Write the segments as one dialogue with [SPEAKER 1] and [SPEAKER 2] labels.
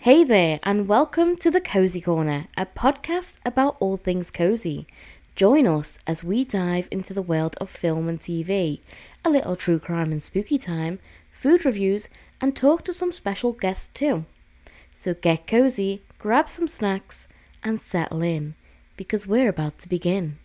[SPEAKER 1] Hey there, and welcome to the Cozy Corner, a podcast about all things cozy. Join us as we dive into the world of film and TV, a little true crime and spooky time, food reviews, and talk to some special guests too. So get cozy, grab some snacks, and settle in, because we're about to begin.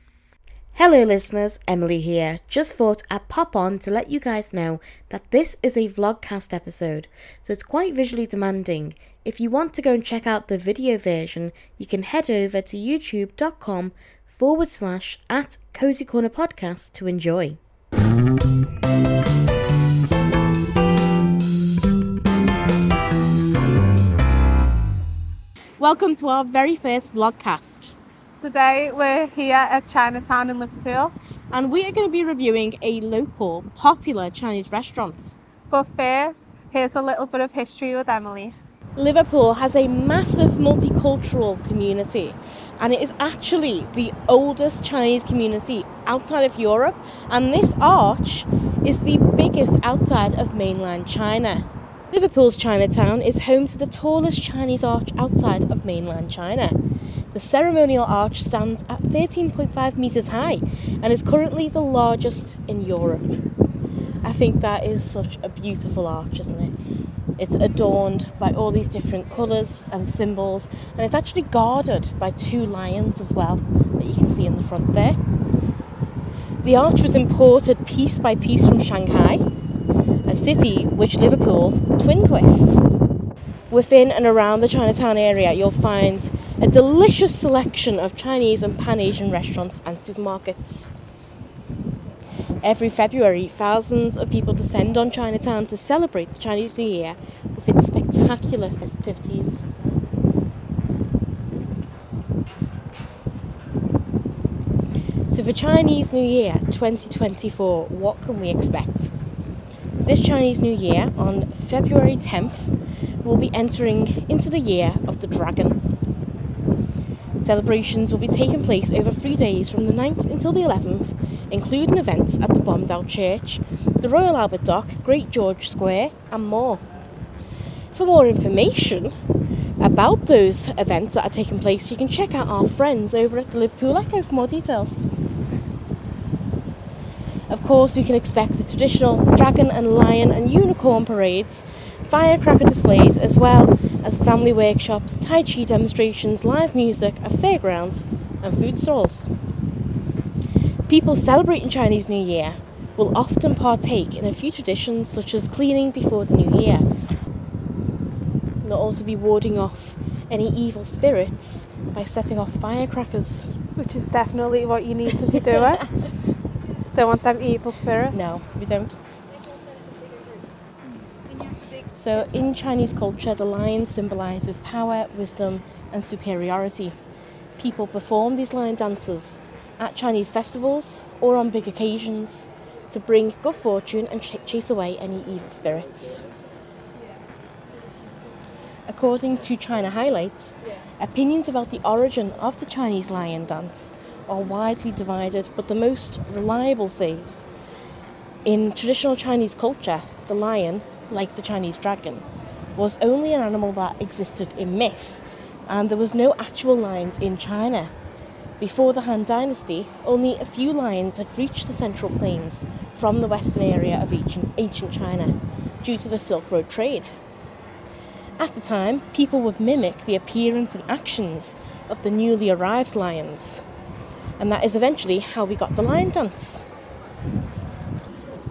[SPEAKER 1] Hello, listeners. Emily here. Just thought I'd pop on to let you guys know that this is a vlogcast episode, so it's quite visually demanding. If you want to go and check out the video version, you can head over to youtube.com forward slash at Cozy Corner Podcast to enjoy. Welcome to our very first vlogcast.
[SPEAKER 2] Today we're here at Chinatown in Liverpool,
[SPEAKER 1] and we are going to be reviewing a local popular Chinese restaurant.
[SPEAKER 2] but first, here's a little bit of history with Emily.
[SPEAKER 1] Liverpool has a massive multicultural community, and it is actually the oldest Chinese community outside of Europe. And this arch is the biggest outside of mainland China. Liverpool's Chinatown is home to the tallest Chinese arch outside of mainland China. The ceremonial arch stands at 13.5 metres high and is currently the largest in Europe. I think that is such a beautiful arch, isn't it? It's adorned by all these different colours and symbols, and it's actually guarded by two lions as well that you can see in the front there. The arch was imported piece by piece from Shanghai, a city which Liverpool twinned with. Within and around the Chinatown area, you'll find a delicious selection of Chinese and Pan Asian restaurants and supermarkets. Every February, thousands of people descend on Chinatown to celebrate the Chinese New Year with its spectacular festivities. So, for Chinese New Year 2024, what can we expect? This Chinese New Year, on February 10th, we'll be entering into the year of the dragon. Celebrations will be taking place over three days from the 9th until the 11th, including events at the bombed out church, the Royal Albert Dock, Great George Square, and more. For more information about those events that are taking place, you can check out our friends over at the Liverpool Echo for more details. Of course, we can expect the traditional dragon and lion and unicorn parades, firecracker displays, as well as family workshops, Tai Chi demonstrations, live music, a fairground, and food stalls. People celebrating Chinese New Year will often partake in a few traditions such as cleaning before the New Year. They'll also be warding off any evil spirits by setting off firecrackers.
[SPEAKER 2] Which is definitely what you need to be doing. Don't want them evil spirits.
[SPEAKER 1] No, we don't. So, in Chinese culture, the lion symbolizes power, wisdom, and superiority. People perform these lion dances at Chinese festivals or on big occasions to bring good fortune and ch- chase away any evil spirits. According to China Highlights, opinions about the origin of the Chinese lion dance are widely divided, but the most reliable says in traditional Chinese culture, the lion, like the Chinese dragon, was only an animal that existed in myth, and there was no actual lions in China. Before the Han Dynasty, only a few lions had reached the central plains from the western area of ancient, ancient China due to the Silk Road trade. At the time, people would mimic the appearance and actions of the newly arrived lions, and that is eventually how we got the lion dance.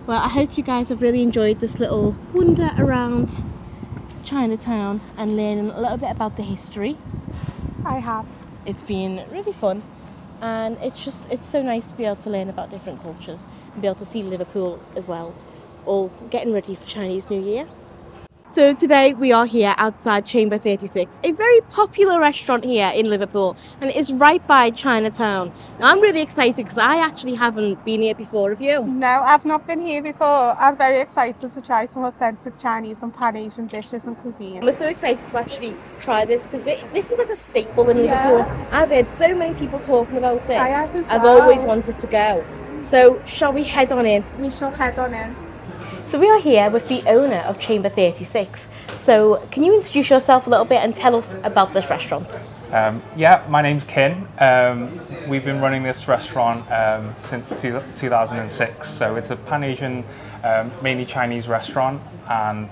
[SPEAKER 1] Well, I hope you guys have really enjoyed this little wander around Chinatown and learning a little bit about the history.
[SPEAKER 2] I have.
[SPEAKER 1] It's been really fun, and it's just it's so nice to be able to learn about different cultures and be able to see Liverpool as well, all getting ready for Chinese New Year. So today we are here outside Chamber 36, a very popular restaurant here in Liverpool, and it is right by Chinatown. Now I'm really excited because I actually haven't been here before. Have you?
[SPEAKER 2] No, I've not been here before. I'm very excited to try some authentic Chinese and Pan Asian dishes and cuisine.
[SPEAKER 1] We're so excited to actually try this because this is like a staple in
[SPEAKER 2] Yeah.
[SPEAKER 1] Liverpool. I've heard so many people talking about it.
[SPEAKER 2] I have as
[SPEAKER 1] I've
[SPEAKER 2] well.
[SPEAKER 1] always wanted to go. So shall we head on in?
[SPEAKER 2] We shall head on in.
[SPEAKER 3] So we are here with the owner of Chamber 36. So can you introduce yourself a little bit and tell us about this restaurant?
[SPEAKER 4] Um, yeah, my name's Ken. Um, we've been running this restaurant um, since two, 2006. So it's a Pan Asian, um, mainly Chinese restaurant, and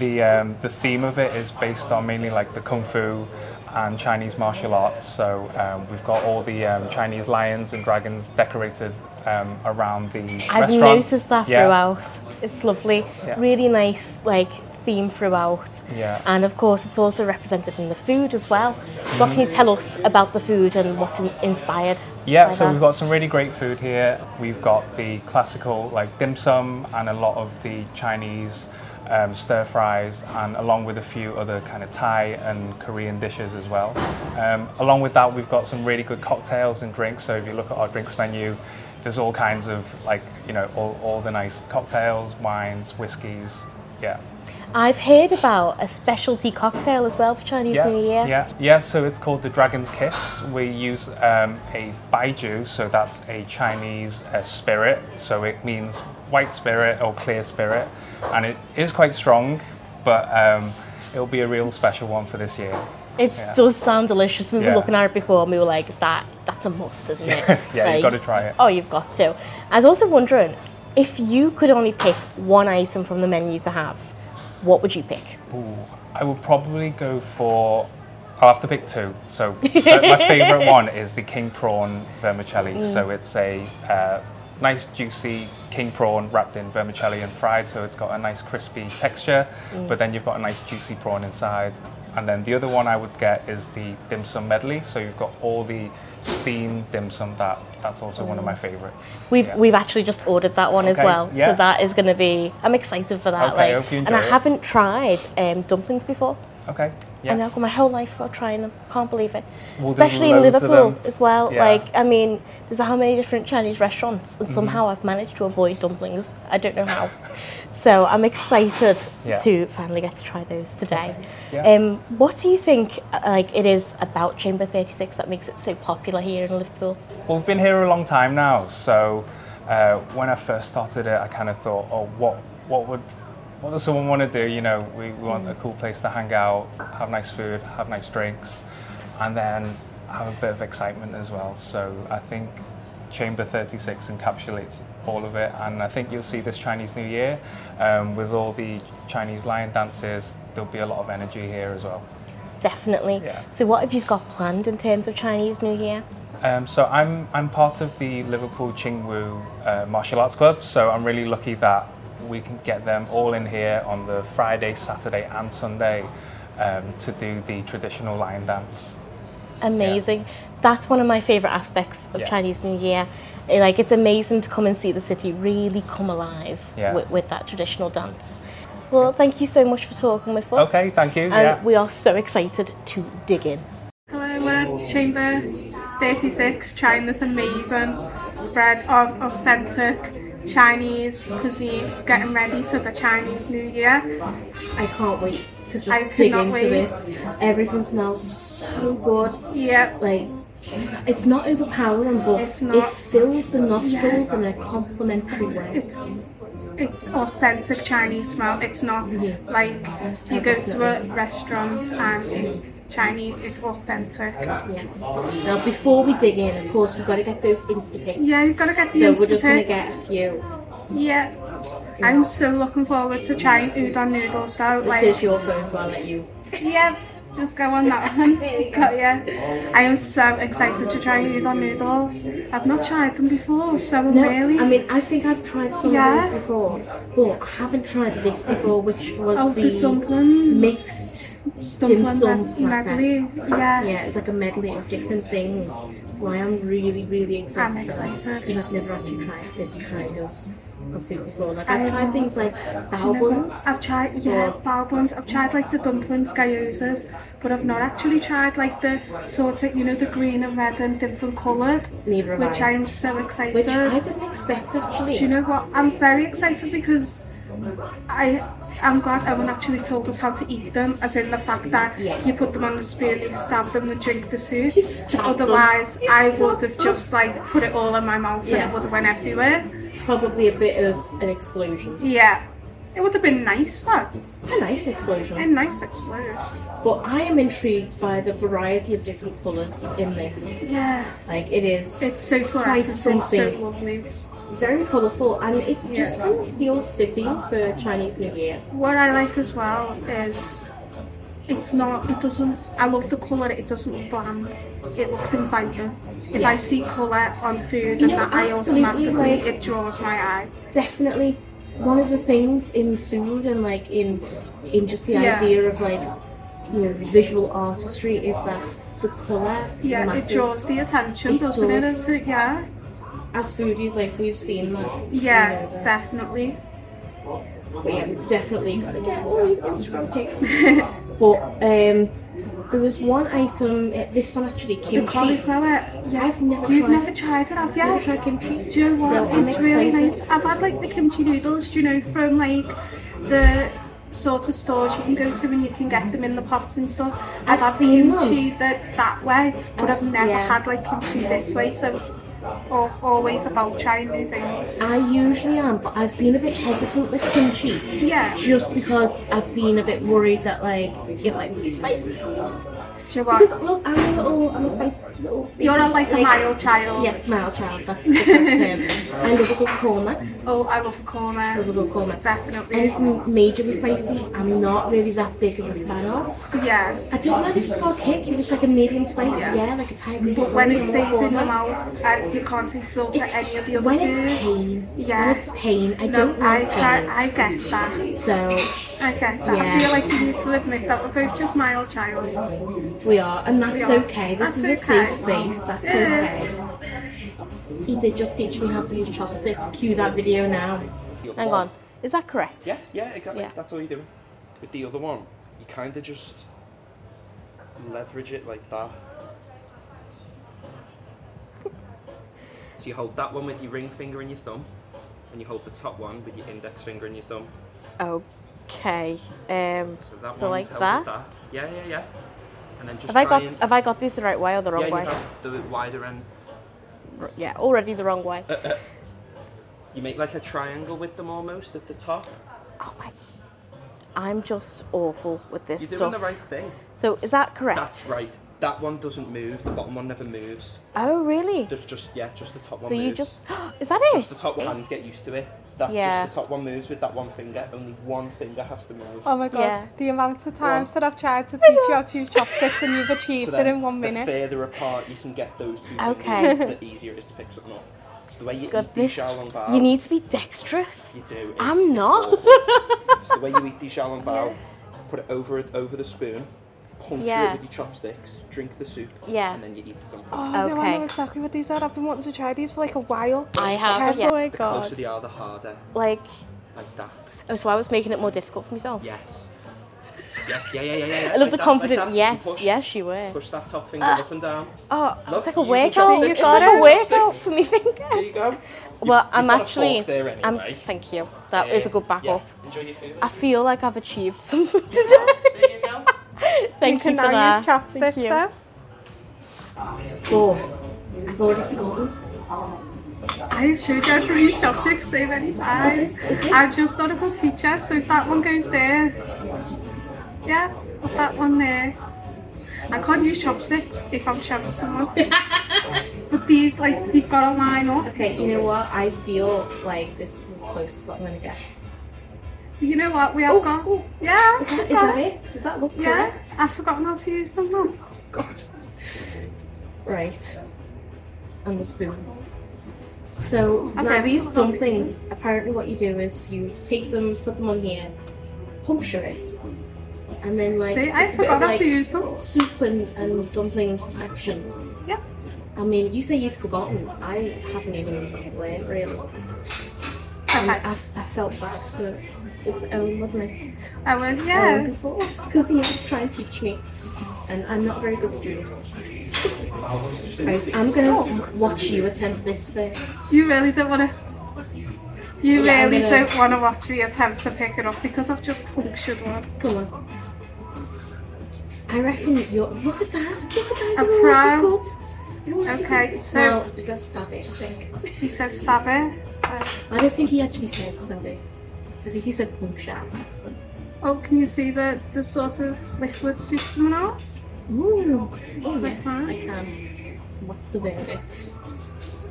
[SPEAKER 4] the um, the theme of it is based on mainly like the kung fu and Chinese martial arts. So um, we've got all the um, Chinese lions and dragons decorated um, around the
[SPEAKER 3] I've
[SPEAKER 4] restaurant.
[SPEAKER 3] noticed that
[SPEAKER 4] Yeah.
[SPEAKER 3] throughout. It's lovely,
[SPEAKER 4] Yeah.
[SPEAKER 3] really nice, like theme throughout.
[SPEAKER 4] Yeah.
[SPEAKER 3] And of course, it's also represented in the food as well. What can you tell us about the food and what's in- inspired?
[SPEAKER 4] Mm. Yeah,
[SPEAKER 3] by
[SPEAKER 4] so
[SPEAKER 3] that?
[SPEAKER 4] we've got some really great food here. We've got the classical like dim sum and a lot of the Chinese um, stir fries, and along with a few other kind of Thai and Korean dishes as well. Um, along with that, we've got some really good cocktails and drinks. So if you look at our drinks menu, there's all kinds of like you know all, all the nice cocktails, wines, whiskies. Yeah.
[SPEAKER 3] I've heard about a specialty cocktail as well for Chinese
[SPEAKER 4] Yeah,
[SPEAKER 3] New Year.
[SPEAKER 4] yeah, yeah. So it's called the Dragon's Kiss. We use um, a baijiu, so that's a Chinese uh, spirit. So it means white spirit or clear spirit, and it is quite strong, but um, it'll be a real special one for this year.
[SPEAKER 3] It does sound delicious. We were
[SPEAKER 4] Yeah.
[SPEAKER 3] looking at it before and we were like, that that's a must, isn't it?
[SPEAKER 4] Yeah, you've
[SPEAKER 3] Like,
[SPEAKER 4] gotta try it.
[SPEAKER 3] Oh, you've got to. I was also wondering if you could only pick one item from the menu to have, what would you pick?
[SPEAKER 4] Ooh, I would probably go for. I'll have to pick two. So but my favourite one is the king prawn vermicelli. So it's a uh, nice juicy king prawn wrapped in vermicelli and fried. So it's got a nice crispy texture, but then you've got a nice juicy prawn inside. And then the other one I would get is the dim sum medley. So you've got all the steamed dim sum. That that's also one of my favourites.
[SPEAKER 3] We've
[SPEAKER 4] Yeah.
[SPEAKER 3] we've actually just ordered that one as
[SPEAKER 4] Okay,
[SPEAKER 3] well.
[SPEAKER 4] yeah.
[SPEAKER 3] So that is going to be. I'm excited for that.
[SPEAKER 4] Okay,
[SPEAKER 3] like,
[SPEAKER 4] I hope you
[SPEAKER 3] and I
[SPEAKER 4] enjoy it.
[SPEAKER 3] haven't tried um, dumplings before.
[SPEAKER 4] Okay.
[SPEAKER 3] I know
[SPEAKER 4] Yeah.
[SPEAKER 3] I've got my whole life about trying them. Can't believe it.
[SPEAKER 4] Well, there's
[SPEAKER 3] Especially in
[SPEAKER 4] loads of
[SPEAKER 3] Liverpool
[SPEAKER 4] them.
[SPEAKER 3] as well.
[SPEAKER 4] Yeah. Mm-hmm.
[SPEAKER 3] Like I mean, there's how many different Chinese restaurants, and somehow I've managed to avoid dumplings. I don't know how. so I'm excited
[SPEAKER 4] Yeah.
[SPEAKER 3] to finally get to try those today.
[SPEAKER 4] Yeah.
[SPEAKER 3] Um, what do you think uh, like it is about Chamber 36 that makes it so popular here in Liverpool?
[SPEAKER 4] Well, we've been here a long time now, so uh, when I first started it, I kind of thought, oh, what, what would, what does someone want to do? You know, we, we want a cool place to hang out, have nice food, have nice drinks, and then have a bit of excitement as well. So I think Chamber 36 encapsulates all of it, and I think you'll see this Chinese New Year um, with all the Chinese lion dances. There'll be a lot of energy here as well.
[SPEAKER 3] Definitely.
[SPEAKER 4] Yeah.
[SPEAKER 3] So what have you got planned in terms of Chinese New Year?
[SPEAKER 4] Um, so I'm I'm part of the Liverpool Chingwu uh, Martial Arts Club. So I'm really lucky that we can get them all in here on the Friday, Saturday, and Sunday um, to do the traditional lion dance.
[SPEAKER 3] amazing. That's one of my favorite aspects of
[SPEAKER 4] Yeah.
[SPEAKER 3] Chinese New Year. Eh, Like it's amazing to come and see the city really come alive
[SPEAKER 4] Yeah.
[SPEAKER 3] with, with that traditional dance. Well, thank you so much for talking with us.
[SPEAKER 4] Okay, thank you,
[SPEAKER 3] And
[SPEAKER 4] yeah.
[SPEAKER 3] we are so excited to dig in.
[SPEAKER 2] Hello, we're at Chamber 36 trying this amazing spread of authentic Chinese cuisine, getting ready for the Chinese New Year.
[SPEAKER 1] I can't wait to just
[SPEAKER 2] I
[SPEAKER 1] dig
[SPEAKER 2] cannot
[SPEAKER 1] into
[SPEAKER 2] wait.
[SPEAKER 1] this. Everything smells so good.
[SPEAKER 2] Yeah,
[SPEAKER 1] Like it's not overpowering, but
[SPEAKER 2] It's not.
[SPEAKER 1] it fills the nostrils in a complimentary way.
[SPEAKER 2] it's it's authentic Chinese smell. It's not like you go to a restaurant and it's Chinese. It's authentic.
[SPEAKER 1] Yes. Now, before we dig in, of course, we've got to get those Insta pics.
[SPEAKER 2] Yeah, you've got to get the
[SPEAKER 1] So we're just gonna
[SPEAKER 2] Instapics.
[SPEAKER 1] get a few.
[SPEAKER 2] Yeah, I'm so looking forward to trying udon noodles though.
[SPEAKER 1] This
[SPEAKER 2] like,
[SPEAKER 1] is your phone, so I'll let you.
[SPEAKER 2] Yeah, just go on that one. But yeah, I am so excited to try udon noodles. I've not tried them before, so I'm
[SPEAKER 1] No,
[SPEAKER 2] really.
[SPEAKER 1] I mean, I think I've tried some
[SPEAKER 2] Yeah.
[SPEAKER 1] of those before, but I haven't tried this before, which was
[SPEAKER 2] oh,
[SPEAKER 1] the,
[SPEAKER 2] the dumplings.
[SPEAKER 1] mixed dim
[SPEAKER 2] dumpling
[SPEAKER 1] sum platter.
[SPEAKER 2] medley. Yeah.
[SPEAKER 1] Yeah, it's like a medley of different things. Why I'm really, really excited.
[SPEAKER 2] I'm excited.
[SPEAKER 1] Because I've never actually tried this kind of, of food before. Like
[SPEAKER 2] I
[SPEAKER 1] I've tried
[SPEAKER 2] know.
[SPEAKER 1] things like
[SPEAKER 2] Do you
[SPEAKER 1] bao
[SPEAKER 2] know what?
[SPEAKER 1] buns.
[SPEAKER 2] I've tried, yeah,
[SPEAKER 1] Or-
[SPEAKER 2] bao buns. I've tried like the dumplings, gyozas, but I've not actually tried like the sort of, you know, the green and red and different coloured,
[SPEAKER 1] Neither have
[SPEAKER 2] which
[SPEAKER 1] I.
[SPEAKER 2] I am so excited.
[SPEAKER 1] Which I didn't expect actually.
[SPEAKER 2] Do you know what? I'm very excited because I I'm glad Owen actually told us how to eat them, as in the fact that
[SPEAKER 1] Yes.
[SPEAKER 2] you put them on the spoon, you stab them, and drink the soup.
[SPEAKER 1] You stab them.
[SPEAKER 2] Otherwise,
[SPEAKER 1] You
[SPEAKER 2] I
[SPEAKER 1] stab
[SPEAKER 2] would have
[SPEAKER 1] them.
[SPEAKER 2] just like put it all in my mouth and
[SPEAKER 1] Yes.
[SPEAKER 2] it would have went everywhere.
[SPEAKER 1] Probably a bit of an explosion.
[SPEAKER 2] Yeah. It would have been nice, though.
[SPEAKER 1] A nice
[SPEAKER 2] A
[SPEAKER 1] explosion.
[SPEAKER 2] nice explosion.
[SPEAKER 1] But I am intrigued by the variety of different colours in this.
[SPEAKER 2] Yeah.
[SPEAKER 1] Like it is
[SPEAKER 2] It's so fluorescent. It's so
[SPEAKER 1] something.
[SPEAKER 2] lovely.
[SPEAKER 1] very colourful and it
[SPEAKER 2] Yeah.
[SPEAKER 1] just kind of feels fitting for Chinese New Year.
[SPEAKER 2] What I like as well is it's not, it doesn't, I love the colour, it doesn't bland. It looks inviting. If I see colour on food
[SPEAKER 1] You know,
[SPEAKER 2] and that, I
[SPEAKER 1] absolutely,
[SPEAKER 2] automatically,
[SPEAKER 1] like-
[SPEAKER 2] it draws my eye.
[SPEAKER 1] Definitely one of the things in food and like in in just the
[SPEAKER 2] Yeah.
[SPEAKER 1] idea of like you know visual artistry is that the colour
[SPEAKER 2] Yeah,
[SPEAKER 1] matters.
[SPEAKER 2] it draws the attention,
[SPEAKER 1] It
[SPEAKER 2] doesn't it?
[SPEAKER 1] does.
[SPEAKER 2] It's- yeah.
[SPEAKER 1] As foodies, like we've seen that.
[SPEAKER 2] Yeah,
[SPEAKER 1] you know, that-
[SPEAKER 2] definitely.
[SPEAKER 1] But yeah, we've definitely got to get all these Instagram pics. but um, there was one item. uh, This one actually
[SPEAKER 2] The
[SPEAKER 1] kimchi.
[SPEAKER 2] cauliflower. Yeah,
[SPEAKER 1] I've never
[SPEAKER 2] You've
[SPEAKER 1] tried.
[SPEAKER 2] never tried it, have you?
[SPEAKER 1] Never tried kimchi.
[SPEAKER 2] Do you know what?
[SPEAKER 1] So I'm
[SPEAKER 2] it's really
[SPEAKER 1] excited.
[SPEAKER 2] nice. I've had like the kimchi noodles, do you know, from like the sort of stores you can go to and you can get them in the pots and stuff.
[SPEAKER 1] I've
[SPEAKER 2] had
[SPEAKER 1] seen
[SPEAKER 2] kimchi that that way, but I've,
[SPEAKER 1] I've-
[SPEAKER 2] never
[SPEAKER 1] yeah.
[SPEAKER 2] had like kimchi this way. So, al- always about trying new things.
[SPEAKER 1] I usually am, but I've been a bit hesitant with kimchi.
[SPEAKER 2] Yeah. Do
[SPEAKER 1] Just because I've been a bit worried that like it might be spicy.
[SPEAKER 2] you know
[SPEAKER 1] Because
[SPEAKER 2] what?
[SPEAKER 1] look, I'm a little, I'm a spicy little. baby.
[SPEAKER 2] You're a, like a mild child.
[SPEAKER 1] Yes, mild child. That's the correct term. I love a good korma.
[SPEAKER 2] Oh,
[SPEAKER 1] I
[SPEAKER 2] I love a
[SPEAKER 1] love a
[SPEAKER 2] corner.
[SPEAKER 1] good korma.
[SPEAKER 2] Definitely.
[SPEAKER 1] Anything majorly spicy, I'm not really that big of a fan of.
[SPEAKER 2] Yeah.
[SPEAKER 1] I don't mind if it's got a kick, if it's like a medium spice, yeah, like a type of
[SPEAKER 2] But when it stays in your mouth and you can't exhaust it any of the other
[SPEAKER 1] when
[SPEAKER 2] foods.
[SPEAKER 1] it's pain,
[SPEAKER 2] Yeah.
[SPEAKER 1] when it's pain, I
[SPEAKER 2] No,
[SPEAKER 1] don't
[SPEAKER 2] I,
[SPEAKER 1] like
[SPEAKER 2] I,
[SPEAKER 1] pain.
[SPEAKER 2] I get that.
[SPEAKER 1] So
[SPEAKER 2] I get that. I
[SPEAKER 1] Yeah.
[SPEAKER 2] feel like we need to admit that we're both just mild childs.
[SPEAKER 1] We are, and that's
[SPEAKER 2] are.
[SPEAKER 1] okay. This is
[SPEAKER 2] That's
[SPEAKER 1] a
[SPEAKER 2] okay.
[SPEAKER 1] safe space. That's
[SPEAKER 2] It is.
[SPEAKER 1] okay. He did just teach me how to use chopsticks. Cue that video now.
[SPEAKER 3] Hang on. Is that correct?
[SPEAKER 5] Yeah, yeah, exactly.
[SPEAKER 3] Yeah.
[SPEAKER 5] That's all you're doing. With the other one, you kind of just leverage it like that. So you hold that one with your ring finger and your thumb, and you hold the top one with your index finger and your thumb.
[SPEAKER 3] Okay. Um,
[SPEAKER 5] So that
[SPEAKER 3] so
[SPEAKER 5] one's
[SPEAKER 3] like
[SPEAKER 5] held
[SPEAKER 3] that.
[SPEAKER 5] with that. Yeah, yeah, yeah. And then just
[SPEAKER 3] Have I
[SPEAKER 5] try
[SPEAKER 3] got
[SPEAKER 5] and
[SPEAKER 3] have I got these the right way or the wrong
[SPEAKER 5] yeah, you
[SPEAKER 3] way?
[SPEAKER 5] have the wider end.
[SPEAKER 3] R- Yeah, already the wrong
[SPEAKER 5] Uh,
[SPEAKER 3] way.
[SPEAKER 5] You make like a triangle with them almost at the top.
[SPEAKER 3] oh my! I'm just awful with this
[SPEAKER 5] You're
[SPEAKER 3] stuff.
[SPEAKER 5] doing the right thing.
[SPEAKER 3] So is that correct?
[SPEAKER 5] That's right. That one doesn't move. The bottom one never moves.
[SPEAKER 3] Oh really?
[SPEAKER 5] There's just yeah, just the top one.
[SPEAKER 3] So you
[SPEAKER 5] moves.
[SPEAKER 3] just is that
[SPEAKER 5] Just the
[SPEAKER 3] it? Oh
[SPEAKER 5] top hands get used to it. That
[SPEAKER 3] Yeah.
[SPEAKER 5] just the top one moves with that one finger. Only one finger has to move.
[SPEAKER 2] Oh my god,
[SPEAKER 3] Yeah.
[SPEAKER 2] the amount of times that I've tried to teach you how to use chopsticks and you've achieved it in one minute.
[SPEAKER 5] the further apart you can get those two
[SPEAKER 3] Okay.
[SPEAKER 5] fingers, the easier it is to pick something up. So the way you
[SPEAKER 3] God,
[SPEAKER 5] eat these
[SPEAKER 3] this
[SPEAKER 5] Shaolin bao,
[SPEAKER 3] you need to be dexterous.
[SPEAKER 5] you do. It's,
[SPEAKER 3] I'm
[SPEAKER 5] it's
[SPEAKER 3] not.
[SPEAKER 5] awful. so the way you eat these Shaolin bao, put it over it over the spoon, puncture
[SPEAKER 3] Yeah.
[SPEAKER 5] it with your chopsticks, drink the soup,
[SPEAKER 3] Yeah.
[SPEAKER 5] and then you eat the dumpling.
[SPEAKER 2] Oh, no, I
[SPEAKER 3] Okay.
[SPEAKER 2] know exactly what these are. I've been wanting to try these for like a while.
[SPEAKER 3] I have,
[SPEAKER 2] Yes,
[SPEAKER 3] yeah.
[SPEAKER 2] Oh my
[SPEAKER 5] the closer
[SPEAKER 2] god.
[SPEAKER 5] they are, the harder.
[SPEAKER 3] Like
[SPEAKER 5] Like that.
[SPEAKER 3] oh, so I was making it more difficult for myself.
[SPEAKER 5] Yes. Yeah, yeah, yeah, yeah. yeah.
[SPEAKER 3] I love
[SPEAKER 5] like
[SPEAKER 3] the
[SPEAKER 5] that,
[SPEAKER 3] confident.
[SPEAKER 5] Like that. You
[SPEAKER 3] yes,
[SPEAKER 5] push,
[SPEAKER 3] yes, you were.
[SPEAKER 5] Push that top finger up and down.
[SPEAKER 3] Oh,
[SPEAKER 5] Look,
[SPEAKER 3] it's like a
[SPEAKER 5] you can
[SPEAKER 3] workout.
[SPEAKER 5] chopsticks.
[SPEAKER 3] It's
[SPEAKER 5] You
[SPEAKER 3] like
[SPEAKER 5] got
[SPEAKER 3] a
[SPEAKER 5] it.
[SPEAKER 3] workout for me finger.
[SPEAKER 5] There you go.
[SPEAKER 3] Well,
[SPEAKER 5] You've-
[SPEAKER 3] I'm
[SPEAKER 5] you've got a
[SPEAKER 3] actually.
[SPEAKER 5] fork there anyway.
[SPEAKER 3] I'm, thank you. That is a
[SPEAKER 5] Um,
[SPEAKER 3] good backup.
[SPEAKER 5] Yeah. Enjoy your food.
[SPEAKER 3] I feel like I've achieved something
[SPEAKER 5] There
[SPEAKER 3] today.
[SPEAKER 5] you go.
[SPEAKER 2] You
[SPEAKER 3] thank you,
[SPEAKER 2] can
[SPEAKER 3] for
[SPEAKER 2] now
[SPEAKER 3] that.
[SPEAKER 2] use chopsticks
[SPEAKER 3] Thank you.
[SPEAKER 2] though.
[SPEAKER 1] Oh, I've already forgotten.
[SPEAKER 2] I have showed you how to use chopsticks so many times.
[SPEAKER 1] Is this- is this-
[SPEAKER 2] I'm just not a good teacher, so if that one goes there, yeah, put that one there. I can't use chopsticks if I'm showing someone. but these, like, they've got a line up.
[SPEAKER 1] Okay, you know what? I feel like this is as close as what I'm gonna get.
[SPEAKER 2] You know what? We have
[SPEAKER 1] Oh,
[SPEAKER 2] got.
[SPEAKER 1] oh.
[SPEAKER 2] Yeah,
[SPEAKER 1] Is that, is
[SPEAKER 2] I've
[SPEAKER 1] that
[SPEAKER 2] got-
[SPEAKER 1] it? Does that look
[SPEAKER 2] Yeah,
[SPEAKER 1] correct?
[SPEAKER 2] I've forgotten how to use them now.
[SPEAKER 1] Right. And the spoon. So
[SPEAKER 2] Okay.
[SPEAKER 1] now these dumplings, apparently what you do is you take them, put them on here, puncture it, and then like
[SPEAKER 2] See, I
[SPEAKER 1] it's a bit of,
[SPEAKER 2] forgot how
[SPEAKER 1] like, Oh,
[SPEAKER 2] to use them.
[SPEAKER 1] soup and, and dumpling action.
[SPEAKER 2] Yeah.
[SPEAKER 1] I mean, you say you've forgotten. I haven't even learned really. And
[SPEAKER 2] Okay.
[SPEAKER 1] I, I felt bad for it was Owen, wasn't it?
[SPEAKER 2] I went,
[SPEAKER 1] Owen
[SPEAKER 2] yeah.
[SPEAKER 1] before because he was trying to teach me, and I'm not a very good student. Right, I'm gonna watch you attempt this first.
[SPEAKER 2] You really don't want to. You
[SPEAKER 1] Yeah, I'm
[SPEAKER 2] really
[SPEAKER 1] gonna-
[SPEAKER 2] don't want to watch me attempt to pick it up because I've just punctured one.
[SPEAKER 1] Come on. I reckon you're. Look at that! Look at that!
[SPEAKER 2] I'm
[SPEAKER 1] you're already
[SPEAKER 2] proud.
[SPEAKER 1] good. You're already
[SPEAKER 2] Okay,
[SPEAKER 1] good.
[SPEAKER 2] so-
[SPEAKER 1] Now, you gotta stop it. I think.
[SPEAKER 2] He said stab it. So
[SPEAKER 1] I don't think he actually said something. I think he said puncture.
[SPEAKER 2] Oh, can you see the, the sort of liquid soup coming out?
[SPEAKER 1] Ooh. Oh yes, I can. What's the verdict?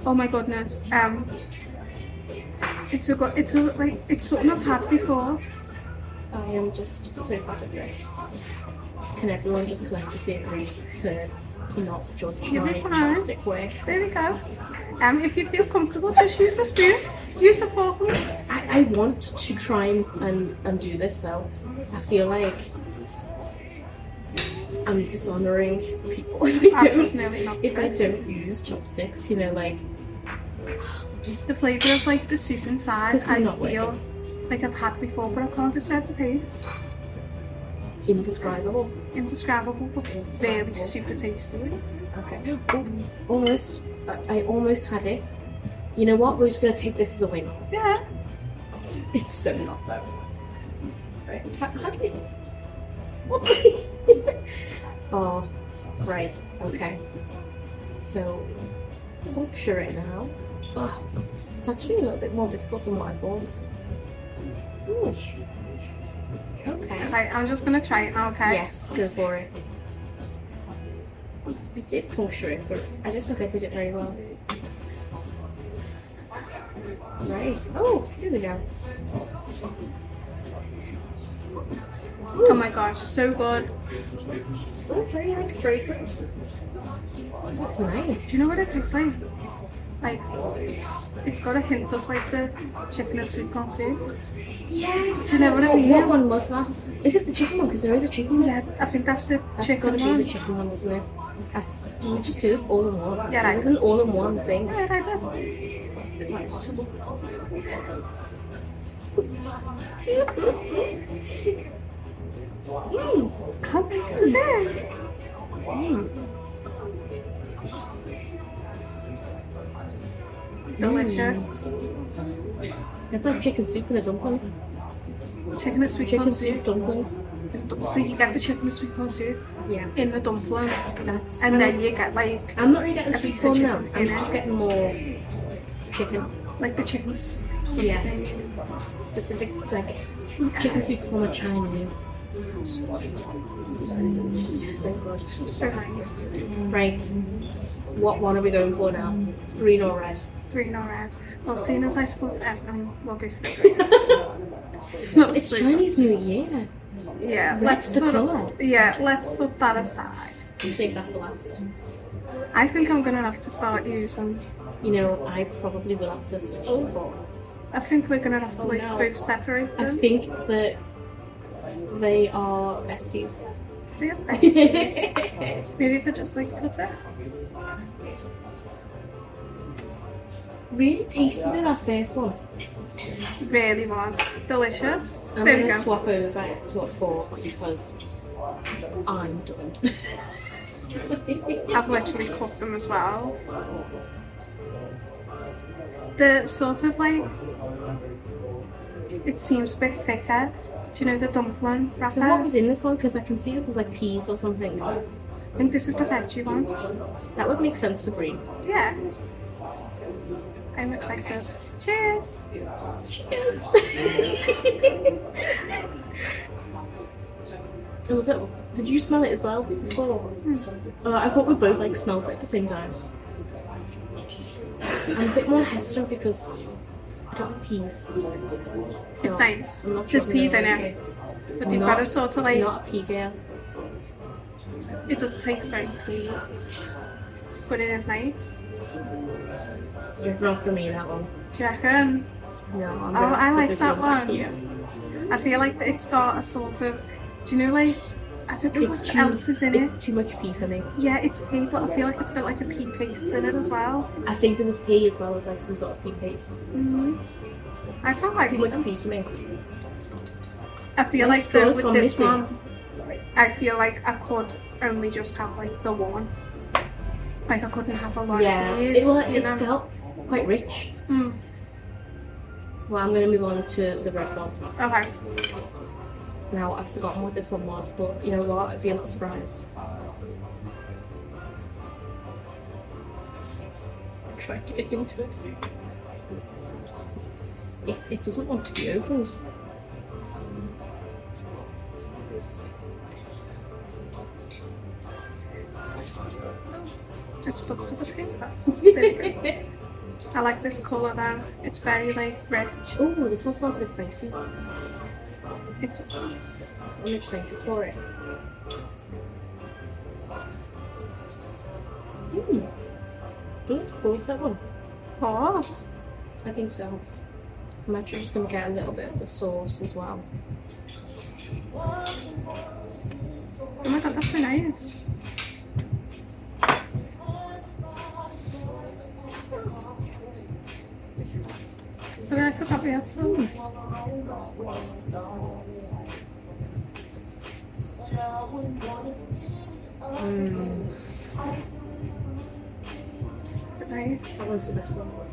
[SPEAKER 2] Oh my goodness. Um, it's a good, it's a, like it's something I've had before.
[SPEAKER 1] I am just so bad at this. Can everyone just collectively agree to to not judge
[SPEAKER 2] You'll
[SPEAKER 1] my
[SPEAKER 2] be fine.
[SPEAKER 1] chopstick work?
[SPEAKER 2] There we go. Um, if you feel comfortable, just use a spoon. Use a fork.
[SPEAKER 1] I, I want to try and, and, and do this though. I feel like I'm dishonouring people if I
[SPEAKER 2] I've just nearly
[SPEAKER 1] don't
[SPEAKER 2] knocked
[SPEAKER 1] if I
[SPEAKER 2] it.
[SPEAKER 1] don't use chopsticks. You know, like
[SPEAKER 2] The flavour of like the soup inside,
[SPEAKER 1] This is
[SPEAKER 2] I
[SPEAKER 1] not
[SPEAKER 2] feel like I've had before, but I can't describe the taste.
[SPEAKER 1] indescribable.
[SPEAKER 2] Indescribable, but
[SPEAKER 1] Indescribable.
[SPEAKER 2] really super tasty.
[SPEAKER 1] Okay. Oh, almost. I, I almost had it. You know what? We're just gonna take this as a win.
[SPEAKER 2] Yeah.
[SPEAKER 1] It's so not though. Right? How, how do we? What? oh, right. Okay. So, puncture it now. Oh, it's actually a little bit more difficult than what I thought. Ooh. Hmm. Okay.
[SPEAKER 2] Right, I'm just gonna try it now, okay?
[SPEAKER 1] Yes, go for it. I did puncture it, but I don't think I did it very well. Right. Oh, here we go.
[SPEAKER 2] Oh my gosh, so good.
[SPEAKER 1] Oh, very like fragrance. That's nice.
[SPEAKER 2] Do you know what it tastes like? Like, it's got a hint of like the chicken and sweet corn soup.
[SPEAKER 1] Yeah.
[SPEAKER 2] Do you know what I mean?
[SPEAKER 1] What one was that? Is it the chicken one? Because there is a chicken one.
[SPEAKER 2] Yeah, I think that's the
[SPEAKER 1] That's
[SPEAKER 2] chicken
[SPEAKER 1] gotta
[SPEAKER 2] one.
[SPEAKER 1] be the chicken one, isn't it? i can we just do this all in one?
[SPEAKER 2] Yeah,
[SPEAKER 1] This is
[SPEAKER 2] right.
[SPEAKER 1] an all in one thing.
[SPEAKER 2] Right, I did.
[SPEAKER 1] Is that possible?
[SPEAKER 2] How nice is it?
[SPEAKER 1] Mm.
[SPEAKER 2] Delicious.
[SPEAKER 1] It's like chicken soup and a dumpling.
[SPEAKER 2] Chicken and sweet
[SPEAKER 1] Chicken
[SPEAKER 2] corn
[SPEAKER 1] soup
[SPEAKER 2] soup.
[SPEAKER 1] dumpling.
[SPEAKER 2] So you get the chicken and sweet corn soup
[SPEAKER 1] Yeah.
[SPEAKER 2] in the dumpling,
[SPEAKER 1] That's
[SPEAKER 2] and
[SPEAKER 1] kind
[SPEAKER 2] then
[SPEAKER 1] of-
[SPEAKER 2] you get like
[SPEAKER 1] I'm not really getting
[SPEAKER 2] a
[SPEAKER 1] sweet
[SPEAKER 2] piece of
[SPEAKER 1] corn now.
[SPEAKER 2] chicken
[SPEAKER 1] I'm
[SPEAKER 2] in
[SPEAKER 1] just
[SPEAKER 2] it.
[SPEAKER 1] getting more chicken.
[SPEAKER 2] like the chicken soup. sort of
[SPEAKER 1] Yes.
[SPEAKER 2] thing.
[SPEAKER 1] Specific like chicken soup from a Chinese. Just so good.
[SPEAKER 2] So nice.
[SPEAKER 1] Right. What one are we going for now? Green or red?
[SPEAKER 2] Green or red? Well, seeing as I suppose everyone will go for the green. Not
[SPEAKER 1] Oh, It's
[SPEAKER 2] the sweet.
[SPEAKER 1] Chinese New Year.
[SPEAKER 2] Yeah,
[SPEAKER 1] That's the
[SPEAKER 2] put-
[SPEAKER 1] colour.
[SPEAKER 2] Yeah, let's put that aside.
[SPEAKER 1] You saved that for last.
[SPEAKER 2] I think I'm gonna have to start using.
[SPEAKER 1] You know, I probably will have to switch over.
[SPEAKER 2] Oh. I think we're gonna have to like
[SPEAKER 1] Oh, no.
[SPEAKER 2] both separate
[SPEAKER 1] I
[SPEAKER 2] them.
[SPEAKER 1] think that they are besties.
[SPEAKER 2] Yeah, besties. Maybe if I just like cut it.
[SPEAKER 1] really tasty though, that first one.
[SPEAKER 2] Really was delicious.
[SPEAKER 1] I'm
[SPEAKER 2] there we
[SPEAKER 1] gonna
[SPEAKER 2] go.
[SPEAKER 1] swap over to a fork because I'm done.
[SPEAKER 2] I've literally cooked them as well. The sort of like it seems a bit thicker. Do you know the dumpling wrapper?
[SPEAKER 1] so what was in this one? Because I can see that there's like peas or something.
[SPEAKER 2] I think this is the veggie one.
[SPEAKER 1] That would make sense for green.
[SPEAKER 2] Yeah. I'm excited. Cheers.
[SPEAKER 1] Cheers. Oh, was that- Did you smell it as well before? Uh, I thought we both like smelled it at the same time. I'm a bit more hesitant because I don't like peas. So
[SPEAKER 2] It's nice.
[SPEAKER 1] I'm not
[SPEAKER 2] There's
[SPEAKER 1] sure
[SPEAKER 2] peas
[SPEAKER 1] if
[SPEAKER 2] in
[SPEAKER 1] I'm
[SPEAKER 2] it, but you've
[SPEAKER 1] Not-
[SPEAKER 2] got to sort of
[SPEAKER 1] okay.
[SPEAKER 2] like
[SPEAKER 1] Not a pea girl.
[SPEAKER 2] it does taste very clean, but it is nice.
[SPEAKER 1] It's not for me that one.
[SPEAKER 2] Do you reckon?
[SPEAKER 1] No, I'm
[SPEAKER 2] Oh,
[SPEAKER 1] gonna
[SPEAKER 2] I
[SPEAKER 1] put
[SPEAKER 2] like
[SPEAKER 1] this
[SPEAKER 2] that
[SPEAKER 1] back
[SPEAKER 2] one.
[SPEAKER 1] here.
[SPEAKER 2] I feel like it's got a sort of, do you know, like I don't know
[SPEAKER 1] It's
[SPEAKER 2] what
[SPEAKER 1] too,
[SPEAKER 2] else is in it.
[SPEAKER 1] it's too much pea for me.
[SPEAKER 2] Yeah, it's pea, but I feel like it's got like a pea paste in it as well.
[SPEAKER 1] I think there was pea as well as like some sort of pea paste.
[SPEAKER 2] hmm I quite
[SPEAKER 1] Too much
[SPEAKER 2] like. Them.
[SPEAKER 1] pea for me.
[SPEAKER 2] I feel
[SPEAKER 1] My
[SPEAKER 2] like the,
[SPEAKER 1] straw's
[SPEAKER 2] with
[SPEAKER 1] gone
[SPEAKER 2] this
[SPEAKER 1] missing.
[SPEAKER 2] one, I feel like I could only just have like the one. Like I couldn't have a lot
[SPEAKER 1] Yeah,
[SPEAKER 2] of these.
[SPEAKER 1] it, well,
[SPEAKER 2] you
[SPEAKER 1] it
[SPEAKER 2] know?
[SPEAKER 1] felt quite rich.
[SPEAKER 2] Mm,
[SPEAKER 1] Well, I'm going to move on to the red one.
[SPEAKER 2] okay.
[SPEAKER 1] Now, I've forgotten what this one was, but you know what? I'd be a lot surprised. I'm trying to get you to it. It, it doesn't want to be opened.
[SPEAKER 2] It's stuck to the paper. There we go. I like this colour though. It's very like red.
[SPEAKER 1] Oh, this one smells a bit spicy. I'm
[SPEAKER 2] It's,
[SPEAKER 1] excited for it. Hmm. Good. Cool with that one.
[SPEAKER 2] oh,
[SPEAKER 1] I think so. I'm actually just gonna get a little bit of the sauce as well.
[SPEAKER 2] oh my god, that's so nice. So then I forgot we had some. Hmm. Is it nice?
[SPEAKER 1] That one's the best one.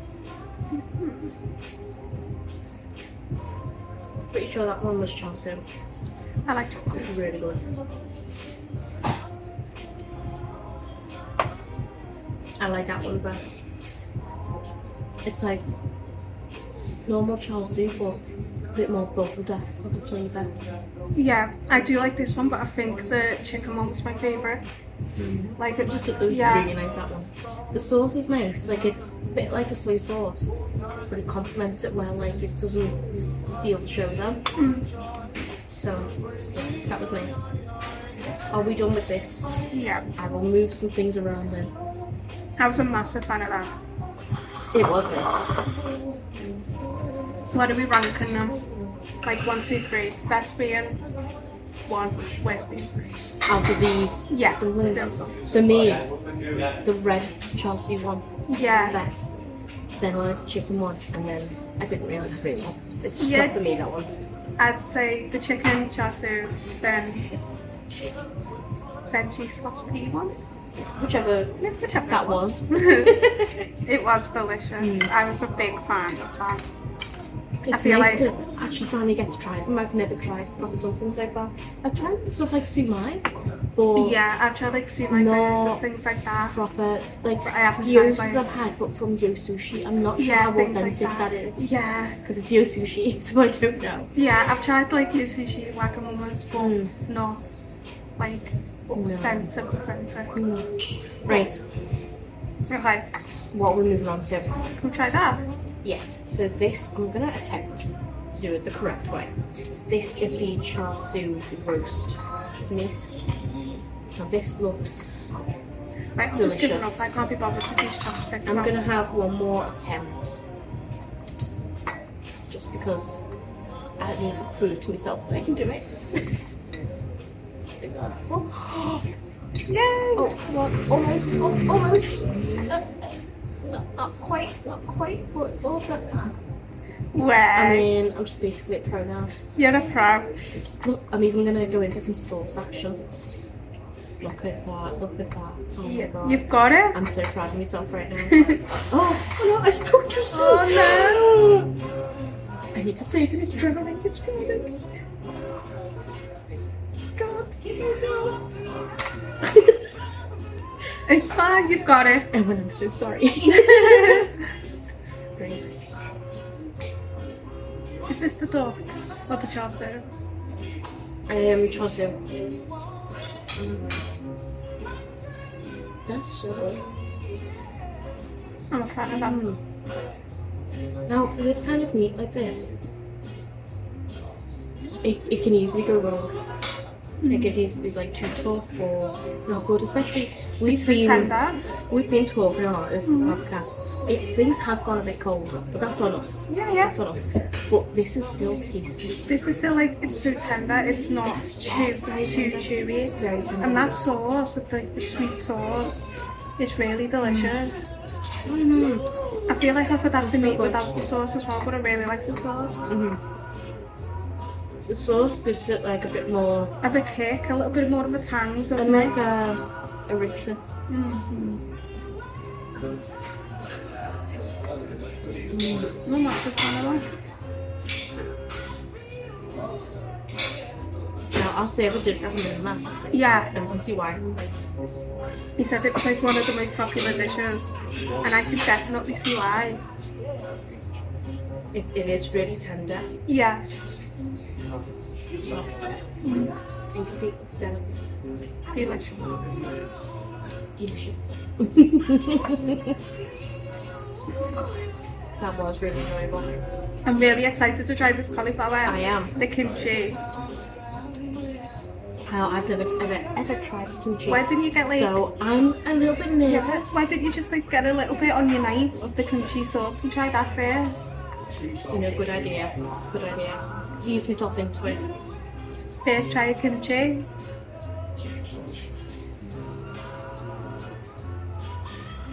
[SPEAKER 1] Pretty sure that one was Chelsea.
[SPEAKER 2] I like chocolate.
[SPEAKER 1] It's really good. I like that one best. It's like normal Chelsea, but a bit more bold of a flavour.
[SPEAKER 2] Yeah, I do like this one, but I think the chicken one was my favourite. Like
[SPEAKER 1] It was
[SPEAKER 2] it's
[SPEAKER 1] really
[SPEAKER 2] yeah,
[SPEAKER 1] nice that one. The sauce is nice, like it's a bit like a soy sauce, but it complements it well, like it doesn't steal the show though. So yeah, that was nice. Are we done with this?
[SPEAKER 2] yeah.
[SPEAKER 1] I will move some things around then.
[SPEAKER 2] I was a massive fan of that.
[SPEAKER 1] It was nice.
[SPEAKER 2] What are we ranking them? Like one, two, three. Best being one, worst being three.
[SPEAKER 1] Out of the
[SPEAKER 2] Yeah,
[SPEAKER 1] the ones
[SPEAKER 2] those-
[SPEAKER 1] for me, the red Chelsea one
[SPEAKER 2] yeah.
[SPEAKER 1] best. Then I like the chicken one, and then I didn't really have really one. It's just
[SPEAKER 2] Yeah.
[SPEAKER 1] not for me that one.
[SPEAKER 2] I'd say the chicken, chasu, then veggie slash pea one.
[SPEAKER 1] Whichever
[SPEAKER 2] Yeah, whichever
[SPEAKER 1] that
[SPEAKER 2] it was.
[SPEAKER 1] was. Mm.
[SPEAKER 2] It was delicious. I was a big fan of that.
[SPEAKER 1] It's
[SPEAKER 2] feel
[SPEAKER 1] nice
[SPEAKER 2] like-
[SPEAKER 1] to actually finally get to try them. I've never tried proper dumplings like that. I've tried stuff like sumai, or
[SPEAKER 2] Yeah, I've tried like sumai
[SPEAKER 1] No.
[SPEAKER 2] burgers and things like that.
[SPEAKER 1] proper like
[SPEAKER 2] But I haven't tried
[SPEAKER 1] gyozas
[SPEAKER 2] mine.
[SPEAKER 1] I've had, but from Yo Sushi. I'm not sure
[SPEAKER 2] Yeah,
[SPEAKER 1] how
[SPEAKER 2] things
[SPEAKER 1] authentic
[SPEAKER 2] like that.
[SPEAKER 1] that is
[SPEAKER 2] Yeah,
[SPEAKER 1] because it's Yo Sushi, so I don't know.
[SPEAKER 2] yeah. I've tried like your sushi wakamoles, but
[SPEAKER 1] Mm.
[SPEAKER 2] not like authentic, authentic.
[SPEAKER 1] Hmm. Right,
[SPEAKER 2] Okay,
[SPEAKER 1] what we're moving on to.
[SPEAKER 2] we'll try that.
[SPEAKER 1] Yes, so this I'm gonna attempt to do it the correct way. This is the char siu roast meat. Now this looks
[SPEAKER 2] Right, I'm just giving up.
[SPEAKER 1] Delicious.
[SPEAKER 2] I can't be bothered with these chopsticks.
[SPEAKER 1] I'm
[SPEAKER 2] now.
[SPEAKER 1] gonna have one more attempt. Just because I need to prove to myself that I can do it. oh,
[SPEAKER 2] Yay!
[SPEAKER 1] oh, come on, almost, al- almost. Uh, uh, not, not quite, not quite, but also. I
[SPEAKER 2] Way.
[SPEAKER 1] mean, I'm just basically a pro now.
[SPEAKER 2] You're a pro.
[SPEAKER 1] Look, I'm even gonna go in for some sauce action. Look at that, look at that. Oh my god.
[SPEAKER 2] You've got it.
[SPEAKER 1] I'm so proud of myself right now. oh, oh no, I spoke too soon.
[SPEAKER 2] Oh,
[SPEAKER 1] I need to save it, it's drowning, it's drowning. God, oh no.
[SPEAKER 2] it's fine. You've got it.
[SPEAKER 1] Evan, I'm so sorry. Great.
[SPEAKER 2] Is this the duck or the chopstick?
[SPEAKER 1] Um, Chaucer. That's so good.
[SPEAKER 2] I'm a fan of them.
[SPEAKER 1] Mm. Now, for this kind of meat like this, it, it can easily go wrong. Like it can easily be like too tough or not good, especially we've been
[SPEAKER 2] Tender.
[SPEAKER 1] we've been talking a lot this podcast. It, things have gone a bit cold, but that's on us.
[SPEAKER 2] Yeah, yeah.
[SPEAKER 1] That's on us. But this is still tasty.
[SPEAKER 2] This is still like it's so tender. It's not
[SPEAKER 1] It's
[SPEAKER 2] too
[SPEAKER 1] very
[SPEAKER 2] too
[SPEAKER 1] tender.
[SPEAKER 2] chewy.
[SPEAKER 1] Very tender.
[SPEAKER 2] And that sauce, like the sweet sauce, is really delicious. I feel like I could have the meat without the sauce as well, but I really like the sauce.
[SPEAKER 1] Mm-hmm. The sauce gives it like a bit more
[SPEAKER 2] Have a kick, a little bit more of a tang,
[SPEAKER 1] and
[SPEAKER 2] doesn't
[SPEAKER 1] like
[SPEAKER 2] it? Mm-hmm.
[SPEAKER 1] a, a richness.
[SPEAKER 2] I'm a massive fan of that.
[SPEAKER 1] Now I'll say if I didn't recommend that,
[SPEAKER 2] Yeah,
[SPEAKER 1] I can see why.
[SPEAKER 2] he said it was like one of the most popular dishes, and I can definitely see why.
[SPEAKER 1] It, it is really tender,
[SPEAKER 2] Yeah.
[SPEAKER 1] soft, tasty, delicate,
[SPEAKER 2] Delicious.
[SPEAKER 1] delicious. that was really enjoyable.
[SPEAKER 2] I'm really excited to try this cauliflower.
[SPEAKER 1] I am.
[SPEAKER 2] The kimchi.
[SPEAKER 1] How I've never ever ever tried kimchi.
[SPEAKER 2] Why didn't you get like?
[SPEAKER 1] so I'm a little bit nervous.
[SPEAKER 2] Why didn't you just like get a little bit on your knife of the kimchi sauce and try that first?
[SPEAKER 1] you know, good idea. Good idea. Ease myself into it.
[SPEAKER 2] First try of kimchi.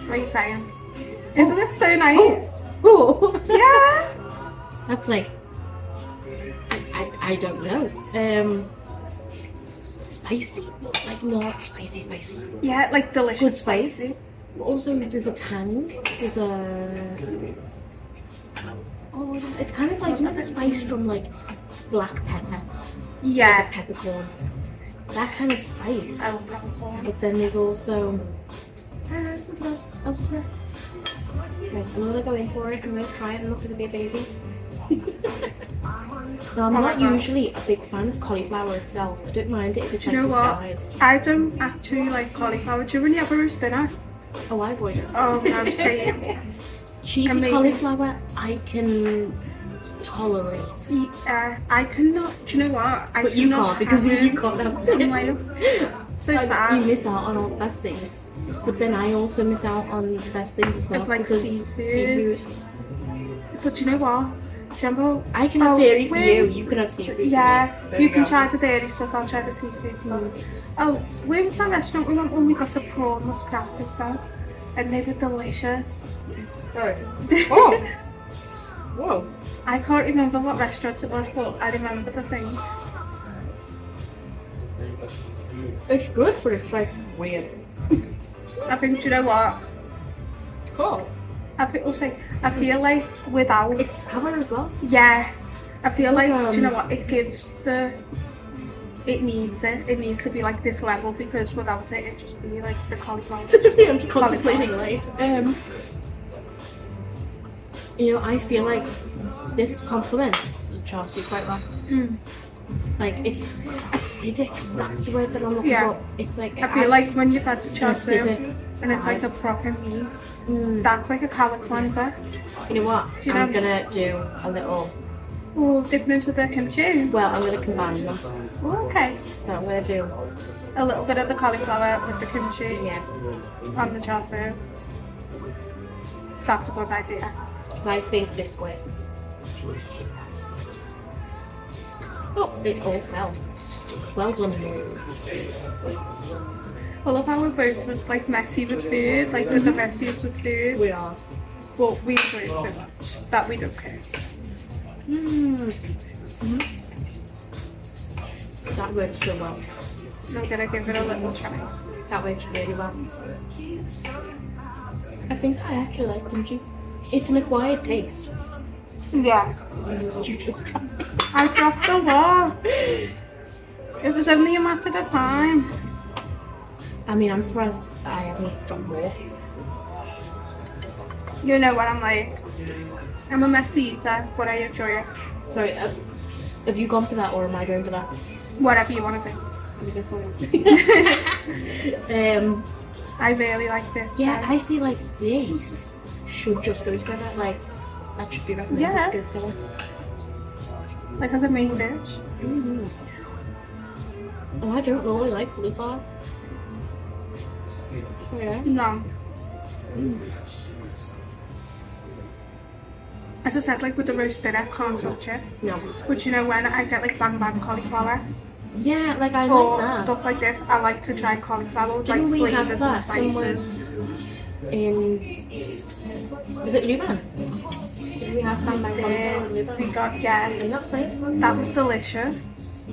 [SPEAKER 2] What are you saying? Isn't this so nice?
[SPEAKER 1] Oh,
[SPEAKER 2] Yeah.
[SPEAKER 1] that's like I, I, I don't know. Um, spicy, but like not spicy, spicy.
[SPEAKER 2] Yeah, like delicious.
[SPEAKER 1] Good spice. Also, there's a tang. There's a oh, it's kind of like you know the spice from like black pepper,
[SPEAKER 2] Yeah.
[SPEAKER 1] peppercorn, that kind of spice.
[SPEAKER 2] I love peppercorn.
[SPEAKER 1] But then there's also uh, something else, else to it. Right, I'm gonna go in for it. I'm gonna try it. I'm not gonna be a baby. no, I'm
[SPEAKER 2] Oh my
[SPEAKER 1] not
[SPEAKER 2] God.
[SPEAKER 1] usually a big fan of cauliflower itself. I don't mind it if it's
[SPEAKER 2] Do
[SPEAKER 1] like
[SPEAKER 2] you know what?
[SPEAKER 1] disguised.
[SPEAKER 2] I don't actually like cauliflower. Do you really ever roast dinner?
[SPEAKER 1] Oh, I avoid it.
[SPEAKER 2] Oh, I'm saying.
[SPEAKER 1] Cheesy
[SPEAKER 2] Amazing.
[SPEAKER 1] cauliflower, I can tolerate.
[SPEAKER 2] Uh, I cannot. Do you know what? I
[SPEAKER 1] But you
[SPEAKER 2] cannot
[SPEAKER 1] can't because
[SPEAKER 2] have
[SPEAKER 1] you
[SPEAKER 2] it.
[SPEAKER 1] can't have
[SPEAKER 2] I'm
[SPEAKER 1] it.
[SPEAKER 2] like, so
[SPEAKER 1] You
[SPEAKER 2] sad.
[SPEAKER 1] miss out on all the best things. But then I also miss out on the best things as well.
[SPEAKER 2] like
[SPEAKER 1] because
[SPEAKER 2] seafood. But do you know what? Jumbo.
[SPEAKER 1] I can have
[SPEAKER 2] Oh,
[SPEAKER 1] dairy for you,
[SPEAKER 2] where's-
[SPEAKER 1] you can have seafood for me.
[SPEAKER 2] Yeah,
[SPEAKER 6] There
[SPEAKER 2] you
[SPEAKER 6] you
[SPEAKER 2] can
[SPEAKER 6] go.
[SPEAKER 2] try the dairy stuff, I'll try the seafood stuff.
[SPEAKER 1] Mm.
[SPEAKER 2] Oh, where was that restaurant we went when we got the prawn was crap and stuff? And they were delicious.
[SPEAKER 6] Right. Oh. Whoa.
[SPEAKER 2] I can't remember what restaurant it was, but I remember the thing.
[SPEAKER 1] It's good, but it's like
[SPEAKER 6] Weird.
[SPEAKER 2] I think, do you know what?
[SPEAKER 1] cool.
[SPEAKER 2] I feel, also, I feel like without,
[SPEAKER 1] It's sour as well.
[SPEAKER 2] yeah, I feel like,
[SPEAKER 1] like,
[SPEAKER 2] do you know
[SPEAKER 1] um,
[SPEAKER 2] what? It gives the, it needs it. It needs to be like this level because without it, it'd just be like the cauliflower.
[SPEAKER 1] I'm just contemplating life. Um, you know, I feel like this complements the char siu quite well.
[SPEAKER 2] Mm.
[SPEAKER 1] Like it's acidic. That's the word that I'm looking
[SPEAKER 2] Yeah.
[SPEAKER 1] for. It's like it
[SPEAKER 2] I feel like
[SPEAKER 1] adds
[SPEAKER 2] when you've had the
[SPEAKER 1] an
[SPEAKER 2] char siu
[SPEAKER 1] acidic.
[SPEAKER 2] and it's like a proper meat, that's like a colour cleanser.
[SPEAKER 1] mm, You know what?
[SPEAKER 2] Do you
[SPEAKER 1] I'm
[SPEAKER 2] know-
[SPEAKER 1] gonna do a little.
[SPEAKER 2] Oh, dipping into the kimchi.
[SPEAKER 1] Well, I'm gonna combine them.
[SPEAKER 2] Oh, okay.
[SPEAKER 1] So I'm gonna do
[SPEAKER 2] A little bit of the cauliflower with the kimchi
[SPEAKER 1] yeah.
[SPEAKER 2] and the char siu. That's a good idea.
[SPEAKER 1] Because I think this works. Oh, it all fell. Well done, you.
[SPEAKER 2] I love how we're both just like messy with food, like we're the messiest with food,
[SPEAKER 1] We are.
[SPEAKER 2] but we enjoy it so much that we don't care.
[SPEAKER 1] That worked so well.
[SPEAKER 2] I'm gonna give it a little try.
[SPEAKER 1] That works really well. I think I actually like kimchi. It's an acquired taste.
[SPEAKER 2] Yeah.
[SPEAKER 1] You just
[SPEAKER 2] I dropped the wall. It was only a matter of time.
[SPEAKER 1] I mean, I'm surprised I haven't dropped more.
[SPEAKER 2] You know what I'm like. I'm a messy eater, but I enjoy it.
[SPEAKER 1] Sorry, uh, have you gone for that or am I going for that?
[SPEAKER 2] Whatever you want to do.
[SPEAKER 1] Let me go for one. um,
[SPEAKER 2] I really like this.
[SPEAKER 1] yeah,
[SPEAKER 2] so-
[SPEAKER 1] I feel like this should just go together. Like, that should be recommended
[SPEAKER 2] Yeah.
[SPEAKER 1] to go together.
[SPEAKER 2] like as a main dish.
[SPEAKER 1] Oh, I don't really like cauliflower. Oh, yeah.
[SPEAKER 2] No. As I said, like with the roasted, I can't touch it.
[SPEAKER 1] No.
[SPEAKER 2] But you know when I get like bang bang cauliflower
[SPEAKER 1] Yeah, like I
[SPEAKER 2] or
[SPEAKER 1] like that.
[SPEAKER 2] stuff like this, I like to try cauliflower with,
[SPEAKER 1] Didn't
[SPEAKER 2] like
[SPEAKER 1] we have
[SPEAKER 2] flavors and
[SPEAKER 1] that somewhere?
[SPEAKER 2] spices.
[SPEAKER 1] in was it Luban? Did we have bang bang cauliflower in
[SPEAKER 2] Then we
[SPEAKER 1] Luban?
[SPEAKER 2] got
[SPEAKER 1] In that
[SPEAKER 2] yes,
[SPEAKER 1] place?
[SPEAKER 2] that was delicious.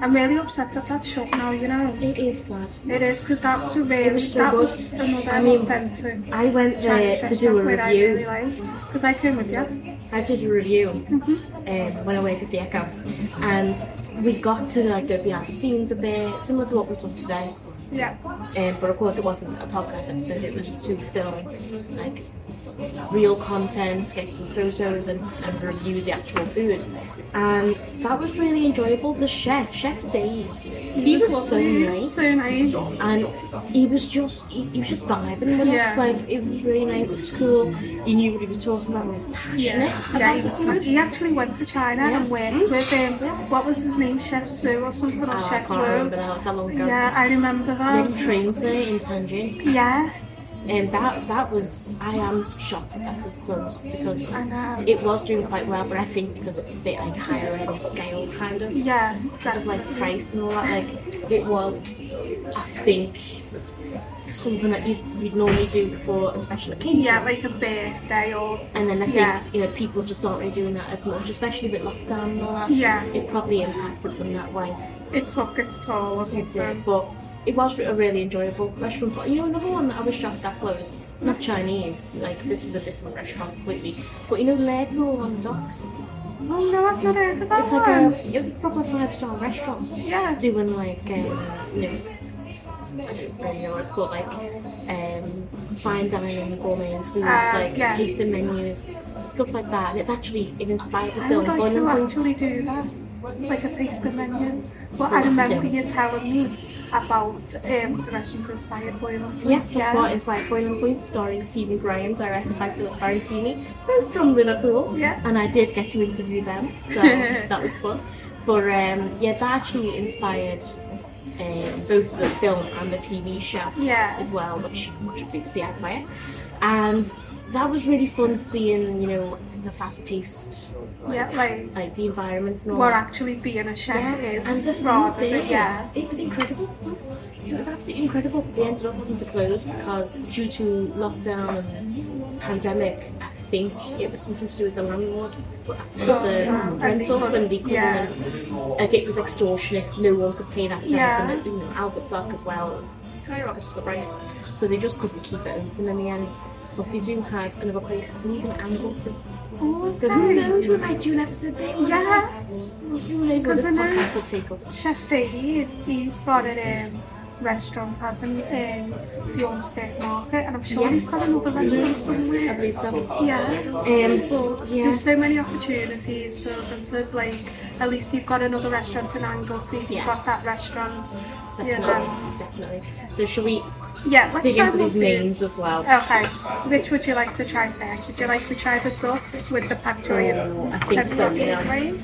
[SPEAKER 2] I'm really upset that that's shut now. You know,
[SPEAKER 1] It is sad.
[SPEAKER 2] it is because that was a really
[SPEAKER 1] was so
[SPEAKER 2] that
[SPEAKER 1] good.
[SPEAKER 2] was another
[SPEAKER 1] I mean,
[SPEAKER 2] authentic
[SPEAKER 1] I went
[SPEAKER 2] Chinese
[SPEAKER 1] there to do a
[SPEAKER 2] restaurant that I really
[SPEAKER 1] review.
[SPEAKER 2] like because I came with you.
[SPEAKER 1] I did a review um, when I worked at the Echo, and we got to like go behind the scenes a bit, similar to what we talked today.
[SPEAKER 2] Yeah.
[SPEAKER 1] And, Eh, but of course, it wasn't a podcast episode, it was to film like real content, get some photos, and, and review the actual food. And that was really enjoyable. The chef, Chef Dave, he was, so
[SPEAKER 2] lovely,
[SPEAKER 1] nice.
[SPEAKER 2] So nice.
[SPEAKER 1] And he was just, he, he was just vibing with
[SPEAKER 2] Yeah.
[SPEAKER 1] us. Like, it was really nice, it was cool. He knew what he was talking about, he was passionate
[SPEAKER 2] Yeah,
[SPEAKER 1] about
[SPEAKER 2] yeah, he
[SPEAKER 1] the
[SPEAKER 2] was
[SPEAKER 1] food.
[SPEAKER 2] good. He actually went to China and worked with um, what was his name, Chef Sue or something, or
[SPEAKER 1] Oh, I
[SPEAKER 2] Chef
[SPEAKER 1] can't remember
[SPEAKER 2] Lou.
[SPEAKER 1] now, it's that long ago.
[SPEAKER 2] Yeah, I remember
[SPEAKER 1] Then
[SPEAKER 2] that.
[SPEAKER 1] trains there in Tangier,
[SPEAKER 2] Yeah,
[SPEAKER 1] and that that was I am shocked that that was closed because
[SPEAKER 2] I know.
[SPEAKER 1] it was doing quite well, but I think because it's a bit like higher end scale kind of
[SPEAKER 2] yeah,
[SPEAKER 1] kind of like price and all that, like it was I think something that you you'd normally do for a special occasion.
[SPEAKER 2] yeah, like a birthday or
[SPEAKER 1] And then I think
[SPEAKER 2] Yeah.
[SPEAKER 1] you know people just aren't really doing that as much, especially with lockdown and all that.
[SPEAKER 2] Yeah.
[SPEAKER 1] It probably impacted them that way.
[SPEAKER 2] it took its toll or
[SPEAKER 1] It did,
[SPEAKER 2] something.
[SPEAKER 1] Um, but it was a really enjoyable restaurant. But you know, another one that I was shocked at closed, not Chinese, like this is a different restaurant completely. But you know, Laidlaw on docks.
[SPEAKER 2] Oh no, I've not heard of that
[SPEAKER 1] It's like
[SPEAKER 2] one.
[SPEAKER 1] a, it was a proper five star restaurant.
[SPEAKER 2] Yeah.
[SPEAKER 1] Doing like, um, you know, I don't really know what it's called, like um, fine dining, gourmet and food,
[SPEAKER 2] Uh,
[SPEAKER 1] like
[SPEAKER 2] yeah.
[SPEAKER 1] tasting menus, stuff like that. And it's actually it inspired the
[SPEAKER 2] I
[SPEAKER 1] film
[SPEAKER 2] would like to
[SPEAKER 1] Burnham Point.
[SPEAKER 2] actually do that, like a tasting menu. But I remember you telling me about um, the restaurant inspired by them.
[SPEAKER 1] Yes, that's what is like Boiling Point, starring Stephen Graham, directed by Philip Barantini. They're from Liverpool,
[SPEAKER 2] Yeah.
[SPEAKER 1] and I did get to interview them, so that was fun. But um, yeah, that actually inspired um, both the film and the TV show
[SPEAKER 2] Yeah.
[SPEAKER 1] as well, which, which BBC had by it. And that was really fun seeing, you know, the fast-paced,
[SPEAKER 2] Yeah, like
[SPEAKER 1] like the environment and all.
[SPEAKER 2] what
[SPEAKER 1] that.
[SPEAKER 2] actually being a chef
[SPEAKER 1] And
[SPEAKER 2] is
[SPEAKER 1] the food
[SPEAKER 2] rather
[SPEAKER 1] there,
[SPEAKER 2] than yeah.
[SPEAKER 1] it was incredible. It was absolutely incredible. They ended up having to close because due to lockdown and pandemic, I think it was something to do with the landlord. But had to put the rent up and they couldn't.
[SPEAKER 2] Yeah.
[SPEAKER 1] Like it was extortionate. No one could pay that price,
[SPEAKER 2] Yeah.
[SPEAKER 1] and it, you know Albert Dock as well skyrocketed the price. So they just couldn't keep it open in the end. But they do have another place, and even Anglesey. So who
[SPEAKER 2] Oh, Okay.
[SPEAKER 1] knows? We might do an episode there. one
[SPEAKER 2] Yeah.
[SPEAKER 1] time. Who knows where this
[SPEAKER 2] Because I know-
[SPEAKER 1] podcast will take us?
[SPEAKER 2] Chef Davey, he's got a um, restaurant as in um, Yormstead Market, and I'm sure he's got another restaurant
[SPEAKER 1] I
[SPEAKER 2] somewhere.
[SPEAKER 1] believe so.
[SPEAKER 2] Yeah.
[SPEAKER 1] Um, yeah.
[SPEAKER 2] There's so many opportunities for them to like. At least you've got another restaurant in Anglesey. You've
[SPEAKER 1] Yeah.
[SPEAKER 2] got that restaurant.
[SPEAKER 1] Definitely,
[SPEAKER 2] Yeah.
[SPEAKER 1] definitely. So should we
[SPEAKER 2] Yeah, let's
[SPEAKER 1] dig
[SPEAKER 2] try
[SPEAKER 1] into
[SPEAKER 2] more
[SPEAKER 1] these
[SPEAKER 2] food.
[SPEAKER 1] names as well?
[SPEAKER 2] Okay, which would you like to try first? Would you like to try the duck with the pak choi
[SPEAKER 1] Oh, I
[SPEAKER 2] and
[SPEAKER 1] think so,
[SPEAKER 2] pepperoni
[SPEAKER 1] yeah.
[SPEAKER 2] flame?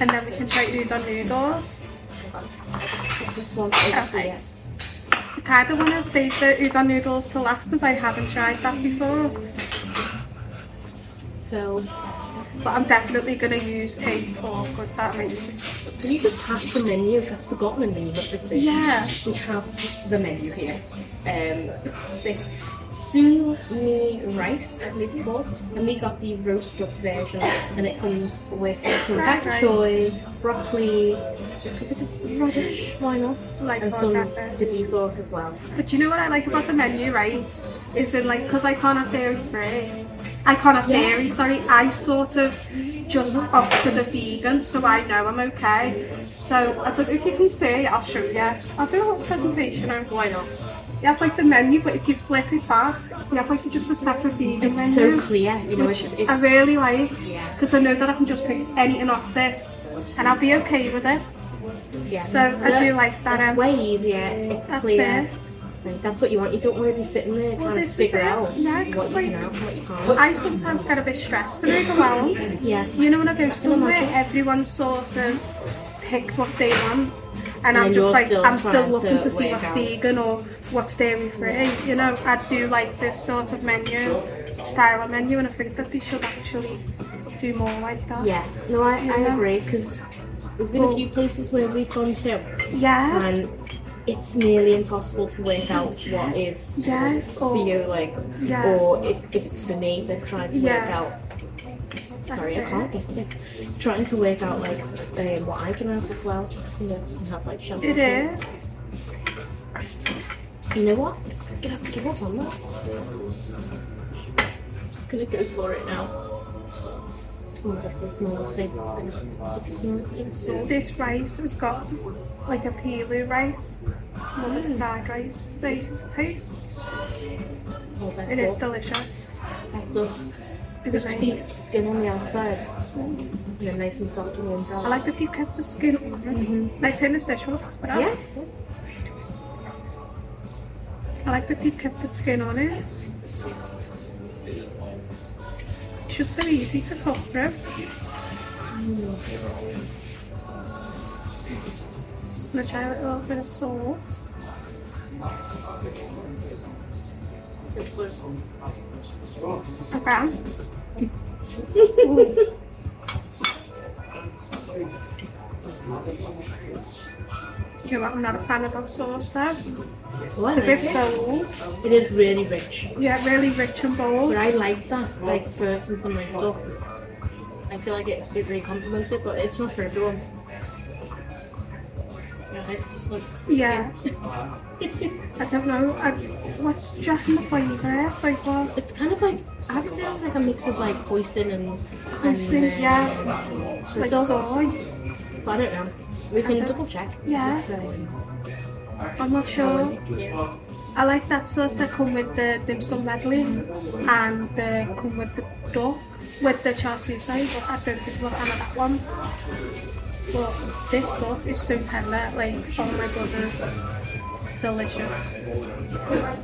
[SPEAKER 2] And then we can try udon noodles.
[SPEAKER 1] This one over
[SPEAKER 2] Okay.
[SPEAKER 1] here.
[SPEAKER 2] I kind of want to save the udon noodles to last because I haven't tried that before.
[SPEAKER 1] So
[SPEAKER 2] But I'm definitely going to use a fork with that means.
[SPEAKER 1] can you just pass the menu? 'Cause I've forgotten the name of this thing.
[SPEAKER 2] Yeah.
[SPEAKER 1] We have the menu here. Um, si- Su mi rice, I believe it's called, and we got the roast duck version, and it comes with some
[SPEAKER 2] Fried
[SPEAKER 1] bok
[SPEAKER 2] rice.
[SPEAKER 1] choy, broccoli, a little bit of radish, why not,
[SPEAKER 2] Like
[SPEAKER 1] and
[SPEAKER 2] hot
[SPEAKER 1] some
[SPEAKER 2] pepper.
[SPEAKER 1] dippy sauce as well.
[SPEAKER 2] But you know what I like about the menu, right? Is in like, because I can't have dairy free. I can't have dairy,
[SPEAKER 1] Yes.
[SPEAKER 2] sorry. I sort of just opt for the vegan, so I know I'm okay. So I don't know if you can see, I'll show you. I'll do a little presentation of
[SPEAKER 1] Why not?
[SPEAKER 2] You have like the menu, but if you flip it back, you have like just a separate vegan
[SPEAKER 1] It's
[SPEAKER 2] menu.
[SPEAKER 1] so clear, you know.
[SPEAKER 2] which
[SPEAKER 1] It's, it's
[SPEAKER 2] I really like
[SPEAKER 1] Yeah.
[SPEAKER 2] because I know that I can just pick anything off this and I'll be okay with it.
[SPEAKER 1] Yeah.
[SPEAKER 2] So I do like that.
[SPEAKER 1] It's
[SPEAKER 2] um,
[SPEAKER 1] way easier. It's
[SPEAKER 2] That's
[SPEAKER 1] clear. Like, that's what you want. You don't want to be sitting there
[SPEAKER 2] Well,
[SPEAKER 1] trying to
[SPEAKER 2] this is
[SPEAKER 1] figure
[SPEAKER 2] it.
[SPEAKER 1] out
[SPEAKER 2] Yeah,
[SPEAKER 1] what
[SPEAKER 2] 'cause,
[SPEAKER 1] you
[SPEAKER 2] like,
[SPEAKER 1] can have and what you can't.
[SPEAKER 2] I sometimes get a bit stressed when I go out.
[SPEAKER 1] yeah.
[SPEAKER 2] You know, when I go somewhere,
[SPEAKER 1] imagine.
[SPEAKER 2] everyone sort of pick what they want, and,
[SPEAKER 1] then
[SPEAKER 2] I'm just
[SPEAKER 1] you're
[SPEAKER 2] like,
[SPEAKER 1] still
[SPEAKER 2] I'm still
[SPEAKER 1] trying
[SPEAKER 2] looking
[SPEAKER 1] to
[SPEAKER 2] to, see
[SPEAKER 1] work
[SPEAKER 2] what's
[SPEAKER 1] out.
[SPEAKER 2] vegan or what's dairy free. You know, I do like this sort of menu, style of menu, and I think that they should actually do more like that.
[SPEAKER 1] Yeah. No, I, I
[SPEAKER 2] Yeah.
[SPEAKER 1] agree because there's been a few places where we've gone to
[SPEAKER 2] Yeah.
[SPEAKER 1] and it's nearly impossible to work out what is
[SPEAKER 2] Yeah.
[SPEAKER 1] for
[SPEAKER 2] Or,
[SPEAKER 1] you, like,
[SPEAKER 2] Yeah.
[SPEAKER 1] or if, if it's for me, then trying to work
[SPEAKER 2] Yeah.
[SPEAKER 1] out. Sorry, I
[SPEAKER 2] That's
[SPEAKER 1] can't get this. Trying to work out like um, what I can have as well. You know, it doesn't have like shampoo.
[SPEAKER 2] It is.
[SPEAKER 1] You know what? I'm gonna have to give up on that. I'm just gonna go for it now. Oh, that's the smaller thing. The peanut butter sauce.
[SPEAKER 2] This rice has got like a pilu rice, mm. fried rice type taste.
[SPEAKER 1] Oh, that
[SPEAKER 2] It is
[SPEAKER 1] duck.
[SPEAKER 2] delicious.
[SPEAKER 1] That duck.
[SPEAKER 2] It is
[SPEAKER 1] Just
[SPEAKER 2] nice.
[SPEAKER 1] keep skin on the outside. And then nice and soft on the inside.
[SPEAKER 2] I like that you've kept the skin on it. Like turn this dish off, but
[SPEAKER 1] Yeah.
[SPEAKER 2] I like that they've kept the skin on it. It's just so easy to cook through. I'm gonna try a little bit of sauce. Okay. You know, I'm not a fan of that sauce though.
[SPEAKER 1] Oh, I
[SPEAKER 2] It's a
[SPEAKER 1] like
[SPEAKER 2] bit
[SPEAKER 1] it.
[SPEAKER 2] bold.
[SPEAKER 1] It is really rich.
[SPEAKER 2] Yeah, really rich and bold.
[SPEAKER 1] But I like that, like first and from my duck. I feel like it, it really complements it, but it's not for everyone. Yeah, it's just like
[SPEAKER 2] Yeah. I don't know. I, what's Jack in the Firegrass? Like, what?
[SPEAKER 1] It's kind of like I would say it's like a mix of like hoisin and and,
[SPEAKER 2] Hoisin,
[SPEAKER 1] uh,
[SPEAKER 2] yeah.
[SPEAKER 1] soy
[SPEAKER 2] Like,
[SPEAKER 1] sauce.
[SPEAKER 2] soy?
[SPEAKER 1] But I don't know. We can
[SPEAKER 2] don't-
[SPEAKER 1] double check.
[SPEAKER 2] Yeah.
[SPEAKER 1] If, um,
[SPEAKER 2] I'm not sure.
[SPEAKER 1] yeah.
[SPEAKER 2] I like that sauce that come with the dim sum medley and the come with the duck with the char siu side, but I don't think we're fan of that one. But this duck is so tender, like oh my goodness, delicious.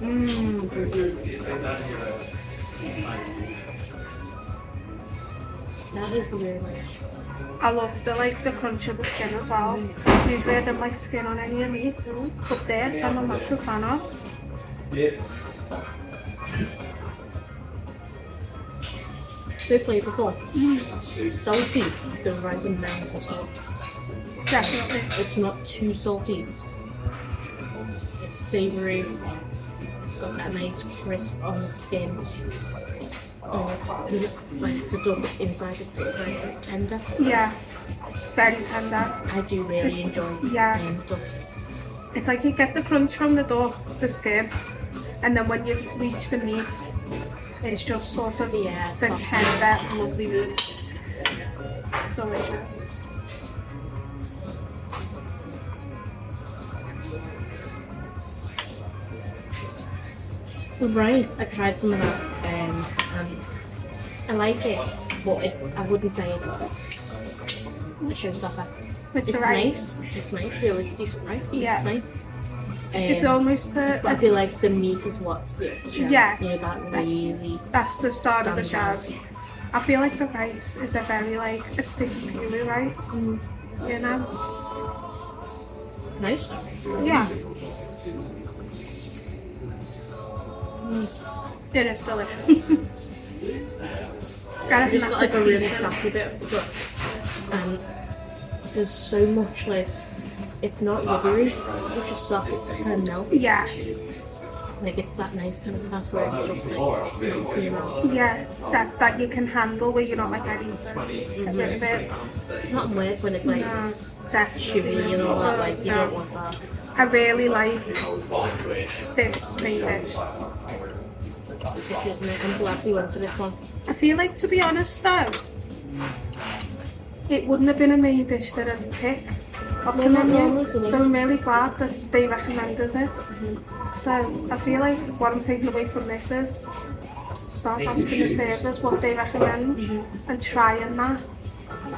[SPEAKER 1] That is really nice.
[SPEAKER 2] I love the like the crunch of the skin as well. Usually I don't like skin on any of meat, but this I'm a massive fan of.
[SPEAKER 1] So flavorful.
[SPEAKER 2] Mm.
[SPEAKER 1] Salty. The rice and amount of salt.
[SPEAKER 2] Definitely.
[SPEAKER 1] It's not too salty. It's savoury. It's got that nice crisp on the skin. Oh, the- like the duck inside is still very tender.
[SPEAKER 2] Yeah. Very tender.
[SPEAKER 1] I do really enjoy
[SPEAKER 2] Yeah.
[SPEAKER 1] um, duck.
[SPEAKER 2] It's like you get the crunch from the duck, the skin, and then when you reach the meat, it's just sort of
[SPEAKER 1] Yeah,
[SPEAKER 2] the
[SPEAKER 1] soft.
[SPEAKER 2] tender, lovely meat. Delicious.
[SPEAKER 1] The rice, I tried some of that, um, and I like it, but it, I wouldn't say it's a showstopper.
[SPEAKER 2] Which
[SPEAKER 1] it's
[SPEAKER 2] the rice.
[SPEAKER 1] nice. It's nice. Yeah, it's decent rice.
[SPEAKER 2] Yeah.
[SPEAKER 1] It's nice. Um,
[SPEAKER 2] It's almost a,
[SPEAKER 1] But I feel like the meat is what's the extra charm.
[SPEAKER 2] Yeah.
[SPEAKER 1] You know, that really.
[SPEAKER 2] that's the start of the
[SPEAKER 1] Stands
[SPEAKER 2] charge. I feel like the rice is a very like a sticky peely rice. You know?
[SPEAKER 1] Nice.
[SPEAKER 2] Yeah. Mm. It is delicious. Got
[SPEAKER 1] It's got like a really fluffy bit of the And there's so much, like, it's not rubbery, it's just soft, it just kind of melts.
[SPEAKER 2] Yeah,
[SPEAKER 1] Like, it's that nice kind of fat where it just, like, melts in your mouth.
[SPEAKER 2] yeah, that that you can handle where you're not like I need to get rid of it.
[SPEAKER 1] Not worse when it's, Mm-hmm. like,
[SPEAKER 2] No,
[SPEAKER 1] chewy
[SPEAKER 2] definitely.
[SPEAKER 1] and all that,
[SPEAKER 2] Oh,
[SPEAKER 1] like, you
[SPEAKER 2] no.
[SPEAKER 1] don't want that.
[SPEAKER 2] I really like this main dish.
[SPEAKER 1] This isn't it. I'm glad we went for this one.
[SPEAKER 2] I feel like, to be honest though, it wouldn't have been a main dish that I'd pick off the
[SPEAKER 1] No, no, no,
[SPEAKER 2] menu.
[SPEAKER 1] it's okay.
[SPEAKER 2] So I'm really glad that they recommended it. So I feel like what I'm taking away from this is start asking the servers what they recommend and trying that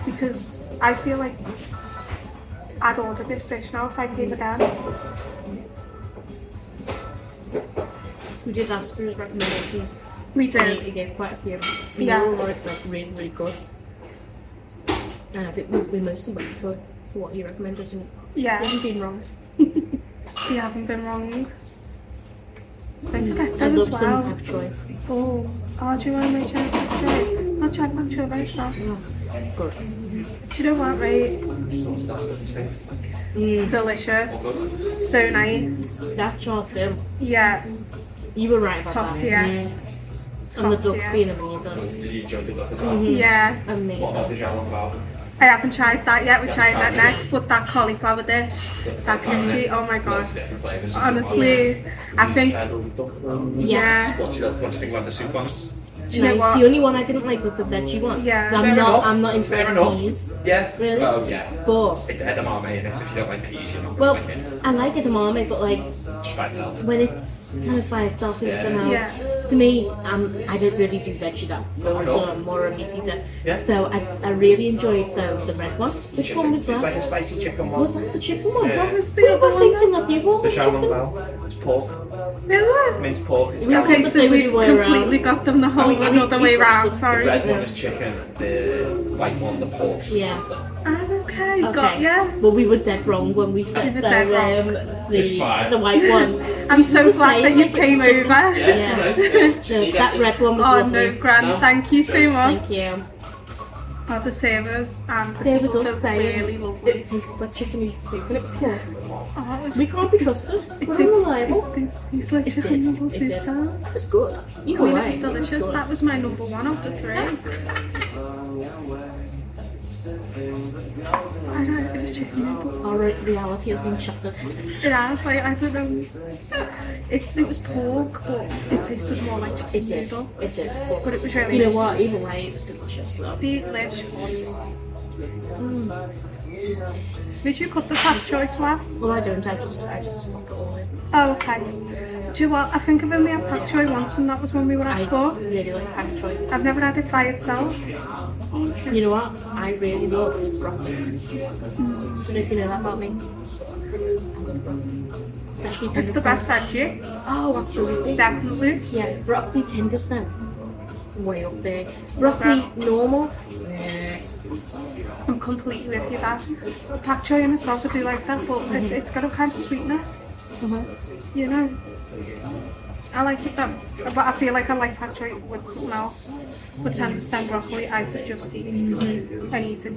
[SPEAKER 2] because I feel like I'd order this dish now if I came again.
[SPEAKER 1] We did ask for his recommendations.
[SPEAKER 2] We
[SPEAKER 1] And he gave quite a few. We
[SPEAKER 2] Yeah.
[SPEAKER 1] all like, like really, really good. And I think we, we mostly went for, for what he recommended and
[SPEAKER 2] Yeah.
[SPEAKER 1] we haven't been wrong.
[SPEAKER 2] You haven't been wrong. Don't forget
[SPEAKER 1] I
[SPEAKER 2] that as
[SPEAKER 1] love
[SPEAKER 2] well.
[SPEAKER 1] some actually.
[SPEAKER 2] Oh, oh, do you want to make sure I check it? Not check, make sure right now.
[SPEAKER 1] Good.
[SPEAKER 2] Do you know what, right?
[SPEAKER 1] Mm.
[SPEAKER 2] Delicious. So nice.
[SPEAKER 1] That Charleston,
[SPEAKER 2] Yeah,
[SPEAKER 1] you were right about
[SPEAKER 2] top
[SPEAKER 1] that.
[SPEAKER 2] tier.
[SPEAKER 1] And the
[SPEAKER 2] Top
[SPEAKER 1] ducks
[SPEAKER 2] tier.
[SPEAKER 1] being amazing. Mm.
[SPEAKER 2] Yeah.
[SPEAKER 1] Amazing.
[SPEAKER 2] I haven't tried that yet, we're trying that next, but that cauliflower dish, that kimchi, oh my god. Honestly, I think,
[SPEAKER 7] Watch
[SPEAKER 1] Yeah.
[SPEAKER 7] you, what you think about the soup ones?
[SPEAKER 2] you know
[SPEAKER 1] nice.
[SPEAKER 2] what?
[SPEAKER 1] The only one I didn't like was the veggie one.
[SPEAKER 2] Yeah.
[SPEAKER 1] 'Cause I'm
[SPEAKER 6] Fair
[SPEAKER 1] not.
[SPEAKER 6] enough.
[SPEAKER 1] I'm not into
[SPEAKER 6] Fair enough.
[SPEAKER 1] peas.
[SPEAKER 6] Yeah.
[SPEAKER 1] Really?
[SPEAKER 6] Well, yeah.
[SPEAKER 1] But
[SPEAKER 6] It's edamame, and it's if you don't like peas, you're not
[SPEAKER 1] well,
[SPEAKER 6] going to like it.
[SPEAKER 1] I like edamame, but like
[SPEAKER 6] Just by itself.
[SPEAKER 1] when it's kind of by itself, and
[SPEAKER 6] Yeah.
[SPEAKER 1] done out.
[SPEAKER 2] Yeah.
[SPEAKER 1] To me, um, I don't really do veggie that
[SPEAKER 6] No,
[SPEAKER 1] much.
[SPEAKER 6] no.
[SPEAKER 1] I'm more a meat eater.
[SPEAKER 6] Yeah.
[SPEAKER 1] So I, I really enjoyed the the red one. Which one was
[SPEAKER 6] It's like
[SPEAKER 1] that?
[SPEAKER 6] a spicy chicken one.
[SPEAKER 1] Was that the chicken one?
[SPEAKER 6] Yeah.
[SPEAKER 1] What
[SPEAKER 2] What
[SPEAKER 1] was
[SPEAKER 2] was
[SPEAKER 1] we
[SPEAKER 2] the
[SPEAKER 1] were
[SPEAKER 2] other
[SPEAKER 1] thinking
[SPEAKER 2] one?
[SPEAKER 1] that the other one
[SPEAKER 6] The
[SPEAKER 1] was
[SPEAKER 6] Shaolin
[SPEAKER 1] chicken.
[SPEAKER 6] Bao. It's pork.
[SPEAKER 2] Really?
[SPEAKER 6] Minced pork. It's got-
[SPEAKER 2] Okay,
[SPEAKER 1] But
[SPEAKER 2] so
[SPEAKER 1] they
[SPEAKER 2] we've
[SPEAKER 1] were way
[SPEAKER 2] completely got them the whole
[SPEAKER 1] Oh, we-
[SPEAKER 2] another
[SPEAKER 1] we
[SPEAKER 2] way
[SPEAKER 1] switched
[SPEAKER 2] round.
[SPEAKER 1] them.
[SPEAKER 6] The
[SPEAKER 2] Sorry.
[SPEAKER 6] red one is chicken. The white one, the pork.
[SPEAKER 1] Yeah.
[SPEAKER 2] I'm okay.
[SPEAKER 1] Okay.
[SPEAKER 2] Got yeah.
[SPEAKER 1] Well, we were dead wrong when we said
[SPEAKER 2] We were
[SPEAKER 1] the
[SPEAKER 2] dead
[SPEAKER 1] um,
[SPEAKER 6] It's
[SPEAKER 1] the
[SPEAKER 6] fine.
[SPEAKER 1] the white one.
[SPEAKER 2] I'm so
[SPEAKER 1] were
[SPEAKER 2] glad that
[SPEAKER 1] saying
[SPEAKER 2] you
[SPEAKER 1] like it was
[SPEAKER 2] came
[SPEAKER 1] chicken.
[SPEAKER 2] over.
[SPEAKER 6] Yeah, it's
[SPEAKER 1] Yeah.
[SPEAKER 6] nice, yeah. Just
[SPEAKER 1] No,
[SPEAKER 6] need
[SPEAKER 1] that
[SPEAKER 6] it.
[SPEAKER 1] red one was
[SPEAKER 2] Oh
[SPEAKER 1] lovely.
[SPEAKER 2] no, Gran,
[SPEAKER 6] No.
[SPEAKER 2] thank you so much.
[SPEAKER 1] Thank you.
[SPEAKER 2] Oh, the servers and the
[SPEAKER 1] There was
[SPEAKER 2] people
[SPEAKER 1] us
[SPEAKER 2] are
[SPEAKER 1] saying
[SPEAKER 2] really
[SPEAKER 1] it
[SPEAKER 2] lovely.
[SPEAKER 1] tasted like chicken noodle soup and it was pork.
[SPEAKER 2] Oh, it was-
[SPEAKER 1] We can't be trusted.
[SPEAKER 2] it
[SPEAKER 1] We're
[SPEAKER 2] did-
[SPEAKER 1] unreliable.
[SPEAKER 2] it did taste like
[SPEAKER 1] It did.
[SPEAKER 2] chicken noodle
[SPEAKER 1] It
[SPEAKER 2] soup,
[SPEAKER 1] did.
[SPEAKER 2] though.
[SPEAKER 1] That was good.
[SPEAKER 2] I
[SPEAKER 1] Either
[SPEAKER 2] mean,
[SPEAKER 1] way,
[SPEAKER 2] it was
[SPEAKER 1] it
[SPEAKER 2] delicious.
[SPEAKER 1] was
[SPEAKER 2] That
[SPEAKER 1] good.
[SPEAKER 2] was my number one of the three. I know it was chicken noodle.
[SPEAKER 1] Our re- reality has been shattered.
[SPEAKER 2] Yeah, I was like, I don't know. It, it was pork, but it tasted more like chicken
[SPEAKER 1] It did.
[SPEAKER 2] noodle.
[SPEAKER 1] It did.
[SPEAKER 2] But it was
[SPEAKER 1] But
[SPEAKER 2] really
[SPEAKER 1] you know what? Either way, it was delicious. So.
[SPEAKER 2] delicious. Hmm. Did you cut the fat choice laugh?
[SPEAKER 1] Well, I don't. I just, I just fuck it all in.
[SPEAKER 2] Oh, okay. Do you know what? I think I've only had pak choi once, and that was when we were
[SPEAKER 1] I
[SPEAKER 2] at four.
[SPEAKER 1] really like pak choi.
[SPEAKER 2] I've never had it by itself.
[SPEAKER 1] You know what? I really love broccoli. Don't know if you know that about me. I love broccoli. Especially tender
[SPEAKER 2] It's the best veggie,
[SPEAKER 1] Oh, absolutely.
[SPEAKER 2] definitely.
[SPEAKER 1] Yeah, broccoli tender stand. Way up there. Broccoli normal.
[SPEAKER 2] I'm completely with you there. Pak choi in itself, I do like that, but it, it's got a kind of sweetness,
[SPEAKER 1] Uh-huh.
[SPEAKER 2] you know. I like it that, but I feel like I like pak choi with something else. With tender stem broccoli, I could just eat it and eat it.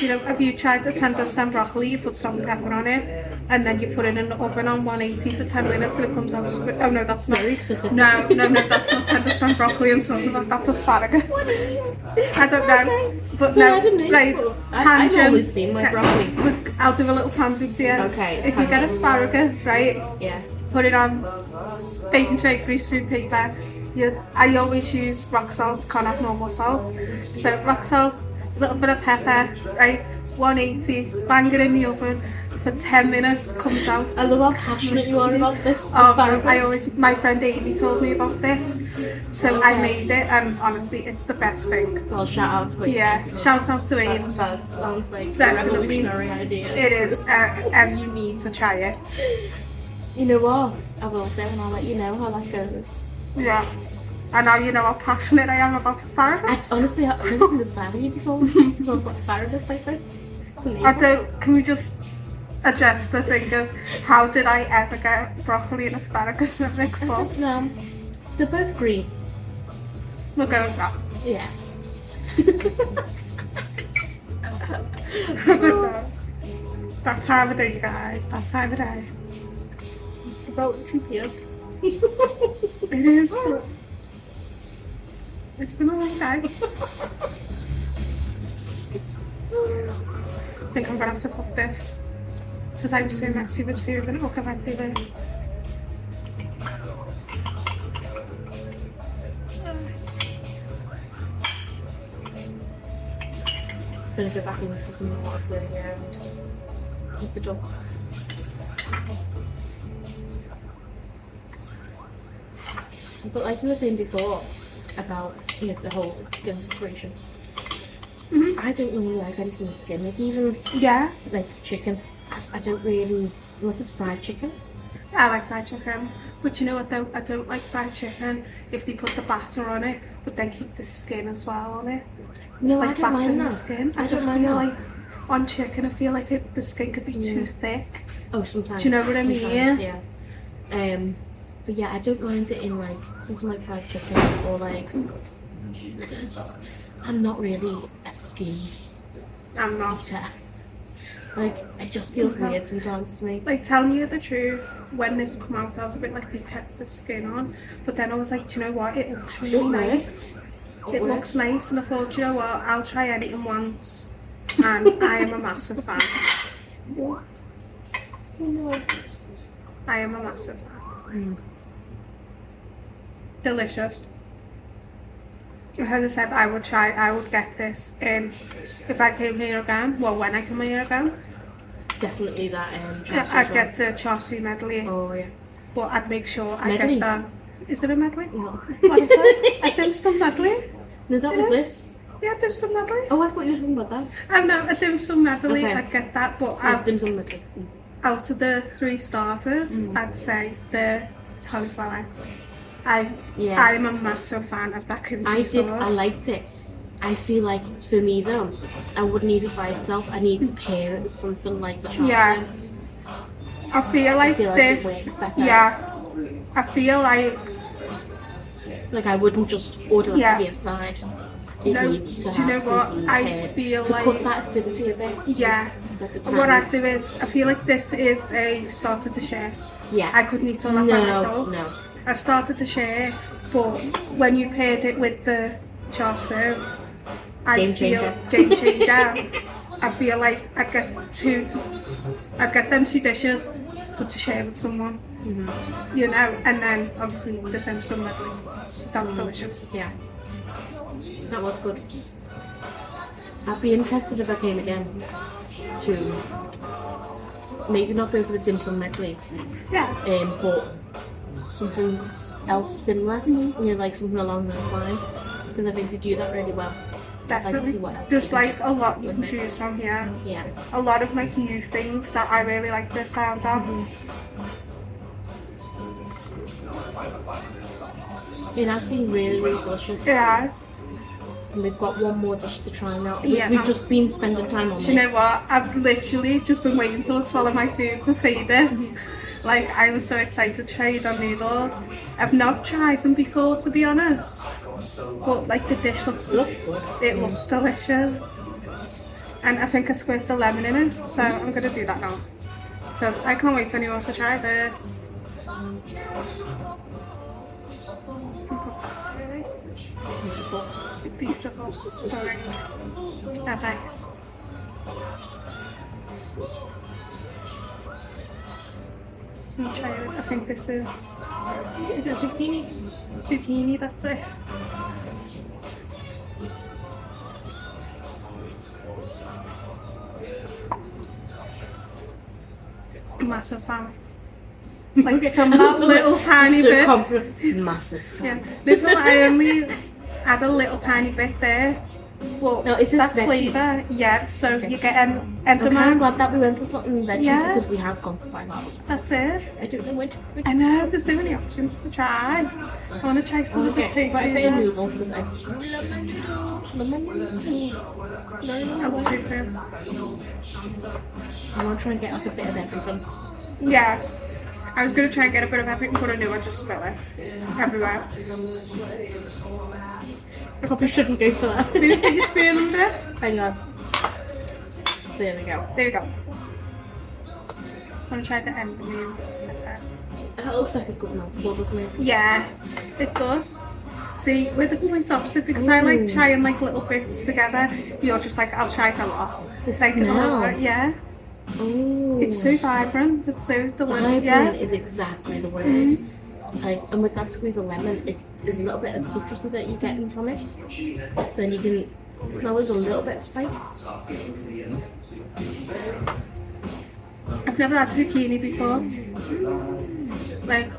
[SPEAKER 2] You know, have you tried the tender stem broccoli? You put some pepper on it, and then you put it in the oven on 180 for 10 minutes, and it comes out. squi- Oh no, that's not.
[SPEAKER 1] Very specific.
[SPEAKER 2] No, no, no, that's not tender stem broccoli and something like that's asparagus. I don't know. But
[SPEAKER 1] Well,
[SPEAKER 2] no,
[SPEAKER 1] I didn't know.
[SPEAKER 2] right,
[SPEAKER 1] I- I've
[SPEAKER 2] tangent.
[SPEAKER 1] always seen my
[SPEAKER 2] Okay,
[SPEAKER 1] broccoli.
[SPEAKER 2] Look, I'll do a little tangent here.
[SPEAKER 1] Okay,
[SPEAKER 2] If you get
[SPEAKER 1] tangent.
[SPEAKER 2] asparagus, right,
[SPEAKER 1] Yeah.
[SPEAKER 2] put it on bacon tray, grease food paper. You, I always use rock salt, Connacht normal salt. So rock salt, a little bit of pepper, right, 180, bang it in the oven for 10 minutes, comes out
[SPEAKER 1] I love how passionate you are about this
[SPEAKER 2] um,
[SPEAKER 1] asparagus.
[SPEAKER 2] I always, my friend Amy told me about this, so I made it, and honestly, it's the best thing.
[SPEAKER 1] Well, shout out to
[SPEAKER 2] Yeah, shout out to
[SPEAKER 1] That,
[SPEAKER 2] Amy.
[SPEAKER 1] that sounds like a
[SPEAKER 2] Definitely.
[SPEAKER 1] revolutionary idea.
[SPEAKER 2] It is, uh, and you need to try it.
[SPEAKER 1] You know what? I will do, and I'll let you know how that goes.
[SPEAKER 2] Yeah, and now you know how passionate I am about
[SPEAKER 1] I,
[SPEAKER 2] asparagus.
[SPEAKER 1] honestly, I've never seen the side of you before. Talk about asparagus like this. It's amazing.
[SPEAKER 2] I don't. Can we just address the thing of how did I ever get broccoli and asparagus mixed
[SPEAKER 1] I
[SPEAKER 2] up?
[SPEAKER 1] don't know. They're both green.
[SPEAKER 2] We'll go with that.
[SPEAKER 1] Yeah.
[SPEAKER 2] I don't know. That time of day, guys. That time of day.
[SPEAKER 1] About computer.
[SPEAKER 2] It is. but It's been a long day. I think I'm gonna have to pop this because I'm so messy with food and it will come out the other.
[SPEAKER 1] I'm gonna go back in for some more of the, um, of the dog. But like you were saying before about you know, the whole skin situation, I don't really like anything with skin. Like even
[SPEAKER 2] Yeah,
[SPEAKER 1] like chicken, I, I don't really unless it's fried chicken.
[SPEAKER 2] I like fried chicken, but you know what though? I don't like fried chicken if they put the batter on it, but then keep the skin as well on it.
[SPEAKER 1] No, I
[SPEAKER 2] like
[SPEAKER 1] don't
[SPEAKER 2] batter
[SPEAKER 1] mind
[SPEAKER 2] in the
[SPEAKER 1] that.
[SPEAKER 2] skin.
[SPEAKER 1] I
[SPEAKER 2] just
[SPEAKER 1] don't mind
[SPEAKER 2] feel
[SPEAKER 1] that.
[SPEAKER 2] like on chicken, I feel like it, the skin could be too thick.
[SPEAKER 1] Oh, sometimes.
[SPEAKER 2] Do you know what I mean?
[SPEAKER 1] sometimes, Yeah. Um, but yeah, I don't mind it in like something like fried chicken or like. It's just, I'm not really a skin
[SPEAKER 2] I'm not.
[SPEAKER 1] eater. Like it just feels
[SPEAKER 2] Mm-hmm.
[SPEAKER 1] weird sometimes to me.
[SPEAKER 2] like telling you the truth, when this come out, I was a bit like they kept the skin on, but then I was like, do you know what? It looks really nice. It looks nice, and I thought, do you know what? I'll try anything once, and I am a massive fan.
[SPEAKER 1] Hmm.
[SPEAKER 2] I am a massive fan. Delicious. As I said, I would try, I would get this um, if I came here again, well, when I come here again.
[SPEAKER 1] Definitely that. Um,
[SPEAKER 2] Yeah,
[SPEAKER 1] dress as
[SPEAKER 2] I'd
[SPEAKER 1] well.
[SPEAKER 2] get the Chelsea medley,
[SPEAKER 1] Oh yeah.
[SPEAKER 2] but I'd make sure I
[SPEAKER 1] Medley?
[SPEAKER 2] get them. Is it a medley?
[SPEAKER 1] No.
[SPEAKER 2] What is it? I think some medley.
[SPEAKER 1] no, that was
[SPEAKER 2] It is.
[SPEAKER 1] this.
[SPEAKER 2] Yeah, dim sum medley.
[SPEAKER 1] Oh, I thought you were talking about that.
[SPEAKER 2] I know a dim sum medley.
[SPEAKER 1] Okay.
[SPEAKER 2] I'd get that, but
[SPEAKER 1] That's
[SPEAKER 2] I'd,
[SPEAKER 1] dim sum medley. Mm.
[SPEAKER 2] out of the three starters, I'd say the cauliflower. I
[SPEAKER 1] Yeah.
[SPEAKER 2] I'm a massive fan of that kimchi
[SPEAKER 1] I did.
[SPEAKER 2] sauce.
[SPEAKER 1] I liked it. I feel like for me though, I wouldn't eat it by itself. I need to pair it with something like the Charleston.
[SPEAKER 2] Yeah. I feel like,
[SPEAKER 1] feel like it
[SPEAKER 2] this.
[SPEAKER 1] works better.
[SPEAKER 2] yeah. I feel like
[SPEAKER 1] Like I wouldn't just order that
[SPEAKER 2] Yeah.
[SPEAKER 1] to be a side. It
[SPEAKER 2] No,
[SPEAKER 1] needs to
[SPEAKER 2] do you
[SPEAKER 1] have
[SPEAKER 2] know what?
[SPEAKER 1] something
[SPEAKER 2] I
[SPEAKER 1] paired
[SPEAKER 2] feel
[SPEAKER 1] to
[SPEAKER 2] like-
[SPEAKER 1] cut that acidity a bit.
[SPEAKER 2] yeah.
[SPEAKER 1] Like the
[SPEAKER 2] What I
[SPEAKER 1] tannin.
[SPEAKER 2] do is I feel like this is a starter to share.
[SPEAKER 1] yeah.
[SPEAKER 2] I couldn't eat all that by
[SPEAKER 1] no,
[SPEAKER 2] myself.
[SPEAKER 1] no.
[SPEAKER 2] I started to share, but when you paired it with the Charso, I
[SPEAKER 1] Game
[SPEAKER 2] feel
[SPEAKER 1] changer.
[SPEAKER 2] game changer. I feel like I get two, to, I get them two dishes, but to share with someone,
[SPEAKER 1] Mm-hmm.
[SPEAKER 2] you know. And then obviously the same some medley. That was delicious.
[SPEAKER 1] Yeah. That was good. I'd be interested if I came again to maybe not go for the dim sum medley,
[SPEAKER 2] Yeah,
[SPEAKER 1] um, but something else similar, you know, like something along those lines, because I think they do that really well.
[SPEAKER 2] definitely.
[SPEAKER 1] see what else
[SPEAKER 2] There's
[SPEAKER 1] you can
[SPEAKER 2] like
[SPEAKER 1] get
[SPEAKER 2] a lot you
[SPEAKER 1] with
[SPEAKER 2] can
[SPEAKER 1] it.
[SPEAKER 2] choose from here.
[SPEAKER 1] Yeah.
[SPEAKER 2] A lot of like new things that I really like the sound of.
[SPEAKER 1] Mm-hmm. It has been really, really delicious.
[SPEAKER 2] Yeah.
[SPEAKER 1] And we've got one more dish to try now. We,
[SPEAKER 2] Yeah.
[SPEAKER 1] We've just been spending time on
[SPEAKER 2] Do
[SPEAKER 1] this.
[SPEAKER 2] you know what? I've literally just been waiting till I swallow my food to see this. Like, I was so excited to try the noodles. I've not tried them before, to be honest. But, like, the dish looks delicious. It looks delicious. And I think I squirted the lemon in it, so I'm going to do that now. Because I can't wait for anyone else to try this.
[SPEAKER 1] Beautiful.
[SPEAKER 2] Beautiful story. Okay. I'm trying. I think this is
[SPEAKER 1] Is it zucchini?
[SPEAKER 2] zucchini. That's it. Massive fan. Like from that little tiny
[SPEAKER 1] so
[SPEAKER 2] bit.
[SPEAKER 1] confident. Massive.
[SPEAKER 2] Yeah. They've not- I only add a little tiny bit there. Well,
[SPEAKER 1] No, it's just
[SPEAKER 2] that
[SPEAKER 1] veggie.
[SPEAKER 2] flavour, yeah, so you get an
[SPEAKER 1] I'm kind of
[SPEAKER 2] edamame.
[SPEAKER 1] glad that we went for something veggie
[SPEAKER 2] Yeah. Uh,
[SPEAKER 1] because we have gone for quite a lot.
[SPEAKER 2] That's it.
[SPEAKER 1] I don't know which. which
[SPEAKER 2] I know, there's so many options to try. I want to try some of the
[SPEAKER 1] okay,
[SPEAKER 2] potatoes.
[SPEAKER 1] but I bet a noodle because I love my noodles. Love my noodles.
[SPEAKER 2] I love tofu.
[SPEAKER 1] I want to try and get like a bit of everything.
[SPEAKER 2] Yeah. I was going to try and get a bit of everything, but I knew I just spill it everywhere.
[SPEAKER 1] I probably shouldn't go for
[SPEAKER 2] Maybe put
[SPEAKER 1] that.
[SPEAKER 2] your spoon under it.
[SPEAKER 1] Hang on. There we go.
[SPEAKER 2] There we go. I want to try the end menu.
[SPEAKER 1] That looks like a good mouthful, doesn't it?
[SPEAKER 2] Yeah, it does. See, we're the complete opposite because I
[SPEAKER 1] Mm.
[SPEAKER 2] like trying like little bits together. You're just like, I'll try it a lot.
[SPEAKER 1] The
[SPEAKER 2] like, a
[SPEAKER 1] smell.
[SPEAKER 2] lot, yeah.
[SPEAKER 1] Oh,
[SPEAKER 2] It's so vibrant. It's so delicious.
[SPEAKER 1] vibrant Mm-hmm.
[SPEAKER 2] Yeah.
[SPEAKER 1] is exactly the word. Like, and with that squeeze of lemon, it, there's a little bit of citrusy that you're getting from it. Then you can smell there's a little bit of spice.
[SPEAKER 2] I've never had zucchini before. Like,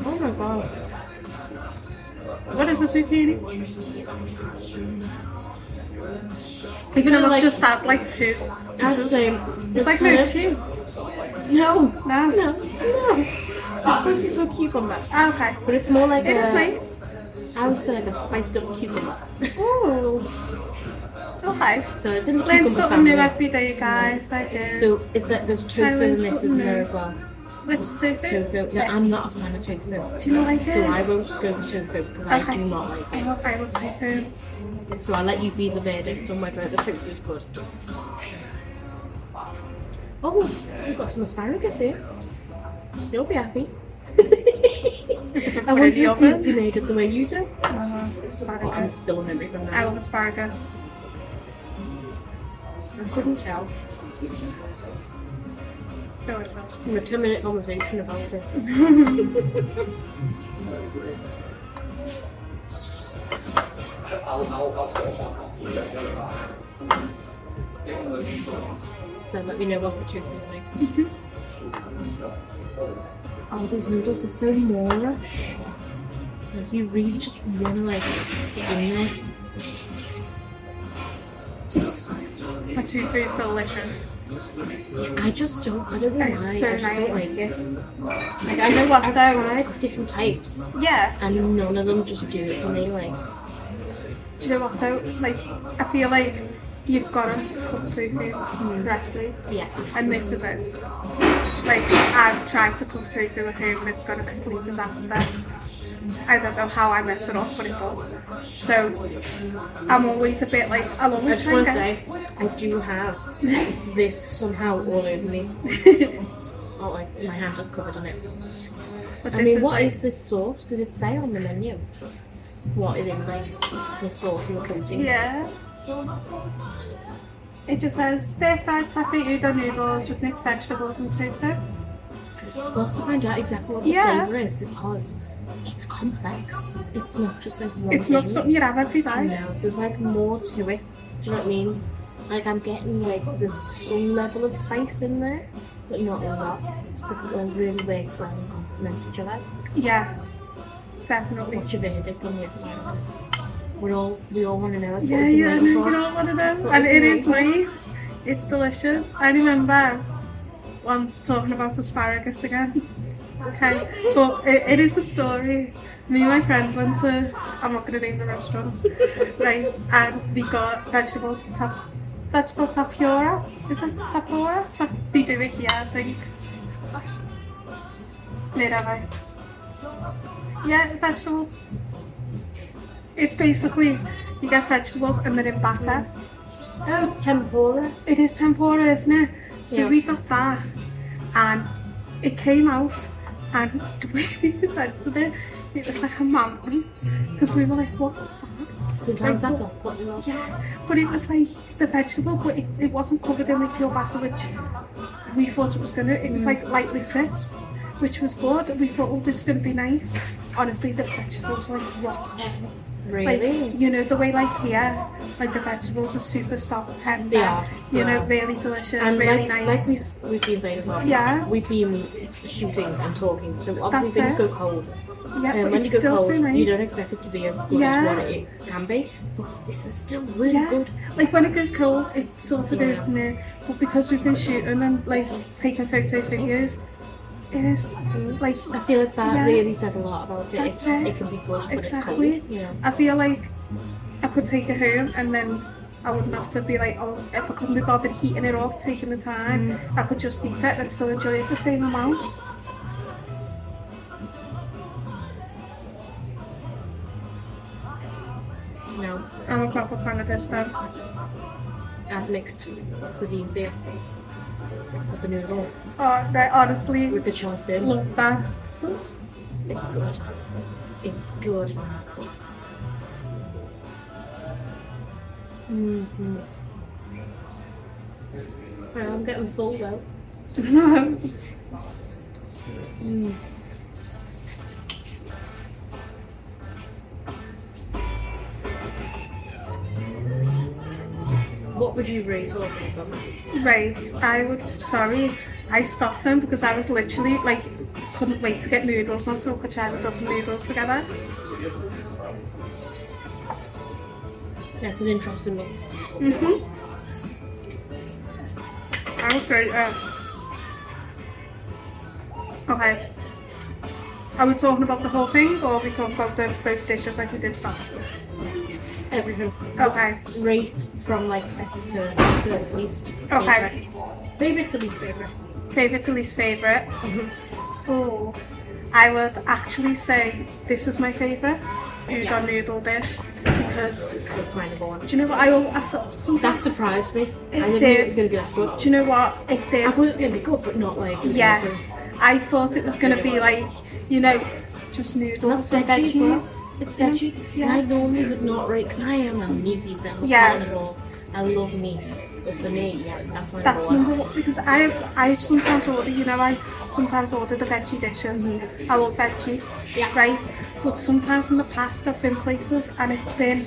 [SPEAKER 1] Oh my god.
[SPEAKER 2] what is a zucchini? Even
[SPEAKER 1] know,
[SPEAKER 2] though I've
[SPEAKER 1] like-
[SPEAKER 2] just had like two.
[SPEAKER 1] That's the same.
[SPEAKER 2] It's like no
[SPEAKER 1] kind
[SPEAKER 2] cheese.
[SPEAKER 1] of- no,
[SPEAKER 2] No.
[SPEAKER 1] no, no. It's closer to a cucumber,
[SPEAKER 2] Ah, okay.
[SPEAKER 1] but it's more like
[SPEAKER 2] It
[SPEAKER 1] a,
[SPEAKER 2] is nice.
[SPEAKER 1] I would say like a spiced up cucumber.
[SPEAKER 2] Ooh. Okay.
[SPEAKER 1] so it's in the
[SPEAKER 2] Learn
[SPEAKER 1] cucumber
[SPEAKER 2] something new
[SPEAKER 1] family.
[SPEAKER 2] every day, guys. I do.
[SPEAKER 1] so is that there's tofu in
[SPEAKER 2] learn
[SPEAKER 1] this,
[SPEAKER 2] something
[SPEAKER 1] isn't there
[SPEAKER 2] new.
[SPEAKER 1] as well?
[SPEAKER 2] Let's do it.
[SPEAKER 1] Tofu. No, I'm not a fan of tofu,
[SPEAKER 2] Do you not like it?
[SPEAKER 1] so I won't go for tofu because I
[SPEAKER 2] Okay.
[SPEAKER 1] do not like
[SPEAKER 2] I
[SPEAKER 1] it.
[SPEAKER 2] love, I love tofu.
[SPEAKER 1] So I'll let you be the verdict on whether the tofu is good. Oh, we've got some asparagus here. You'll be happy. I wonder
[SPEAKER 2] the
[SPEAKER 1] if they'd
[SPEAKER 2] oven?
[SPEAKER 1] be made it the way you do.
[SPEAKER 2] Uh,
[SPEAKER 1] Oh, I'm
[SPEAKER 2] asparagus.
[SPEAKER 1] still on everything
[SPEAKER 2] I
[SPEAKER 1] now.
[SPEAKER 2] love asparagus.
[SPEAKER 1] I couldn't tell
[SPEAKER 2] No, it's not.
[SPEAKER 1] from a 10 minute conversation about it.
[SPEAKER 6] I'll, I'll, I'll set it up.
[SPEAKER 1] So let me know what the truth is like. oh, these noodles are so moorish. Like you really just want to like get in there.
[SPEAKER 2] My tooth food's delicious.
[SPEAKER 1] I just don't. I don't know why.
[SPEAKER 2] It's so
[SPEAKER 1] I just
[SPEAKER 2] nice.
[SPEAKER 1] Oh don't like it. Like
[SPEAKER 2] You
[SPEAKER 1] I
[SPEAKER 2] know
[SPEAKER 1] know
[SPEAKER 2] what,
[SPEAKER 1] I've
[SPEAKER 2] though?
[SPEAKER 1] tried different types,
[SPEAKER 2] Yeah.
[SPEAKER 1] and none of them just do it for me. Like
[SPEAKER 2] Do you know what though? Like, I feel like you've got to cook two food
[SPEAKER 1] Mm.
[SPEAKER 2] correctly,
[SPEAKER 1] yeah,
[SPEAKER 2] and this is it. Like, I've tried to cook tofu at home, and it's got a complete disaster. I don't know how I mess it up, but it does. So, I'm always a bit like, I'll
[SPEAKER 1] I just
[SPEAKER 2] always try
[SPEAKER 1] want
[SPEAKER 2] and
[SPEAKER 1] to
[SPEAKER 2] get-
[SPEAKER 1] say I do have this somehow all over me. Oh, I, my hand was covered in it.
[SPEAKER 2] But
[SPEAKER 1] I
[SPEAKER 2] this
[SPEAKER 1] mean,
[SPEAKER 2] is
[SPEAKER 1] what
[SPEAKER 2] like,
[SPEAKER 1] is this sauce? Did it say on the menu? What is in like the sauce and the coating?
[SPEAKER 2] Yeah. It just says stir fried satay udon noodles with mixed vegetables and tofu.
[SPEAKER 1] We'll have to find out exactly what the
[SPEAKER 2] Yeah.
[SPEAKER 1] flavour is because it's complex. It's not just like one
[SPEAKER 2] It's not
[SPEAKER 1] thing.
[SPEAKER 2] something you have every day.
[SPEAKER 1] No, there's like more to it. Do you know what I mean? Like I'm getting like there's some level of spice in there, but not a lot. Like, It all really works well and complements each other.
[SPEAKER 2] Yeah, definitely.
[SPEAKER 1] What's your verdict on the exam of this? We're all we all want to know. It's what
[SPEAKER 2] Yeah,
[SPEAKER 1] we've been
[SPEAKER 2] yeah, I
[SPEAKER 1] waiting
[SPEAKER 2] know, you
[SPEAKER 1] for.
[SPEAKER 2] know, one of them.
[SPEAKER 1] what
[SPEAKER 2] And
[SPEAKER 1] we
[SPEAKER 2] it is
[SPEAKER 1] like.
[SPEAKER 2] nice. It's delicious. I remember once talking about asparagus again. Okay, but it, it is a story. Me and my friend went to, I'm not going to name the restaurant, right? And we got vegetable tap, vegetable tapioca. Is that tapioca? Tap, they do it here, I think. Where am I? Yeah, vegetable it's basically you get vegetables and they're in batter.
[SPEAKER 1] Oh, tempura.
[SPEAKER 2] It is tempura, isn't it? So
[SPEAKER 1] Yeah.
[SPEAKER 2] we got that, and it came out, and the way we presented it, it was like a mountain, because we were like, what's that?
[SPEAKER 1] Sometimes that's off putting off.
[SPEAKER 2] Yeah, but it was like the vegetable, but it, it wasn't covered in like pure batter, which we thought it was gonna. It
[SPEAKER 1] Mm.
[SPEAKER 2] was like lightly crisp, which was good. We thought, oh, this is gonna be nice. Honestly, the vegetables were like rock hard.
[SPEAKER 1] Really?
[SPEAKER 2] Like, you know, the way like here, like the vegetables are super soft, tender.
[SPEAKER 1] They are,
[SPEAKER 2] You know,
[SPEAKER 1] yeah.
[SPEAKER 2] really delicious,
[SPEAKER 1] and like,
[SPEAKER 2] really
[SPEAKER 1] like
[SPEAKER 2] nice.
[SPEAKER 1] we, s- we've been saying as well,
[SPEAKER 2] Yeah.
[SPEAKER 1] we've been shooting and talking, so obviously
[SPEAKER 2] That's
[SPEAKER 1] things
[SPEAKER 2] it.
[SPEAKER 1] go cold.
[SPEAKER 2] yeah,
[SPEAKER 1] and
[SPEAKER 2] but
[SPEAKER 1] when
[SPEAKER 2] it's
[SPEAKER 1] you go
[SPEAKER 2] still
[SPEAKER 1] cold,
[SPEAKER 2] so nice.
[SPEAKER 1] you don't expect it to be as good
[SPEAKER 2] Yeah.
[SPEAKER 1] as what it can be. But this is still really
[SPEAKER 2] yeah.
[SPEAKER 1] good.
[SPEAKER 2] Like when it goes cold, it sort of goes
[SPEAKER 1] Yeah.
[SPEAKER 2] in there. But because we've been shooting and like taking photos, videos, it is like
[SPEAKER 1] I feel like that
[SPEAKER 2] Yeah.
[SPEAKER 1] really says a lot about it. It's,
[SPEAKER 2] That's
[SPEAKER 1] it.
[SPEAKER 2] it.
[SPEAKER 1] can be good, but
[SPEAKER 2] Exactly.
[SPEAKER 1] it's cold. You know.
[SPEAKER 2] I feel like I could take it home and then I wouldn't have to be like, oh, if I couldn't be bothered heating it up, taking the time,
[SPEAKER 1] Mm.
[SPEAKER 2] I could just eat it and still enjoy it the same amount.
[SPEAKER 1] No,
[SPEAKER 2] I'm a proper fan of this then.
[SPEAKER 1] I've mixed cuisines here. With the noodle,
[SPEAKER 2] Oh, they honestly
[SPEAKER 1] with the chanson.
[SPEAKER 2] love that.
[SPEAKER 1] It's good. It's good. Mm-hmm. I'm getting full though. Mm. What would you rate all of these on?
[SPEAKER 2] Right, I would. Sorry, I stopped them because I was literally like, couldn't wait to get noodles and so I could try the double noodles together.
[SPEAKER 1] That's an interesting mix.
[SPEAKER 2] Mhm. I uh, would rate it. Okay. Are we talking about the whole thing, or are we talking about the both dishes like we did last?
[SPEAKER 1] Everything.
[SPEAKER 2] Okay.
[SPEAKER 1] Rate from like best to, to least
[SPEAKER 2] Okay.
[SPEAKER 1] favorite. Favorite to least favorite.
[SPEAKER 2] Favorite to least favorite.
[SPEAKER 1] Mm-hmm.
[SPEAKER 2] Oh, I would actually say this is my favorite udon
[SPEAKER 1] Yeah.
[SPEAKER 2] noodle dish because
[SPEAKER 1] That's my number one.
[SPEAKER 2] do you know what I al- I felt
[SPEAKER 1] That
[SPEAKER 2] sometimes.
[SPEAKER 1] surprised me. I
[SPEAKER 2] It
[SPEAKER 1] didn't think
[SPEAKER 2] did.
[SPEAKER 1] it was going to be that good.
[SPEAKER 2] Do you know what it did?
[SPEAKER 1] I thought it was going to be good, but not like.
[SPEAKER 2] Yeah,
[SPEAKER 1] amazing.
[SPEAKER 2] I thought it was gonna be like you know just
[SPEAKER 1] And
[SPEAKER 2] noodles
[SPEAKER 1] that's
[SPEAKER 2] and
[SPEAKER 1] veggie as well.
[SPEAKER 2] veggies.
[SPEAKER 1] It's veggie.
[SPEAKER 2] Yeah.
[SPEAKER 1] I normally would not rate because I am a meat eater. I'm a
[SPEAKER 2] Yeah.
[SPEAKER 1] carnivore. I love meat. But for me, yeah, that's my
[SPEAKER 2] That's
[SPEAKER 1] number
[SPEAKER 2] number
[SPEAKER 1] one.
[SPEAKER 2] one because I have, I sometimes order you know I sometimes order the veggie dishes. I love veggie,
[SPEAKER 1] Yeah.
[SPEAKER 2] right? But sometimes in the past I've been places and it's been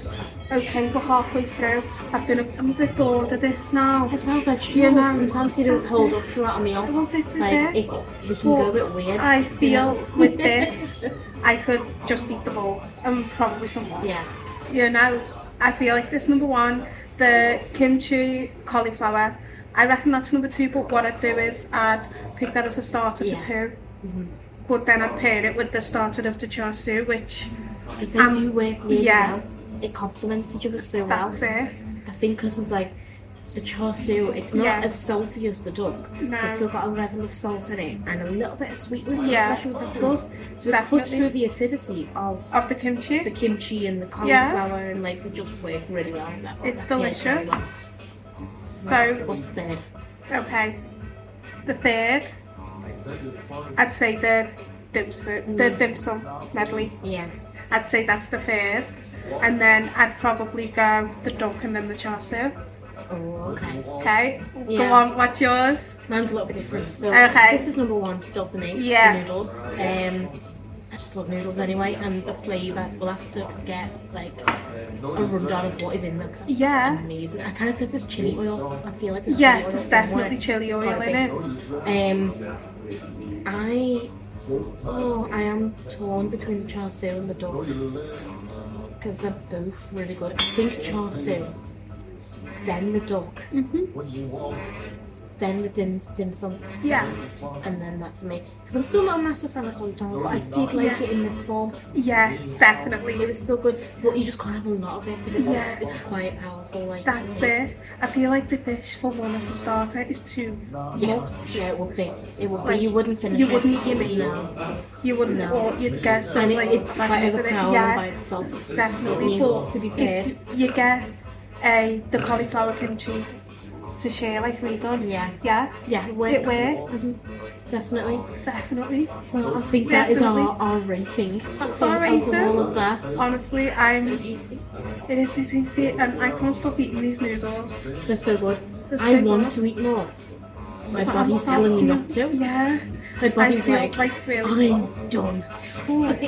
[SPEAKER 2] okay, we're halfway through. I've been, a- I'm a bit bored of this now.
[SPEAKER 1] As well, vegetables,
[SPEAKER 2] You know,
[SPEAKER 1] sometimes they don't
[SPEAKER 2] that's
[SPEAKER 1] hold
[SPEAKER 2] it.
[SPEAKER 1] up throughout a meal.
[SPEAKER 2] Well, this is
[SPEAKER 1] Like,
[SPEAKER 2] it.
[SPEAKER 1] it, they can go a bit weird.
[SPEAKER 2] I
[SPEAKER 1] you
[SPEAKER 2] feel
[SPEAKER 1] know?
[SPEAKER 2] with this, I could just eat them all and probably some more.
[SPEAKER 1] yeah.
[SPEAKER 2] You know, I feel like this number one, the kimchi cauliflower. I reckon that's number two. But what I'd do is I'd pick that as a starter
[SPEAKER 1] Yeah. Mm-hmm.
[SPEAKER 2] for 2 But then I'd pair it with the starter of the char siu, which
[SPEAKER 1] Because they
[SPEAKER 2] Um,
[SPEAKER 1] do work really
[SPEAKER 2] yeah.
[SPEAKER 1] well. It complements each other so well.
[SPEAKER 2] that's it.
[SPEAKER 1] I think because of like the char siu, it's not
[SPEAKER 2] Yeah.
[SPEAKER 1] as salty as the duck.
[SPEAKER 2] No.
[SPEAKER 1] It's still got a level of salt in it and a little bit of sweetness,
[SPEAKER 2] Yeah.
[SPEAKER 1] especially with the sauce. So it
[SPEAKER 2] Definitely.
[SPEAKER 1] cuts through the acidity of
[SPEAKER 2] Of the kimchi.
[SPEAKER 1] the kimchi and the
[SPEAKER 2] Yeah.
[SPEAKER 1] cauliflower and like they just work really well. in that one.
[SPEAKER 2] It's
[SPEAKER 1] Yeah, very
[SPEAKER 2] delicious.
[SPEAKER 1] nice.
[SPEAKER 2] so
[SPEAKER 1] What's third?
[SPEAKER 2] Okay. The third, I'd say the dim sum,
[SPEAKER 1] Mm.
[SPEAKER 2] the dim sum medley.
[SPEAKER 1] Yeah.
[SPEAKER 2] I'd say that's the third, and then I'd probably go the duck and then the char siu.
[SPEAKER 1] Oh, okay.
[SPEAKER 2] Okay. Go
[SPEAKER 1] Yeah.
[SPEAKER 2] on. What's yours?
[SPEAKER 1] Mine's a little bit different. So
[SPEAKER 2] Okay.
[SPEAKER 1] this is number one still for me.
[SPEAKER 2] Yeah.
[SPEAKER 1] The noodles. Um, I just love noodles anyway, and the flavour. We'll have to get like a rundown of what is in them. 'cause that's
[SPEAKER 2] Yeah.
[SPEAKER 1] Amazing. I kind of feel there's chili oil. I feel like there's
[SPEAKER 2] Yeah,
[SPEAKER 1] chili oil
[SPEAKER 2] there's
[SPEAKER 1] somewhere.
[SPEAKER 2] definitely chili
[SPEAKER 1] It's
[SPEAKER 2] oil
[SPEAKER 1] gotta
[SPEAKER 2] in it.
[SPEAKER 1] be. Um, I oh I am torn between the char siu and the duck because they're both really good. I think char siu, then the duck,
[SPEAKER 2] Mm-hmm.
[SPEAKER 1] then the dim dim sum
[SPEAKER 2] Yeah.
[SPEAKER 1] and then that for me because I'm still not a massive fan of cauliflower, but I did like it in this form.
[SPEAKER 2] Yes,
[SPEAKER 1] It
[SPEAKER 2] definitely.
[SPEAKER 1] was still good, but you just can't have a lot of it because it's,
[SPEAKER 2] Yeah.
[SPEAKER 1] it's quite powerful. Like
[SPEAKER 2] That's
[SPEAKER 1] taste.
[SPEAKER 2] it. I feel like the dish for one as a starter is too.
[SPEAKER 1] Yes, yeah, it would be. It would be.
[SPEAKER 2] Like,
[SPEAKER 1] You wouldn't finish.
[SPEAKER 2] you
[SPEAKER 1] it.
[SPEAKER 2] wouldn't eat your meat.
[SPEAKER 1] No,
[SPEAKER 2] You wouldn't,
[SPEAKER 1] No.
[SPEAKER 2] or you'd get
[SPEAKER 1] and
[SPEAKER 2] something
[SPEAKER 1] it, it's quite
[SPEAKER 2] with it.
[SPEAKER 1] overpowering
[SPEAKER 2] Yeah.
[SPEAKER 1] by itself.
[SPEAKER 2] Definitely,
[SPEAKER 1] It
[SPEAKER 2] but
[SPEAKER 1] needs to be paired.
[SPEAKER 2] if you get a the cauliflower kimchi to share like we done,
[SPEAKER 1] Yeah.
[SPEAKER 2] yeah,
[SPEAKER 1] Yeah, it
[SPEAKER 2] it
[SPEAKER 1] works.
[SPEAKER 2] works
[SPEAKER 1] Definitely.
[SPEAKER 2] definitely.
[SPEAKER 1] Well, I think that is our,
[SPEAKER 2] Definitely.
[SPEAKER 1] our rating. That's
[SPEAKER 2] our rating.
[SPEAKER 1] All of that.
[SPEAKER 2] Honestly,
[SPEAKER 1] So
[SPEAKER 2] I'm
[SPEAKER 1] tasty.
[SPEAKER 2] it is so tasty, and I can't stop eating these noodles.
[SPEAKER 1] They're so good.
[SPEAKER 2] They're
[SPEAKER 1] I
[SPEAKER 2] so
[SPEAKER 1] want
[SPEAKER 2] good.
[SPEAKER 1] to eat more. My
[SPEAKER 2] But
[SPEAKER 1] body's
[SPEAKER 2] I'm not-
[SPEAKER 1] telling me not to.
[SPEAKER 2] Yeah,
[SPEAKER 1] My body's
[SPEAKER 2] feel
[SPEAKER 1] like,
[SPEAKER 2] like really-
[SPEAKER 1] I'm done.
[SPEAKER 2] but, but they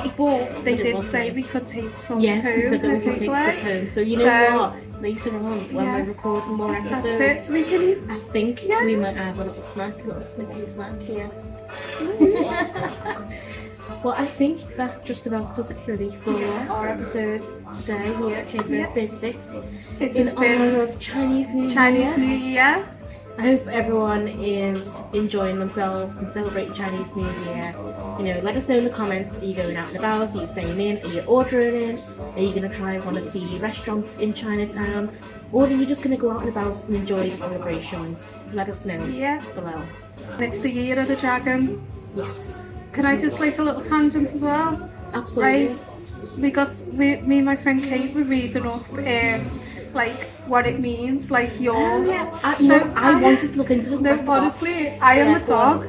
[SPEAKER 1] But it
[SPEAKER 2] did
[SPEAKER 1] was
[SPEAKER 2] say
[SPEAKER 1] nice.
[SPEAKER 2] we could take some
[SPEAKER 1] Yes,
[SPEAKER 2] home.
[SPEAKER 1] and so that we
[SPEAKER 2] I
[SPEAKER 1] can
[SPEAKER 2] think,
[SPEAKER 1] take
[SPEAKER 2] like.
[SPEAKER 1] stuff home. So you know
[SPEAKER 2] So-
[SPEAKER 1] what? Later on, when
[SPEAKER 2] Yeah.
[SPEAKER 1] we're recording more
[SPEAKER 2] That's
[SPEAKER 1] episodes,
[SPEAKER 2] it. We can eat.
[SPEAKER 1] I think we might
[SPEAKER 2] Yes.
[SPEAKER 1] have a little snack, a little snickety snack here. well, I think that just about does it really for
[SPEAKER 2] Yeah.
[SPEAKER 1] our episode today here at Chamber
[SPEAKER 2] Yeah.
[SPEAKER 1] 36
[SPEAKER 2] It
[SPEAKER 1] in
[SPEAKER 2] has been
[SPEAKER 1] honor of Chinese New
[SPEAKER 2] Chinese
[SPEAKER 1] Year.
[SPEAKER 2] New Year.
[SPEAKER 1] I hope everyone is enjoying themselves and celebrating Chinese New Year. You know, let us know in the comments. Are you going out and about? Are you staying in? Are you ordering in? Are you going to try one of the restaurants in Chinatown? Or are you just going to go out and about and enjoy the celebrations? Let us know
[SPEAKER 2] Yeah,
[SPEAKER 1] below.
[SPEAKER 2] and it's the year of the dragon.
[SPEAKER 1] Yes,
[SPEAKER 2] Can I just like a little tangent as well?
[SPEAKER 1] absolutely.
[SPEAKER 2] right? We got we, me and my friend Kate were reading up um, like what it means, like your.
[SPEAKER 1] Oh, yeah. I,
[SPEAKER 2] Um, So
[SPEAKER 1] no, I wanted to look into this.
[SPEAKER 2] No,
[SPEAKER 1] but I forgot.
[SPEAKER 2] honestly, I am a dog.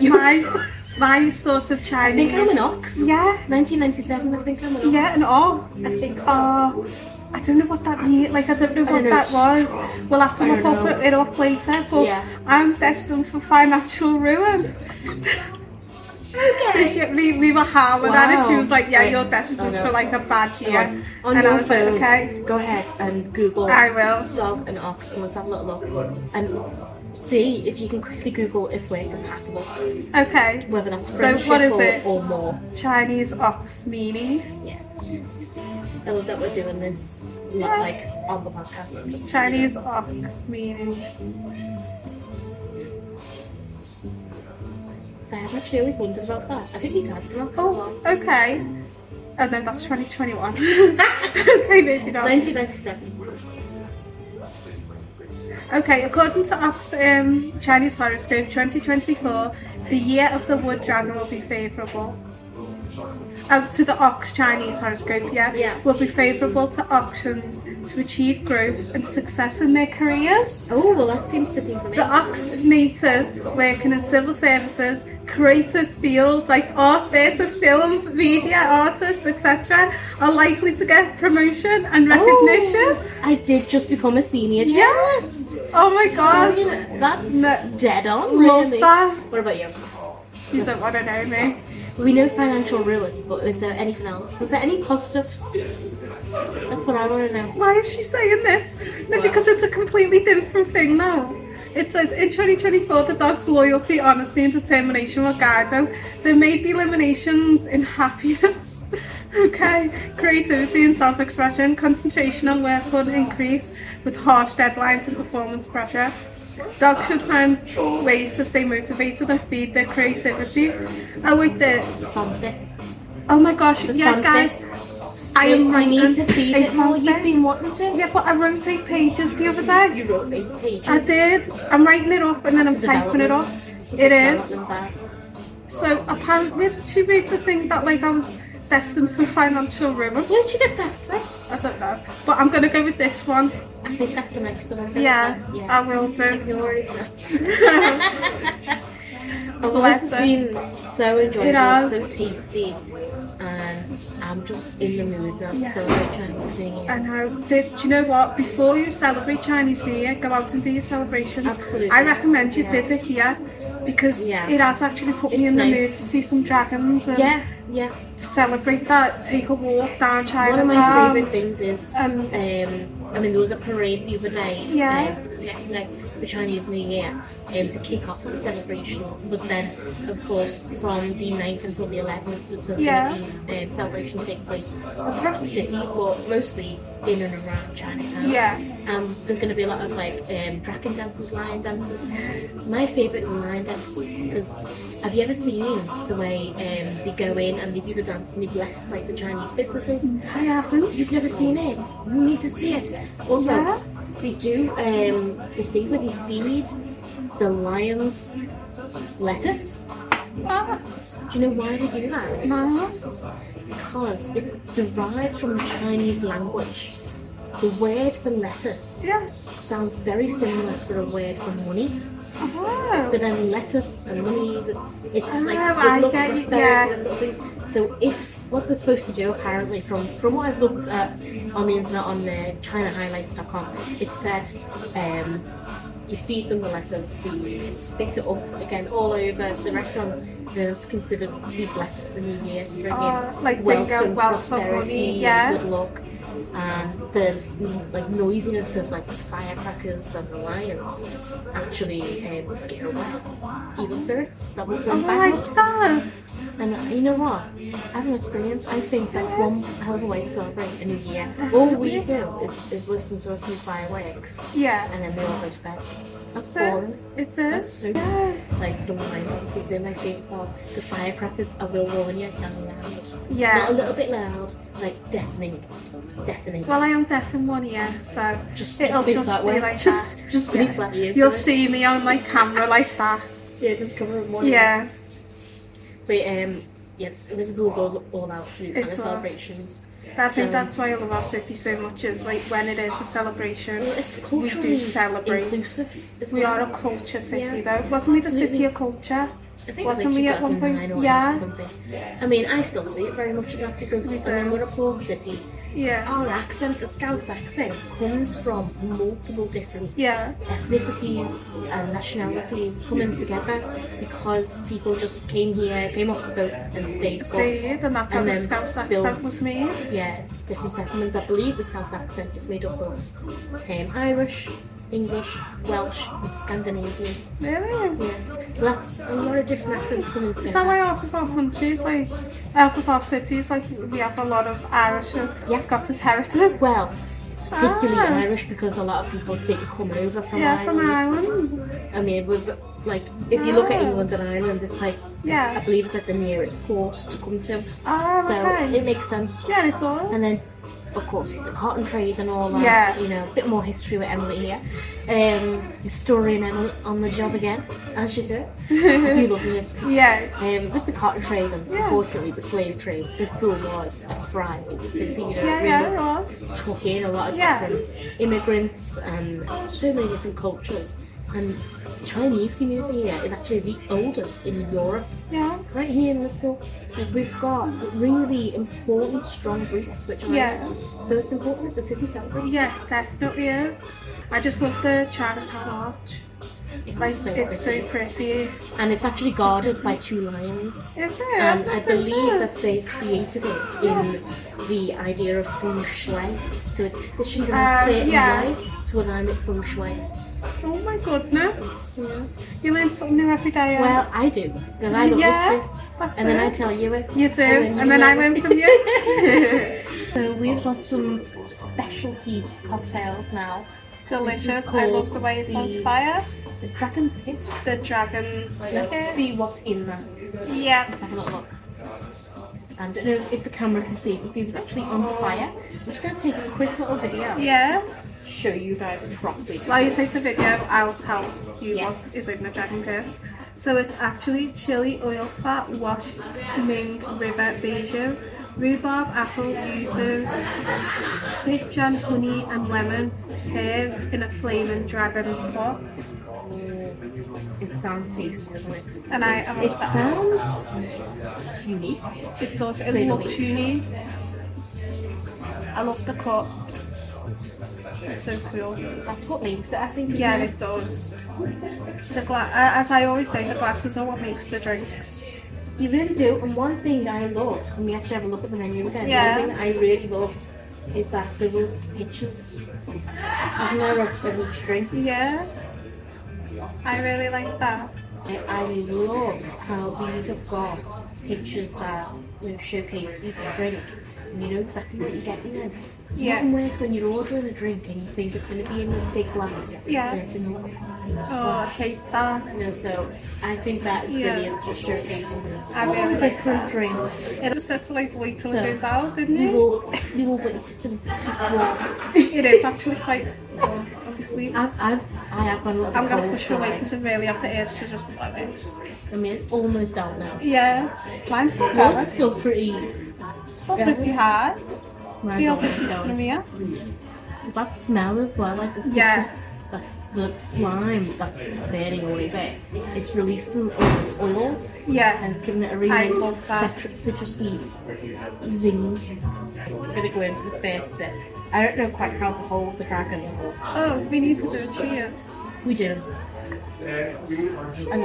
[SPEAKER 2] my my sort of
[SPEAKER 1] I
[SPEAKER 2] Chinese.
[SPEAKER 1] think I'm an ox.
[SPEAKER 2] Yeah,
[SPEAKER 1] 1997, I think I'm an ox.
[SPEAKER 2] yeah, an ox.
[SPEAKER 1] I think so.
[SPEAKER 2] Oh, I don't know what that means. Like I don't know
[SPEAKER 1] I
[SPEAKER 2] what
[SPEAKER 1] don't know.
[SPEAKER 2] that was. We'll have to
[SPEAKER 1] I
[SPEAKER 2] look
[SPEAKER 1] don't
[SPEAKER 2] up
[SPEAKER 1] know.
[SPEAKER 2] it up later. But
[SPEAKER 1] Yeah.
[SPEAKER 2] I'm destined for financial ruin. Okay. We, we were howling at it. She
[SPEAKER 1] Wow.
[SPEAKER 2] was like, "Yeah,
[SPEAKER 1] Right.
[SPEAKER 2] you're
[SPEAKER 1] Oh,
[SPEAKER 2] destined
[SPEAKER 1] no.
[SPEAKER 2] for like a bad year."
[SPEAKER 1] on
[SPEAKER 2] and I
[SPEAKER 1] your
[SPEAKER 2] was like,
[SPEAKER 1] phone,
[SPEAKER 2] "Okay."
[SPEAKER 1] go ahead and Google
[SPEAKER 2] I will.
[SPEAKER 1] dog and ox and let's have a little look and see if you can quickly Google if we're compatible,
[SPEAKER 2] Okay.
[SPEAKER 1] whether that's
[SPEAKER 2] So
[SPEAKER 1] friendship
[SPEAKER 2] what is
[SPEAKER 1] or,
[SPEAKER 2] it?
[SPEAKER 1] or more.
[SPEAKER 2] Chinese ox meaning.
[SPEAKER 1] Yeah. I love that we're doing this li-
[SPEAKER 2] Yeah.
[SPEAKER 1] like on the podcast. Just-
[SPEAKER 2] Chinese ox meaning.
[SPEAKER 1] So I've actually always wondered about that. I think we can an ox as
[SPEAKER 2] Oh,
[SPEAKER 1] well.
[SPEAKER 2] okay. Oh no, that's 2021. okay, maybe not.
[SPEAKER 1] 1997.
[SPEAKER 2] Okay, according to Ox um, Chinese horoscope 2024, the year of the wood dragon will be favourable. Oh, to the Ox Chinese horoscope, yeah,
[SPEAKER 1] Yeah.
[SPEAKER 2] will be favourable to auctions to achieve growth and success in their careers.
[SPEAKER 1] Oh, well, that seems fitting for me.
[SPEAKER 2] The Ox natives working in civil services, creative fields like art, theatre, films, media, artists, etc., are likely to get promotion and recognition.
[SPEAKER 1] Oh, I did just become a senior.
[SPEAKER 2] Yes! Oh my
[SPEAKER 1] I
[SPEAKER 2] god!
[SPEAKER 1] mean, that's
[SPEAKER 2] No.
[SPEAKER 1] dead on,
[SPEAKER 2] Love
[SPEAKER 1] really.
[SPEAKER 2] that.
[SPEAKER 1] What about you?
[SPEAKER 2] You don't want to know me.
[SPEAKER 1] We know financial ruin, but is there anything else? Was there any positives? That's what I want to know.
[SPEAKER 2] Why is she saying this? No, because it's a completely different thing now. It says in 2024, the dog's loyalty, honesty, and determination will guide them. There may be eliminations in happiness. okay, creativity and self-expression, concentration on work will increase with harsh deadlines and performance pressure. Dogs should find ways to stay motivated and feed their creativity. Oh wait, there.
[SPEAKER 1] Fanfic.
[SPEAKER 2] Oh my gosh, yeah,
[SPEAKER 1] fanfic.
[SPEAKER 2] guys. I am
[SPEAKER 1] I need to
[SPEAKER 2] writing
[SPEAKER 1] feed
[SPEAKER 2] a
[SPEAKER 1] it more. You've
[SPEAKER 2] fanfic.
[SPEAKER 1] been wanting to.
[SPEAKER 2] Yeah, but I wrote eight pages the other day.
[SPEAKER 1] You wrote eight pages.
[SPEAKER 2] I did. I'm writing it up and then I'm
[SPEAKER 1] It's a
[SPEAKER 2] typing it up.
[SPEAKER 1] development. It's a
[SPEAKER 2] It is.
[SPEAKER 1] development
[SPEAKER 2] So apparently, did she read the thing that like I was destined for financial ruin?
[SPEAKER 1] there. Where'd you get that from?
[SPEAKER 2] I don't know. But I'm gonna go with this one.
[SPEAKER 1] I think that's an excellent. bit.
[SPEAKER 2] Yeah, I
[SPEAKER 1] Yeah.
[SPEAKER 2] will do.
[SPEAKER 1] Ignore it. Well,
[SPEAKER 2] Bless
[SPEAKER 1] this has
[SPEAKER 2] her.
[SPEAKER 1] been so enjoyable,
[SPEAKER 2] It has.
[SPEAKER 1] so tasty, and I'm just in the mood now to celebrate Chinese New Year.
[SPEAKER 2] I know. Did, do you know what? Before you celebrate Chinese New Year, go out and do your celebrations.
[SPEAKER 1] Absolutely.
[SPEAKER 2] I recommend you
[SPEAKER 1] Yeah.
[SPEAKER 2] visit here because
[SPEAKER 1] Yeah.
[SPEAKER 2] it has actually put me
[SPEAKER 1] It's
[SPEAKER 2] in the
[SPEAKER 1] nice.
[SPEAKER 2] mood to see some dragons and
[SPEAKER 1] Yeah, yeah.
[SPEAKER 2] celebrate that. Take a walk down
[SPEAKER 1] One of
[SPEAKER 2] Chinatown.
[SPEAKER 1] my favourite things is, um,
[SPEAKER 2] Um,
[SPEAKER 1] I mean, there was a parade the other day,
[SPEAKER 2] Yeah.
[SPEAKER 1] um, yesterday for Chinese New Year, um, to kick off the celebrations. But then, of course, from the 9th until the 11th, there's
[SPEAKER 2] Yeah.
[SPEAKER 1] going to be um, celebrations take place across the city, but mostly in and around Chinatown.
[SPEAKER 2] Yeah.
[SPEAKER 1] Um, there's going to be a lot of like um, dragon dances, lion dances. My favourite lion dances because have you ever seen the way um, they go in and they do the dance and they bless like the Chinese businesses?
[SPEAKER 2] I haven't.
[SPEAKER 1] You've never seen it. You need to see it. Also,
[SPEAKER 2] Yeah.
[SPEAKER 1] they do um, this thing where they feed the lions lettuce.
[SPEAKER 2] Ah,
[SPEAKER 1] Do you know why they do that?
[SPEAKER 2] no.
[SPEAKER 1] Because it derives from the Chinese language. The word for lettuce
[SPEAKER 2] Yeah.
[SPEAKER 1] sounds very similar for a word for money.
[SPEAKER 2] Oh.
[SPEAKER 1] So then lettuce and money, it's like
[SPEAKER 2] Oh, I
[SPEAKER 1] good luck,
[SPEAKER 2] get it,
[SPEAKER 1] prosperity,
[SPEAKER 2] yeah.
[SPEAKER 1] that sort of thing. So if what they're supposed to do apparently from from what I've looked at on the internet on the ChinaHighlights.com, it said um, you feed them the lettuce, they spit it up again all over the restaurants, then it's considered to be blessed for the new year to bring
[SPEAKER 2] Uh,
[SPEAKER 1] in
[SPEAKER 2] like
[SPEAKER 1] wealth
[SPEAKER 2] bingo,
[SPEAKER 1] and
[SPEAKER 2] wealth and money,
[SPEAKER 1] prosperity and
[SPEAKER 2] yeah.
[SPEAKER 1] good luck. And the mm, like noisiness of like the firecrackers and the lions actually um, scare away evil spirits that will
[SPEAKER 2] I
[SPEAKER 1] come back.
[SPEAKER 2] Oh, like that.
[SPEAKER 1] And uh, you know what? I think that's brilliant. I think that's one hell of a way to celebrate a new year. All we do is, is listen to a few fireworks
[SPEAKER 2] Yeah.
[SPEAKER 1] and then we all go to bed. That's
[SPEAKER 2] So-
[SPEAKER 1] boring.
[SPEAKER 2] It
[SPEAKER 1] That's
[SPEAKER 2] is.
[SPEAKER 1] so
[SPEAKER 2] Yeah.
[SPEAKER 1] Like the line dances, they're my favourite part. The firecrackers, I will warn you, they're loud. Not a
[SPEAKER 2] Yeah.
[SPEAKER 1] little bit loud, like deafening. Deafening.
[SPEAKER 2] Well, I am deaf in one ear, so
[SPEAKER 1] just
[SPEAKER 2] it'll
[SPEAKER 1] just face
[SPEAKER 2] just
[SPEAKER 1] that
[SPEAKER 2] be
[SPEAKER 1] way.
[SPEAKER 2] like
[SPEAKER 1] just just face that ear to
[SPEAKER 2] you'll
[SPEAKER 1] it. Oh,
[SPEAKER 2] see me on my camera like that.
[SPEAKER 1] Yeah, just cover it more.
[SPEAKER 2] Yeah.
[SPEAKER 1] But um yes, Liverpool goes all out for these kind of
[SPEAKER 2] It's all-
[SPEAKER 1] celebrations.
[SPEAKER 2] I think
[SPEAKER 1] So-
[SPEAKER 2] that's why I love our city so much. Is like when it is a celebration,
[SPEAKER 1] Well, it's
[SPEAKER 2] we
[SPEAKER 1] culturally
[SPEAKER 2] do celebrate.
[SPEAKER 1] inclusive. As
[SPEAKER 2] We
[SPEAKER 1] well.
[SPEAKER 2] are a culture city,
[SPEAKER 1] Yeah.
[SPEAKER 2] though. Wasn't we the
[SPEAKER 1] Absolutely.
[SPEAKER 2] city of culture?
[SPEAKER 1] I think it was
[SPEAKER 2] Wasn't
[SPEAKER 1] like
[SPEAKER 2] we at one
[SPEAKER 1] 2009
[SPEAKER 2] point-
[SPEAKER 1] or
[SPEAKER 2] yeah.
[SPEAKER 1] something. I mean, I still see it very much as that because
[SPEAKER 2] We
[SPEAKER 1] I mean,
[SPEAKER 2] do.
[SPEAKER 1] we're a poor city.
[SPEAKER 2] Yeah.
[SPEAKER 1] Our accent, the Scouse accent, comes from multiple different
[SPEAKER 2] Yeah.
[SPEAKER 1] ethnicities and nationalities coming together because people just came here, came off the boat and stayed. got-
[SPEAKER 2] Stayed, and that's how
[SPEAKER 1] And
[SPEAKER 2] the
[SPEAKER 1] then
[SPEAKER 2] Scouse accent
[SPEAKER 1] built-
[SPEAKER 2] was made.
[SPEAKER 1] yeah, different settlements. I believe the Scouse accent is made up of um, Irish, English, Welsh, and Scandinavian.
[SPEAKER 2] Really?
[SPEAKER 1] Yeah, so that's a lot of different accents coming
[SPEAKER 2] Is that
[SPEAKER 1] together.
[SPEAKER 2] why half of our countries, like half of our cities, like we have a lot of Irish and
[SPEAKER 1] Yeah.
[SPEAKER 2] Scottish heritage?
[SPEAKER 1] Well, particularly
[SPEAKER 2] Ah.
[SPEAKER 1] Irish because a lot of people did come over from
[SPEAKER 2] yeah,
[SPEAKER 1] Ireland.
[SPEAKER 2] from Ireland.
[SPEAKER 1] I mean, with like if you look at
[SPEAKER 2] Ah.
[SPEAKER 1] England and Ireland, it's like I
[SPEAKER 2] Yeah.
[SPEAKER 1] believe it's like the nearest port to come to,
[SPEAKER 2] Oh,
[SPEAKER 1] so
[SPEAKER 2] okay.
[SPEAKER 1] it makes sense.
[SPEAKER 2] yeah, it's all.
[SPEAKER 1] And then, of course, with the cotton trade and all that,
[SPEAKER 2] Yeah.
[SPEAKER 1] you know, a bit more history with Emily here. Um, historian Emily on the job again, as you do. I do love the history.
[SPEAKER 2] yeah,
[SPEAKER 1] Um, with the cotton trade and
[SPEAKER 2] Yeah.
[SPEAKER 1] unfortunately the slave trade, Liverpool was a thriving city, you know,
[SPEAKER 2] yeah, yeah, it was.
[SPEAKER 1] really took in a lot of
[SPEAKER 2] Yeah.
[SPEAKER 1] different immigrants and so many different cultures. And the Chinese community here is actually the oldest in Europe
[SPEAKER 2] Yeah,
[SPEAKER 1] right here in Liverpool, like we've got really important, strong roots, which are
[SPEAKER 2] Yeah.
[SPEAKER 1] So it's important that the city celebrates.
[SPEAKER 2] yeah, definitely is. I just love the Chinatown Arch.
[SPEAKER 1] It's
[SPEAKER 2] Like,
[SPEAKER 1] so
[SPEAKER 2] it's so
[SPEAKER 1] pretty.
[SPEAKER 2] pretty.
[SPEAKER 1] and it's actually guarded by two lions.
[SPEAKER 2] Is it?
[SPEAKER 1] And I
[SPEAKER 2] That's
[SPEAKER 1] believe that
[SPEAKER 2] intense.
[SPEAKER 1] they created it in the idea of feng shui. So it's positioned in a
[SPEAKER 2] Um,
[SPEAKER 1] certain
[SPEAKER 2] yeah.
[SPEAKER 1] way to align with feng shui.
[SPEAKER 2] Oh my goodness.
[SPEAKER 1] Yeah.
[SPEAKER 2] You learn something new every day. eh?
[SPEAKER 1] Well, I do, because I love
[SPEAKER 2] Yeah,
[SPEAKER 1] history.
[SPEAKER 2] that's
[SPEAKER 1] And then I
[SPEAKER 2] it.
[SPEAKER 1] tell you it.
[SPEAKER 2] You do,
[SPEAKER 1] you
[SPEAKER 2] and then I learn from you.
[SPEAKER 1] So we've got some specialty cocktails now. This
[SPEAKER 2] Delicious.
[SPEAKER 1] is
[SPEAKER 2] I love
[SPEAKER 1] called
[SPEAKER 2] the way it's
[SPEAKER 1] the-
[SPEAKER 2] on fire.
[SPEAKER 1] It's a dragon's kiss.
[SPEAKER 2] The dragons.
[SPEAKER 1] Let's see what's in that.
[SPEAKER 2] Yeah.
[SPEAKER 1] Let's have a little look. I don't know if the camera can see, but these are actually on fire. I'm just going to take a quick little video.
[SPEAKER 2] Yeah.
[SPEAKER 1] Show you guys properly.
[SPEAKER 2] While you take the video, I'll tell you
[SPEAKER 1] Yes.
[SPEAKER 2] what is in the dragon curse. So it's actually chili oil fat washed Ming River Beijo, rhubarb, apple, yuzu, Sichuan honey and lemon, served in a flaming dragon's pot.
[SPEAKER 1] It sounds tasty, doesn't it?
[SPEAKER 2] And I am
[SPEAKER 1] It
[SPEAKER 2] obsessed.
[SPEAKER 1] sounds unique.
[SPEAKER 2] It does.
[SPEAKER 1] Say
[SPEAKER 2] It
[SPEAKER 1] the
[SPEAKER 2] looks
[SPEAKER 1] least.
[SPEAKER 2] unique. I love the cups. It's so cool.
[SPEAKER 1] That's what makes it, I think. isn't
[SPEAKER 2] Yeah,
[SPEAKER 1] it?
[SPEAKER 2] it does. The gla- uh, as I always say, the glasses are what makes the drinks.
[SPEAKER 1] You really do. And one thing I loved, when we actually have a look at the menu again,
[SPEAKER 2] Yeah.
[SPEAKER 1] one thing I really loved is that there was pictures, wasn't there, of, of each drink.
[SPEAKER 2] Yeah, I really like that.
[SPEAKER 1] I, I love how these have got pictures that you know, showcase each drink. And you know exactly what you're getting in. It's
[SPEAKER 2] Yeah.
[SPEAKER 1] nothing worse when you're ordering a drink and you think it's going to be in this big glass.
[SPEAKER 2] Yeah.
[SPEAKER 1] And it's in a little glass.
[SPEAKER 2] Oh, I hate that.
[SPEAKER 1] You know, so I think that is
[SPEAKER 2] Yeah.
[SPEAKER 1] brilliant for showcasing
[SPEAKER 2] I
[SPEAKER 1] all
[SPEAKER 2] really
[SPEAKER 1] the
[SPEAKER 2] like
[SPEAKER 1] different drinks.
[SPEAKER 2] It was set to like wait till
[SPEAKER 1] So,
[SPEAKER 2] it goes out, didn't
[SPEAKER 1] We
[SPEAKER 2] it?
[SPEAKER 1] will, we will wait for them to warm.
[SPEAKER 2] It is actually quite warm, obviously. I'm
[SPEAKER 1] I've, I've, I have got a little bit
[SPEAKER 2] gonna
[SPEAKER 1] cold,
[SPEAKER 2] push
[SPEAKER 1] so
[SPEAKER 2] it away
[SPEAKER 1] I-
[SPEAKER 2] because I really have the air to just blow it.
[SPEAKER 1] I mean, it's almost out now.
[SPEAKER 2] Yeah, mine's still
[SPEAKER 1] Yours is
[SPEAKER 2] going.
[SPEAKER 1] still pretty.
[SPEAKER 2] Still pretty hard.
[SPEAKER 1] Mine's
[SPEAKER 2] Feel
[SPEAKER 1] almost
[SPEAKER 2] pretty
[SPEAKER 1] going.
[SPEAKER 2] from here.
[SPEAKER 1] That smell as well, like the citrus,
[SPEAKER 2] Yes.
[SPEAKER 1] that, the lime that's burning away there. It's releasing all its oils
[SPEAKER 2] Yeah.
[SPEAKER 1] and it's giving it a really
[SPEAKER 2] I
[SPEAKER 1] nice
[SPEAKER 2] love that.
[SPEAKER 1] citru- citrusy zing. I'm gonna go in for the first sip. I don't know quite how to hold the dragon.
[SPEAKER 2] Oh, we need to do a cheers.
[SPEAKER 1] We do. Hang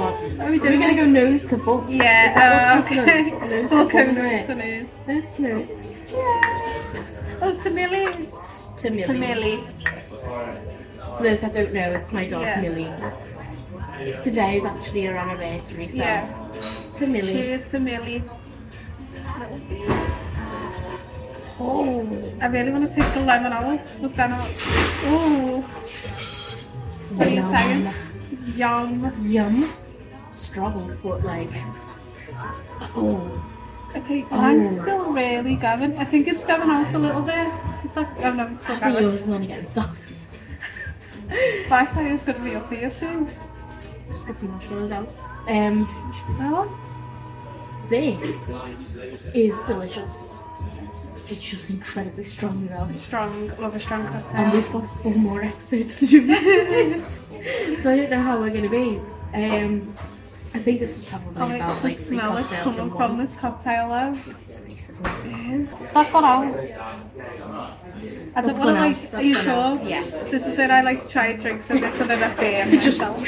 [SPEAKER 1] on.
[SPEAKER 2] Are we
[SPEAKER 1] We're
[SPEAKER 2] doing
[SPEAKER 1] gonna
[SPEAKER 2] it?
[SPEAKER 1] go nose to butt. Is
[SPEAKER 2] Yeah,
[SPEAKER 1] that
[SPEAKER 2] uh,
[SPEAKER 1] what's
[SPEAKER 2] okay.
[SPEAKER 1] happening? Nose to
[SPEAKER 2] Okay,
[SPEAKER 1] butt,
[SPEAKER 2] nose
[SPEAKER 1] isn't
[SPEAKER 2] to
[SPEAKER 1] it?
[SPEAKER 2] nose.
[SPEAKER 1] Nose to nose.
[SPEAKER 2] Oh, to Millie.
[SPEAKER 1] To
[SPEAKER 2] To
[SPEAKER 1] Millie.
[SPEAKER 2] Millie.
[SPEAKER 1] For those that don't know, it's my dog
[SPEAKER 2] Yeah.
[SPEAKER 1] Millie. Today is actually her anniversary, so
[SPEAKER 2] Yeah.
[SPEAKER 1] to Millie.
[SPEAKER 2] Cheers to Millie.
[SPEAKER 1] Oh,
[SPEAKER 2] I really want to take the lemon out, but then I'll... Ooh. What are you saying? Yum.
[SPEAKER 1] Yum. Strong, but like, oh,
[SPEAKER 2] Okay, mine's
[SPEAKER 1] Oh.
[SPEAKER 2] still really going. I think it's going out a little bit. It's not... Oh, no, it's still
[SPEAKER 1] I think
[SPEAKER 2] going.
[SPEAKER 1] yours is only getting stopped.
[SPEAKER 2] Wi-Fi is going to be up here soon.
[SPEAKER 1] Just get the marshmallows out. Um,
[SPEAKER 2] No?
[SPEAKER 1] this is delicious. It's just incredibly strong though.
[SPEAKER 2] Strong. Love a strong
[SPEAKER 1] And
[SPEAKER 2] cocktail.
[SPEAKER 1] we've got four more episodes to do. so I don't know how we're gonna be. Um, I think this is probably
[SPEAKER 2] Oh,
[SPEAKER 1] about
[SPEAKER 2] like, the
[SPEAKER 1] like three
[SPEAKER 2] smell that's
[SPEAKER 1] cocktails in
[SPEAKER 2] coming
[SPEAKER 1] one.
[SPEAKER 2] from this cocktail, though.
[SPEAKER 1] It's nice, isn't it?
[SPEAKER 2] That's got out. I don't
[SPEAKER 1] That's
[SPEAKER 2] want
[SPEAKER 1] gone
[SPEAKER 2] to
[SPEAKER 1] out.
[SPEAKER 2] like.
[SPEAKER 1] That's
[SPEAKER 2] Are you
[SPEAKER 1] gone
[SPEAKER 2] sure?
[SPEAKER 1] out. Yeah.
[SPEAKER 2] This is when I like try and drink from this and then I bear myself.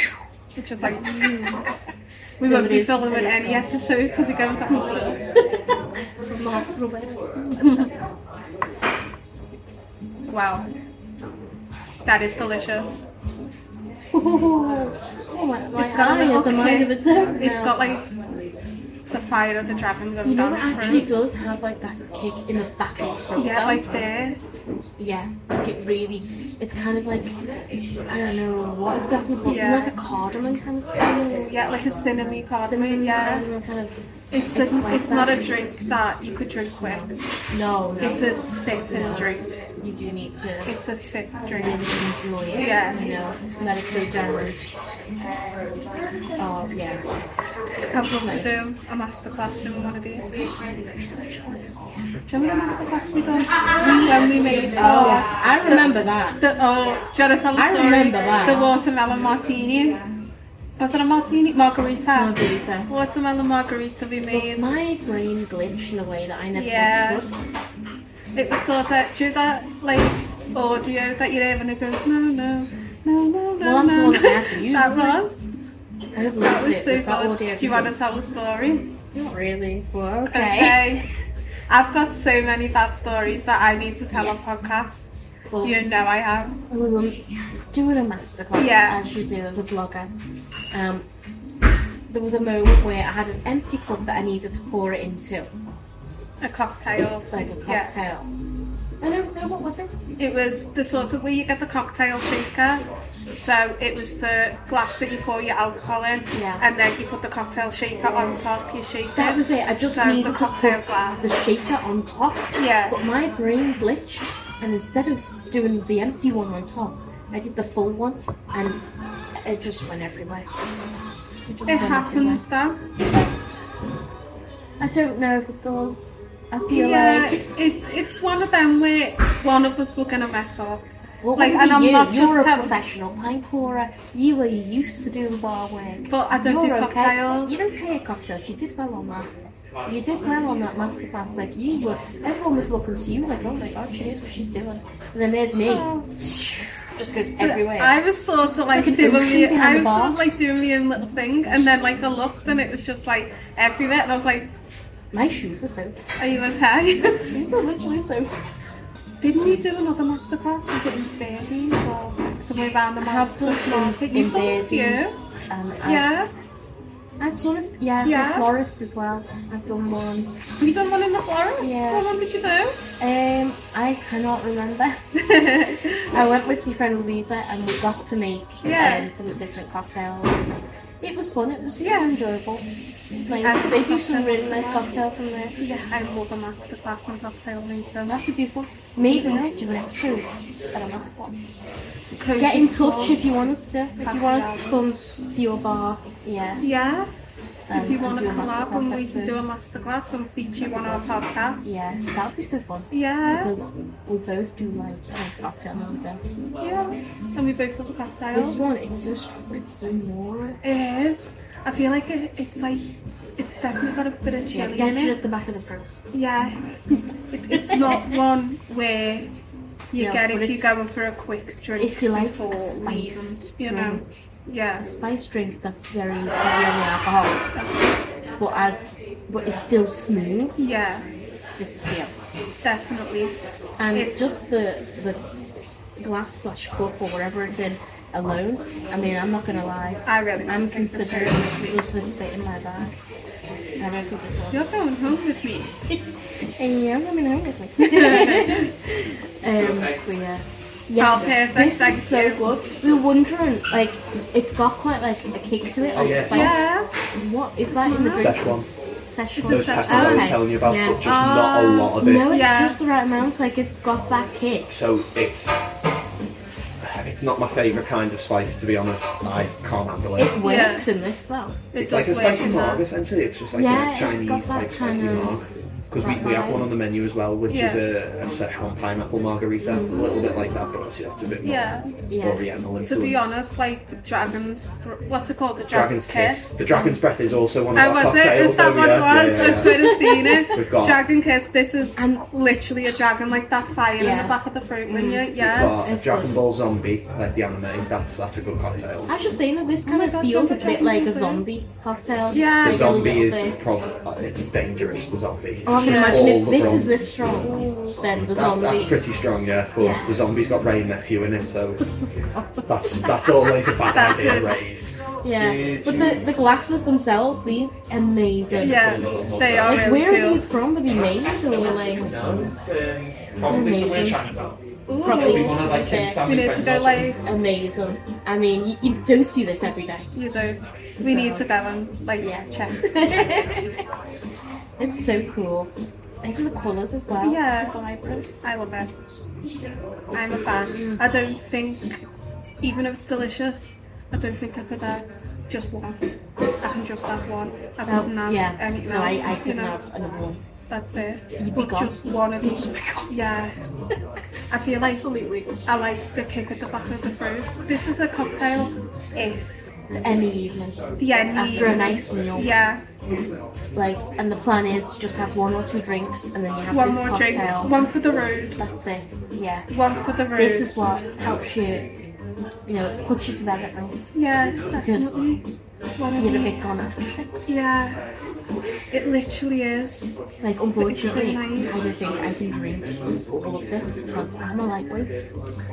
[SPEAKER 2] It's just like. hmm. we
[SPEAKER 1] No,
[SPEAKER 2] won't
[SPEAKER 1] it
[SPEAKER 2] be
[SPEAKER 1] is-
[SPEAKER 2] filming
[SPEAKER 1] it
[SPEAKER 2] with
[SPEAKER 1] is
[SPEAKER 2] any
[SPEAKER 1] gone.
[SPEAKER 2] episode till we go into hospital.
[SPEAKER 1] From the hospital bed.
[SPEAKER 2] Wow. That is delicious.
[SPEAKER 1] Oh, my, my
[SPEAKER 2] It's got a
[SPEAKER 1] eye
[SPEAKER 2] little
[SPEAKER 1] has a mind of
[SPEAKER 2] kick.
[SPEAKER 1] its own.
[SPEAKER 2] It's
[SPEAKER 1] now.
[SPEAKER 2] got like the fire of the dragon going
[SPEAKER 1] You know,
[SPEAKER 2] down
[SPEAKER 1] it
[SPEAKER 2] its
[SPEAKER 1] actually
[SPEAKER 2] throat.
[SPEAKER 1] does have like that kick in the back of the throat.
[SPEAKER 2] Yeah,
[SPEAKER 1] though.
[SPEAKER 2] like there.
[SPEAKER 1] Yeah, like it really. It's kind of like I don't know what exactly, but
[SPEAKER 2] Yeah.
[SPEAKER 1] like a cardamom kind of smell.
[SPEAKER 2] Yeah, like a cinnamon cardamom.
[SPEAKER 1] Cinnamon
[SPEAKER 2] Yeah.
[SPEAKER 1] cardamom kind of.
[SPEAKER 2] It's
[SPEAKER 1] It's
[SPEAKER 2] a,
[SPEAKER 1] like
[SPEAKER 2] it's not
[SPEAKER 1] that.
[SPEAKER 2] a drink that you could drink quick.
[SPEAKER 1] No, no.
[SPEAKER 2] It's a sip and drink.
[SPEAKER 1] You do need to
[SPEAKER 2] It's a sip
[SPEAKER 1] really
[SPEAKER 2] drink.
[SPEAKER 1] enjoy it.
[SPEAKER 2] Yeah.
[SPEAKER 1] You know, let it go down. Oh yeah.
[SPEAKER 2] I'd love to do a masterclass doing one of these. Do you remember the masterclass we done when we made? Oh,
[SPEAKER 1] I remember that.
[SPEAKER 2] the, oh, do you want to tell the
[SPEAKER 1] I
[SPEAKER 2] story?
[SPEAKER 1] remember that.
[SPEAKER 2] The watermelon martini. Was it a martini? Margarita.
[SPEAKER 1] Margarita.
[SPEAKER 2] Watermelon margarita we made.
[SPEAKER 1] My brain glitched in a way that I never
[SPEAKER 2] Yeah.
[SPEAKER 1] thought it would.
[SPEAKER 2] It was sort of, do you know that like audio that you're having it goes, no, no, No, no, no.
[SPEAKER 1] Well, that's the
[SPEAKER 2] no.
[SPEAKER 1] one that I had to use,
[SPEAKER 2] that
[SPEAKER 1] wasn't it?
[SPEAKER 2] was.
[SPEAKER 1] I have
[SPEAKER 2] That
[SPEAKER 1] loved
[SPEAKER 2] was
[SPEAKER 1] it
[SPEAKER 2] so
[SPEAKER 1] with that
[SPEAKER 2] good.
[SPEAKER 1] audio.
[SPEAKER 2] Do you want to
[SPEAKER 1] because-
[SPEAKER 2] tell the story?
[SPEAKER 1] Not really. Well,
[SPEAKER 2] Okay. I've got so many bad stories that I need to tell
[SPEAKER 1] Yes.
[SPEAKER 2] on podcasts.
[SPEAKER 1] Well,
[SPEAKER 2] You know I am.
[SPEAKER 1] we were doing a masterclass
[SPEAKER 2] Yeah.
[SPEAKER 1] as you do as a blogger. Um, there was a moment where I had an empty cup that I needed to pour it into,
[SPEAKER 2] A cocktail.
[SPEAKER 1] like a
[SPEAKER 2] Yeah.
[SPEAKER 1] cocktail. I don't know what was it.
[SPEAKER 2] It was the sort of where you get the cocktail shaker. So it was the glass that you pour your alcohol in,
[SPEAKER 1] Yeah.
[SPEAKER 2] and then you put the cocktail shaker on top. You shake it.
[SPEAKER 1] That was it. I just
[SPEAKER 2] so
[SPEAKER 1] needed
[SPEAKER 2] the
[SPEAKER 1] to
[SPEAKER 2] cocktail
[SPEAKER 1] put
[SPEAKER 2] glass.
[SPEAKER 1] the shaker on top.
[SPEAKER 2] Yeah.
[SPEAKER 1] But my brain glitched, and instead of doing the empty one on top, I did the full one, and it just went everywhere. It, just
[SPEAKER 2] It
[SPEAKER 1] went everywhere.
[SPEAKER 2] happens, though.
[SPEAKER 1] I don't know if it does. I feel
[SPEAKER 2] yeah,
[SPEAKER 1] like
[SPEAKER 2] it, it's one of them where one of us were gonna mess up.
[SPEAKER 1] What
[SPEAKER 2] Like,
[SPEAKER 1] would
[SPEAKER 2] and
[SPEAKER 1] be
[SPEAKER 2] I'm
[SPEAKER 1] you?
[SPEAKER 2] not
[SPEAKER 1] You're
[SPEAKER 2] just
[SPEAKER 1] a
[SPEAKER 2] having-
[SPEAKER 1] professional pine pourer. You were used to do the bar work.
[SPEAKER 2] But I don't do
[SPEAKER 1] You're okay.
[SPEAKER 2] cocktails.
[SPEAKER 1] You don't care cocktails. You did well on that. You did well on that masterclass. Like you were, everyone was looking to you. Like, oh my god, she knows what she's doing. And then there's me. Just goes everywhere.
[SPEAKER 2] Oh. I was sort of like,
[SPEAKER 1] like an
[SPEAKER 2] doing
[SPEAKER 1] ocean
[SPEAKER 2] me,
[SPEAKER 1] behind
[SPEAKER 2] I
[SPEAKER 1] the
[SPEAKER 2] was sort
[SPEAKER 1] bar.
[SPEAKER 2] of like doing me own little thing, and then like I looked and it was just like everywhere, and I was like,
[SPEAKER 1] my shoes were soaked.
[SPEAKER 2] "Are you okay?
[SPEAKER 1] Shoes are literally soaked.
[SPEAKER 2] Didn't you do another masterclass? Was it in Fairley or somewhere around the
[SPEAKER 1] I have done
[SPEAKER 2] Market?
[SPEAKER 1] some
[SPEAKER 2] You've
[SPEAKER 1] in Um,
[SPEAKER 2] done a few.
[SPEAKER 1] Bearsies, and I've-
[SPEAKER 2] Yeah,
[SPEAKER 1] I've done a- yeah, yeah.
[SPEAKER 2] Yeah.
[SPEAKER 1] florist as well. I've done one.
[SPEAKER 2] have you done one in the forest?
[SPEAKER 1] Yeah.
[SPEAKER 2] What one did you do?
[SPEAKER 1] Um, I cannot remember. I went with my friend Louisa and we got to make
[SPEAKER 2] Yeah.
[SPEAKER 1] um, some different cocktails. It was fun, it was yeah.
[SPEAKER 2] Yeah.
[SPEAKER 1] enjoyable. It's
[SPEAKER 2] And
[SPEAKER 1] nice. They do some
[SPEAKER 2] cocktails
[SPEAKER 1] really
[SPEAKER 2] as
[SPEAKER 1] nice
[SPEAKER 2] well.
[SPEAKER 1] cocktails in there.
[SPEAKER 2] yeah, I love a masterclass in cocktail making.
[SPEAKER 1] I have to do some. Maybe I should do an episode at a masterclass.
[SPEAKER 2] Cozy
[SPEAKER 1] Get in touch
[SPEAKER 2] club.
[SPEAKER 1] if you want us to. If you want us to come to your bar, yeah.
[SPEAKER 2] Yeah.
[SPEAKER 1] um,
[SPEAKER 2] If you
[SPEAKER 1] and
[SPEAKER 2] want to
[SPEAKER 1] do a
[SPEAKER 2] collab
[SPEAKER 1] masterclass
[SPEAKER 2] and we can do a
[SPEAKER 1] episode.
[SPEAKER 2] masterclass and feature you on our podcast.
[SPEAKER 1] Yeah, that would be so fun.
[SPEAKER 2] Yeah.
[SPEAKER 1] Because we both do like nice cocktail now.
[SPEAKER 2] Yeah. And we both love a cocktail.
[SPEAKER 1] This one, it's so strong, it's so more.
[SPEAKER 2] It is. I feel like it, it's like, it's definitely got a bit of
[SPEAKER 1] Yeah,
[SPEAKER 2] chili in
[SPEAKER 1] get it
[SPEAKER 2] it.
[SPEAKER 1] at the back of the throat.
[SPEAKER 2] Yeah. it, it's not one where you
[SPEAKER 1] No,
[SPEAKER 2] get
[SPEAKER 1] but
[SPEAKER 2] if you're
[SPEAKER 1] it's-
[SPEAKER 2] going for a quick drink.
[SPEAKER 1] if you like
[SPEAKER 2] before
[SPEAKER 1] a
[SPEAKER 2] leaving,
[SPEAKER 1] spiced
[SPEAKER 2] You know.
[SPEAKER 1] drink.
[SPEAKER 2] Yeah.
[SPEAKER 1] spice drink that's very heavy on the alcohol, but as but it's still smooth.
[SPEAKER 2] Yeah.
[SPEAKER 1] This is here,
[SPEAKER 2] Definitely.
[SPEAKER 1] and just the the glass slash cup or whatever it's in alone. I mean, I'm not gonna lie,
[SPEAKER 2] I really.
[SPEAKER 1] I'm
[SPEAKER 2] think it's
[SPEAKER 1] considering
[SPEAKER 2] really sweet.
[SPEAKER 1] just this bit in my bag. I don't think it
[SPEAKER 2] You're
[SPEAKER 1] does.
[SPEAKER 2] going home with me.
[SPEAKER 1] And you're coming home with me. um, but yeah. Yes,
[SPEAKER 2] perfect,
[SPEAKER 1] this
[SPEAKER 2] thank
[SPEAKER 1] is so
[SPEAKER 2] you.
[SPEAKER 1] good. We were wondering, like, it's got quite like a kick to it. Oh,
[SPEAKER 6] yeah.
[SPEAKER 2] Yeah.
[SPEAKER 1] What is that in the drink?
[SPEAKER 6] Szechuan.
[SPEAKER 1] Szechuan.
[SPEAKER 6] Those
[SPEAKER 2] Szechuan.
[SPEAKER 6] peppers I was
[SPEAKER 1] Okay.
[SPEAKER 6] telling you about,
[SPEAKER 1] Yeah.
[SPEAKER 6] but just not a lot of it.
[SPEAKER 1] No, it's
[SPEAKER 2] Yeah.
[SPEAKER 1] just the right amount. Like it's got that kick.
[SPEAKER 6] So it's it's not my favourite kind of spice, to be honest. I can't handle it.
[SPEAKER 1] It works in this though.
[SPEAKER 2] It
[SPEAKER 6] It's like a
[SPEAKER 2] does work
[SPEAKER 6] spicy
[SPEAKER 2] in that.
[SPEAKER 6] marg, essentially. It's just like
[SPEAKER 1] Yeah,
[SPEAKER 6] a
[SPEAKER 1] it's
[SPEAKER 6] Chinese
[SPEAKER 1] got that
[SPEAKER 6] like spicy
[SPEAKER 1] kind of-
[SPEAKER 6] marg. Because we, we have one on the menu as well, which
[SPEAKER 2] Yeah. Mm.
[SPEAKER 6] is a, a Szechuan pineapple margarita. It's a little bit like that, but obviously that's a bit more
[SPEAKER 2] Yeah.
[SPEAKER 1] Yeah.
[SPEAKER 6] Oriental influence.
[SPEAKER 2] To be honest, like the dragons, what's it called? The
[SPEAKER 6] Dragon's
[SPEAKER 2] dragons,
[SPEAKER 6] Kiss. The Dragon's Breath is also one of
[SPEAKER 2] I
[SPEAKER 6] our
[SPEAKER 2] Oh, was it?
[SPEAKER 6] cocktails.
[SPEAKER 2] Is that
[SPEAKER 6] though,
[SPEAKER 2] what it
[SPEAKER 6] yeah.
[SPEAKER 2] was?
[SPEAKER 6] Yeah, yeah,
[SPEAKER 2] I've
[SPEAKER 6] yeah.
[SPEAKER 2] tried to seen it.
[SPEAKER 6] We've got-
[SPEAKER 2] Dragon kiss. This is
[SPEAKER 1] And-
[SPEAKER 2] literally a dragon, like that fire in
[SPEAKER 1] Yeah.
[SPEAKER 2] the back of the throat when you, yeah.
[SPEAKER 6] But a
[SPEAKER 1] It's
[SPEAKER 6] Dragon
[SPEAKER 1] good.
[SPEAKER 6] Ball Zombie, like the anime, that's that's a good cocktail.
[SPEAKER 1] I was just saying that this kind
[SPEAKER 2] Oh my
[SPEAKER 1] of
[SPEAKER 2] God,
[SPEAKER 1] feels a
[SPEAKER 2] Jumbo
[SPEAKER 1] bit
[SPEAKER 2] Jack
[SPEAKER 1] like a
[SPEAKER 2] Nicholson.
[SPEAKER 1] zombie cocktail.
[SPEAKER 2] Yeah.
[SPEAKER 6] The
[SPEAKER 1] Like a
[SPEAKER 6] zombie
[SPEAKER 1] little
[SPEAKER 6] is
[SPEAKER 1] bit.
[SPEAKER 6] probably it's dangerous. The zombie.
[SPEAKER 1] Oh, I
[SPEAKER 6] It's
[SPEAKER 1] can
[SPEAKER 6] just
[SPEAKER 1] imagine
[SPEAKER 6] all
[SPEAKER 1] if
[SPEAKER 6] the
[SPEAKER 1] this
[SPEAKER 6] wrong-
[SPEAKER 1] is this strong, then the
[SPEAKER 6] That's,
[SPEAKER 1] zombie.
[SPEAKER 6] that's pretty strong, yeah. But
[SPEAKER 1] Yeah.
[SPEAKER 6] the zombie's got Ray Nephew in it, so that's that's always a bad
[SPEAKER 2] That's
[SPEAKER 6] idea.
[SPEAKER 2] it.
[SPEAKER 6] Ray's.
[SPEAKER 1] yeah,
[SPEAKER 6] Did
[SPEAKER 1] but
[SPEAKER 6] you-
[SPEAKER 1] the, the glasses themselves, these amazing.
[SPEAKER 2] Yeah, they are
[SPEAKER 1] Like,
[SPEAKER 2] really
[SPEAKER 1] where are
[SPEAKER 2] cool.
[SPEAKER 1] these from? Were they made or like
[SPEAKER 7] Probably somewhere in
[SPEAKER 1] Amazing.
[SPEAKER 7] Chinatown.
[SPEAKER 1] Probably
[SPEAKER 7] one of like
[SPEAKER 1] to be
[SPEAKER 7] Kim's
[SPEAKER 1] fair.
[SPEAKER 7] family
[SPEAKER 2] We need to
[SPEAKER 7] friends
[SPEAKER 2] go
[SPEAKER 7] or something.
[SPEAKER 2] like
[SPEAKER 1] amazing? I mean, you, you don't see this every day.
[SPEAKER 2] you know. We need to go and like
[SPEAKER 1] Yes.
[SPEAKER 2] check.
[SPEAKER 1] It's so cool. Even the colours as well.
[SPEAKER 2] Yeah.
[SPEAKER 1] It's so vibrant.
[SPEAKER 2] I love it. I'm a fan. I don't think, even if it's delicious, I don't think I could have just one. I can just have one. I
[SPEAKER 1] Oh,
[SPEAKER 2] couldn't have
[SPEAKER 1] yeah.
[SPEAKER 2] anything
[SPEAKER 1] no, I,
[SPEAKER 2] else.
[SPEAKER 1] I
[SPEAKER 2] you
[SPEAKER 1] couldn't
[SPEAKER 2] know.
[SPEAKER 1] have another one.
[SPEAKER 2] That's it.
[SPEAKER 1] You'd be
[SPEAKER 2] But
[SPEAKER 1] gone.
[SPEAKER 2] just one of
[SPEAKER 1] You'd
[SPEAKER 2] these.
[SPEAKER 1] just be gone.
[SPEAKER 2] Yeah. I feel like absolutely. I like the kick at the back of the throat. This is a cocktail if
[SPEAKER 1] Any evening.
[SPEAKER 2] the end.
[SPEAKER 1] After a nice meal.
[SPEAKER 2] Yeah,
[SPEAKER 1] Like, and the plan is to just have one or two drinks and then you have
[SPEAKER 2] one
[SPEAKER 1] this
[SPEAKER 2] more
[SPEAKER 1] cocktail.
[SPEAKER 2] drink, one for the road,
[SPEAKER 1] That's it. Yeah.
[SPEAKER 2] one for the road.
[SPEAKER 1] This is what helps you you know, puts you to bed at night.
[SPEAKER 2] Yeah,
[SPEAKER 1] Because
[SPEAKER 2] definitely.
[SPEAKER 1] you're
[SPEAKER 2] What I
[SPEAKER 1] a
[SPEAKER 2] mean.
[SPEAKER 1] bit gone after.
[SPEAKER 2] Yeah. It literally is.
[SPEAKER 1] Like, unfortunately,
[SPEAKER 2] nice.
[SPEAKER 1] I don't think I can drink all of this because I'm a lightweight.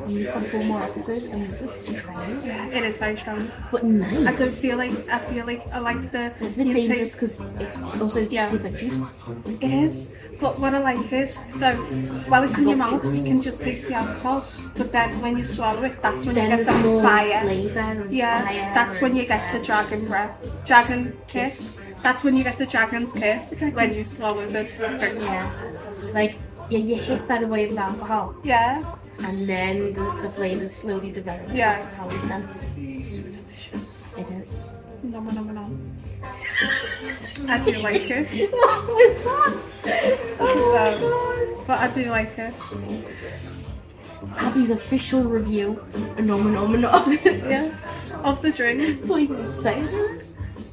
[SPEAKER 1] And we've got four more episodes, and this is strange,
[SPEAKER 2] Yeah, it is very strong.
[SPEAKER 1] but
[SPEAKER 2] I don't
[SPEAKER 1] nice.
[SPEAKER 2] feel like I feel like I like the
[SPEAKER 1] It's a bit
[SPEAKER 2] you take-
[SPEAKER 1] dangerous because it's also just
[SPEAKER 2] Yeah.
[SPEAKER 1] tastes like juice.
[SPEAKER 2] It is, but what I like is that while it's in your mouth, you can just taste the alcohol. But then when you swallow it, that's when
[SPEAKER 1] Then
[SPEAKER 2] you get
[SPEAKER 1] there's
[SPEAKER 2] that
[SPEAKER 1] more
[SPEAKER 2] fire.
[SPEAKER 1] flavour. and
[SPEAKER 2] Yeah,
[SPEAKER 1] fire
[SPEAKER 2] that's when
[SPEAKER 1] and-
[SPEAKER 2] you get the dragon breath, dragon kiss. That's when you get the dragon's kiss when you swallow the drink.
[SPEAKER 1] Yeah. Like, yeah, you're hit by the wave of alcohol,
[SPEAKER 2] Yeah,
[SPEAKER 1] and then the, the flavours slowly develop. as
[SPEAKER 2] Yeah.
[SPEAKER 1] to how it then- So delicious. It is.
[SPEAKER 2] nom nom nom. I do like it,
[SPEAKER 1] What was that?
[SPEAKER 2] Um,
[SPEAKER 1] Oh my
[SPEAKER 2] but I do like it.
[SPEAKER 1] god. Abby's official review. No, no, no. It's
[SPEAKER 2] Yeah, of the drink,
[SPEAKER 1] like insane.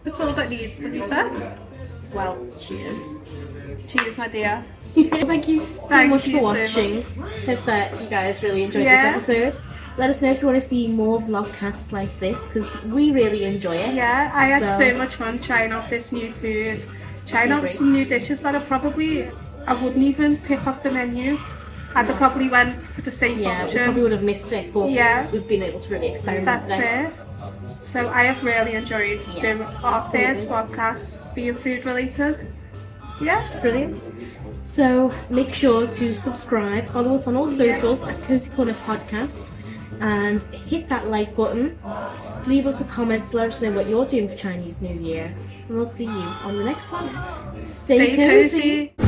[SPEAKER 2] that's all that needs to be said.
[SPEAKER 1] Well, cheers.
[SPEAKER 2] Cheers, my dear.
[SPEAKER 1] Thank you so
[SPEAKER 2] Thank
[SPEAKER 1] much
[SPEAKER 2] you
[SPEAKER 1] for
[SPEAKER 2] so
[SPEAKER 1] watching. Hope that you guys really enjoyed
[SPEAKER 2] Yeah.
[SPEAKER 1] this episode. Let us know if you want to see more vlogcasts like this because we really enjoy it.
[SPEAKER 2] Yeah, I had so,
[SPEAKER 1] So-
[SPEAKER 2] much fun trying out this new food, trying
[SPEAKER 1] fucking
[SPEAKER 2] out
[SPEAKER 1] great.
[SPEAKER 2] some new dishes that I probably I wouldn't even pick off the menu. I'd have probably went for the same
[SPEAKER 1] Yeah, we
[SPEAKER 2] option.
[SPEAKER 1] probably would have missed it, but
[SPEAKER 2] Yeah.
[SPEAKER 1] we've been able to really experiment
[SPEAKER 2] That's
[SPEAKER 1] today.
[SPEAKER 2] it. So I have really enjoyed
[SPEAKER 1] Yes,
[SPEAKER 2] doing our first
[SPEAKER 1] absolutely.
[SPEAKER 2] podcast being food related. Yeah,
[SPEAKER 1] Brilliant. So make sure to subscribe, follow us on all socials at Cozy Corner Podcast, and hit that like button. Leave us a comment, let us know what you're doing for Chinese New Year, and we'll see you on the next one. Stay,
[SPEAKER 2] stay cozy.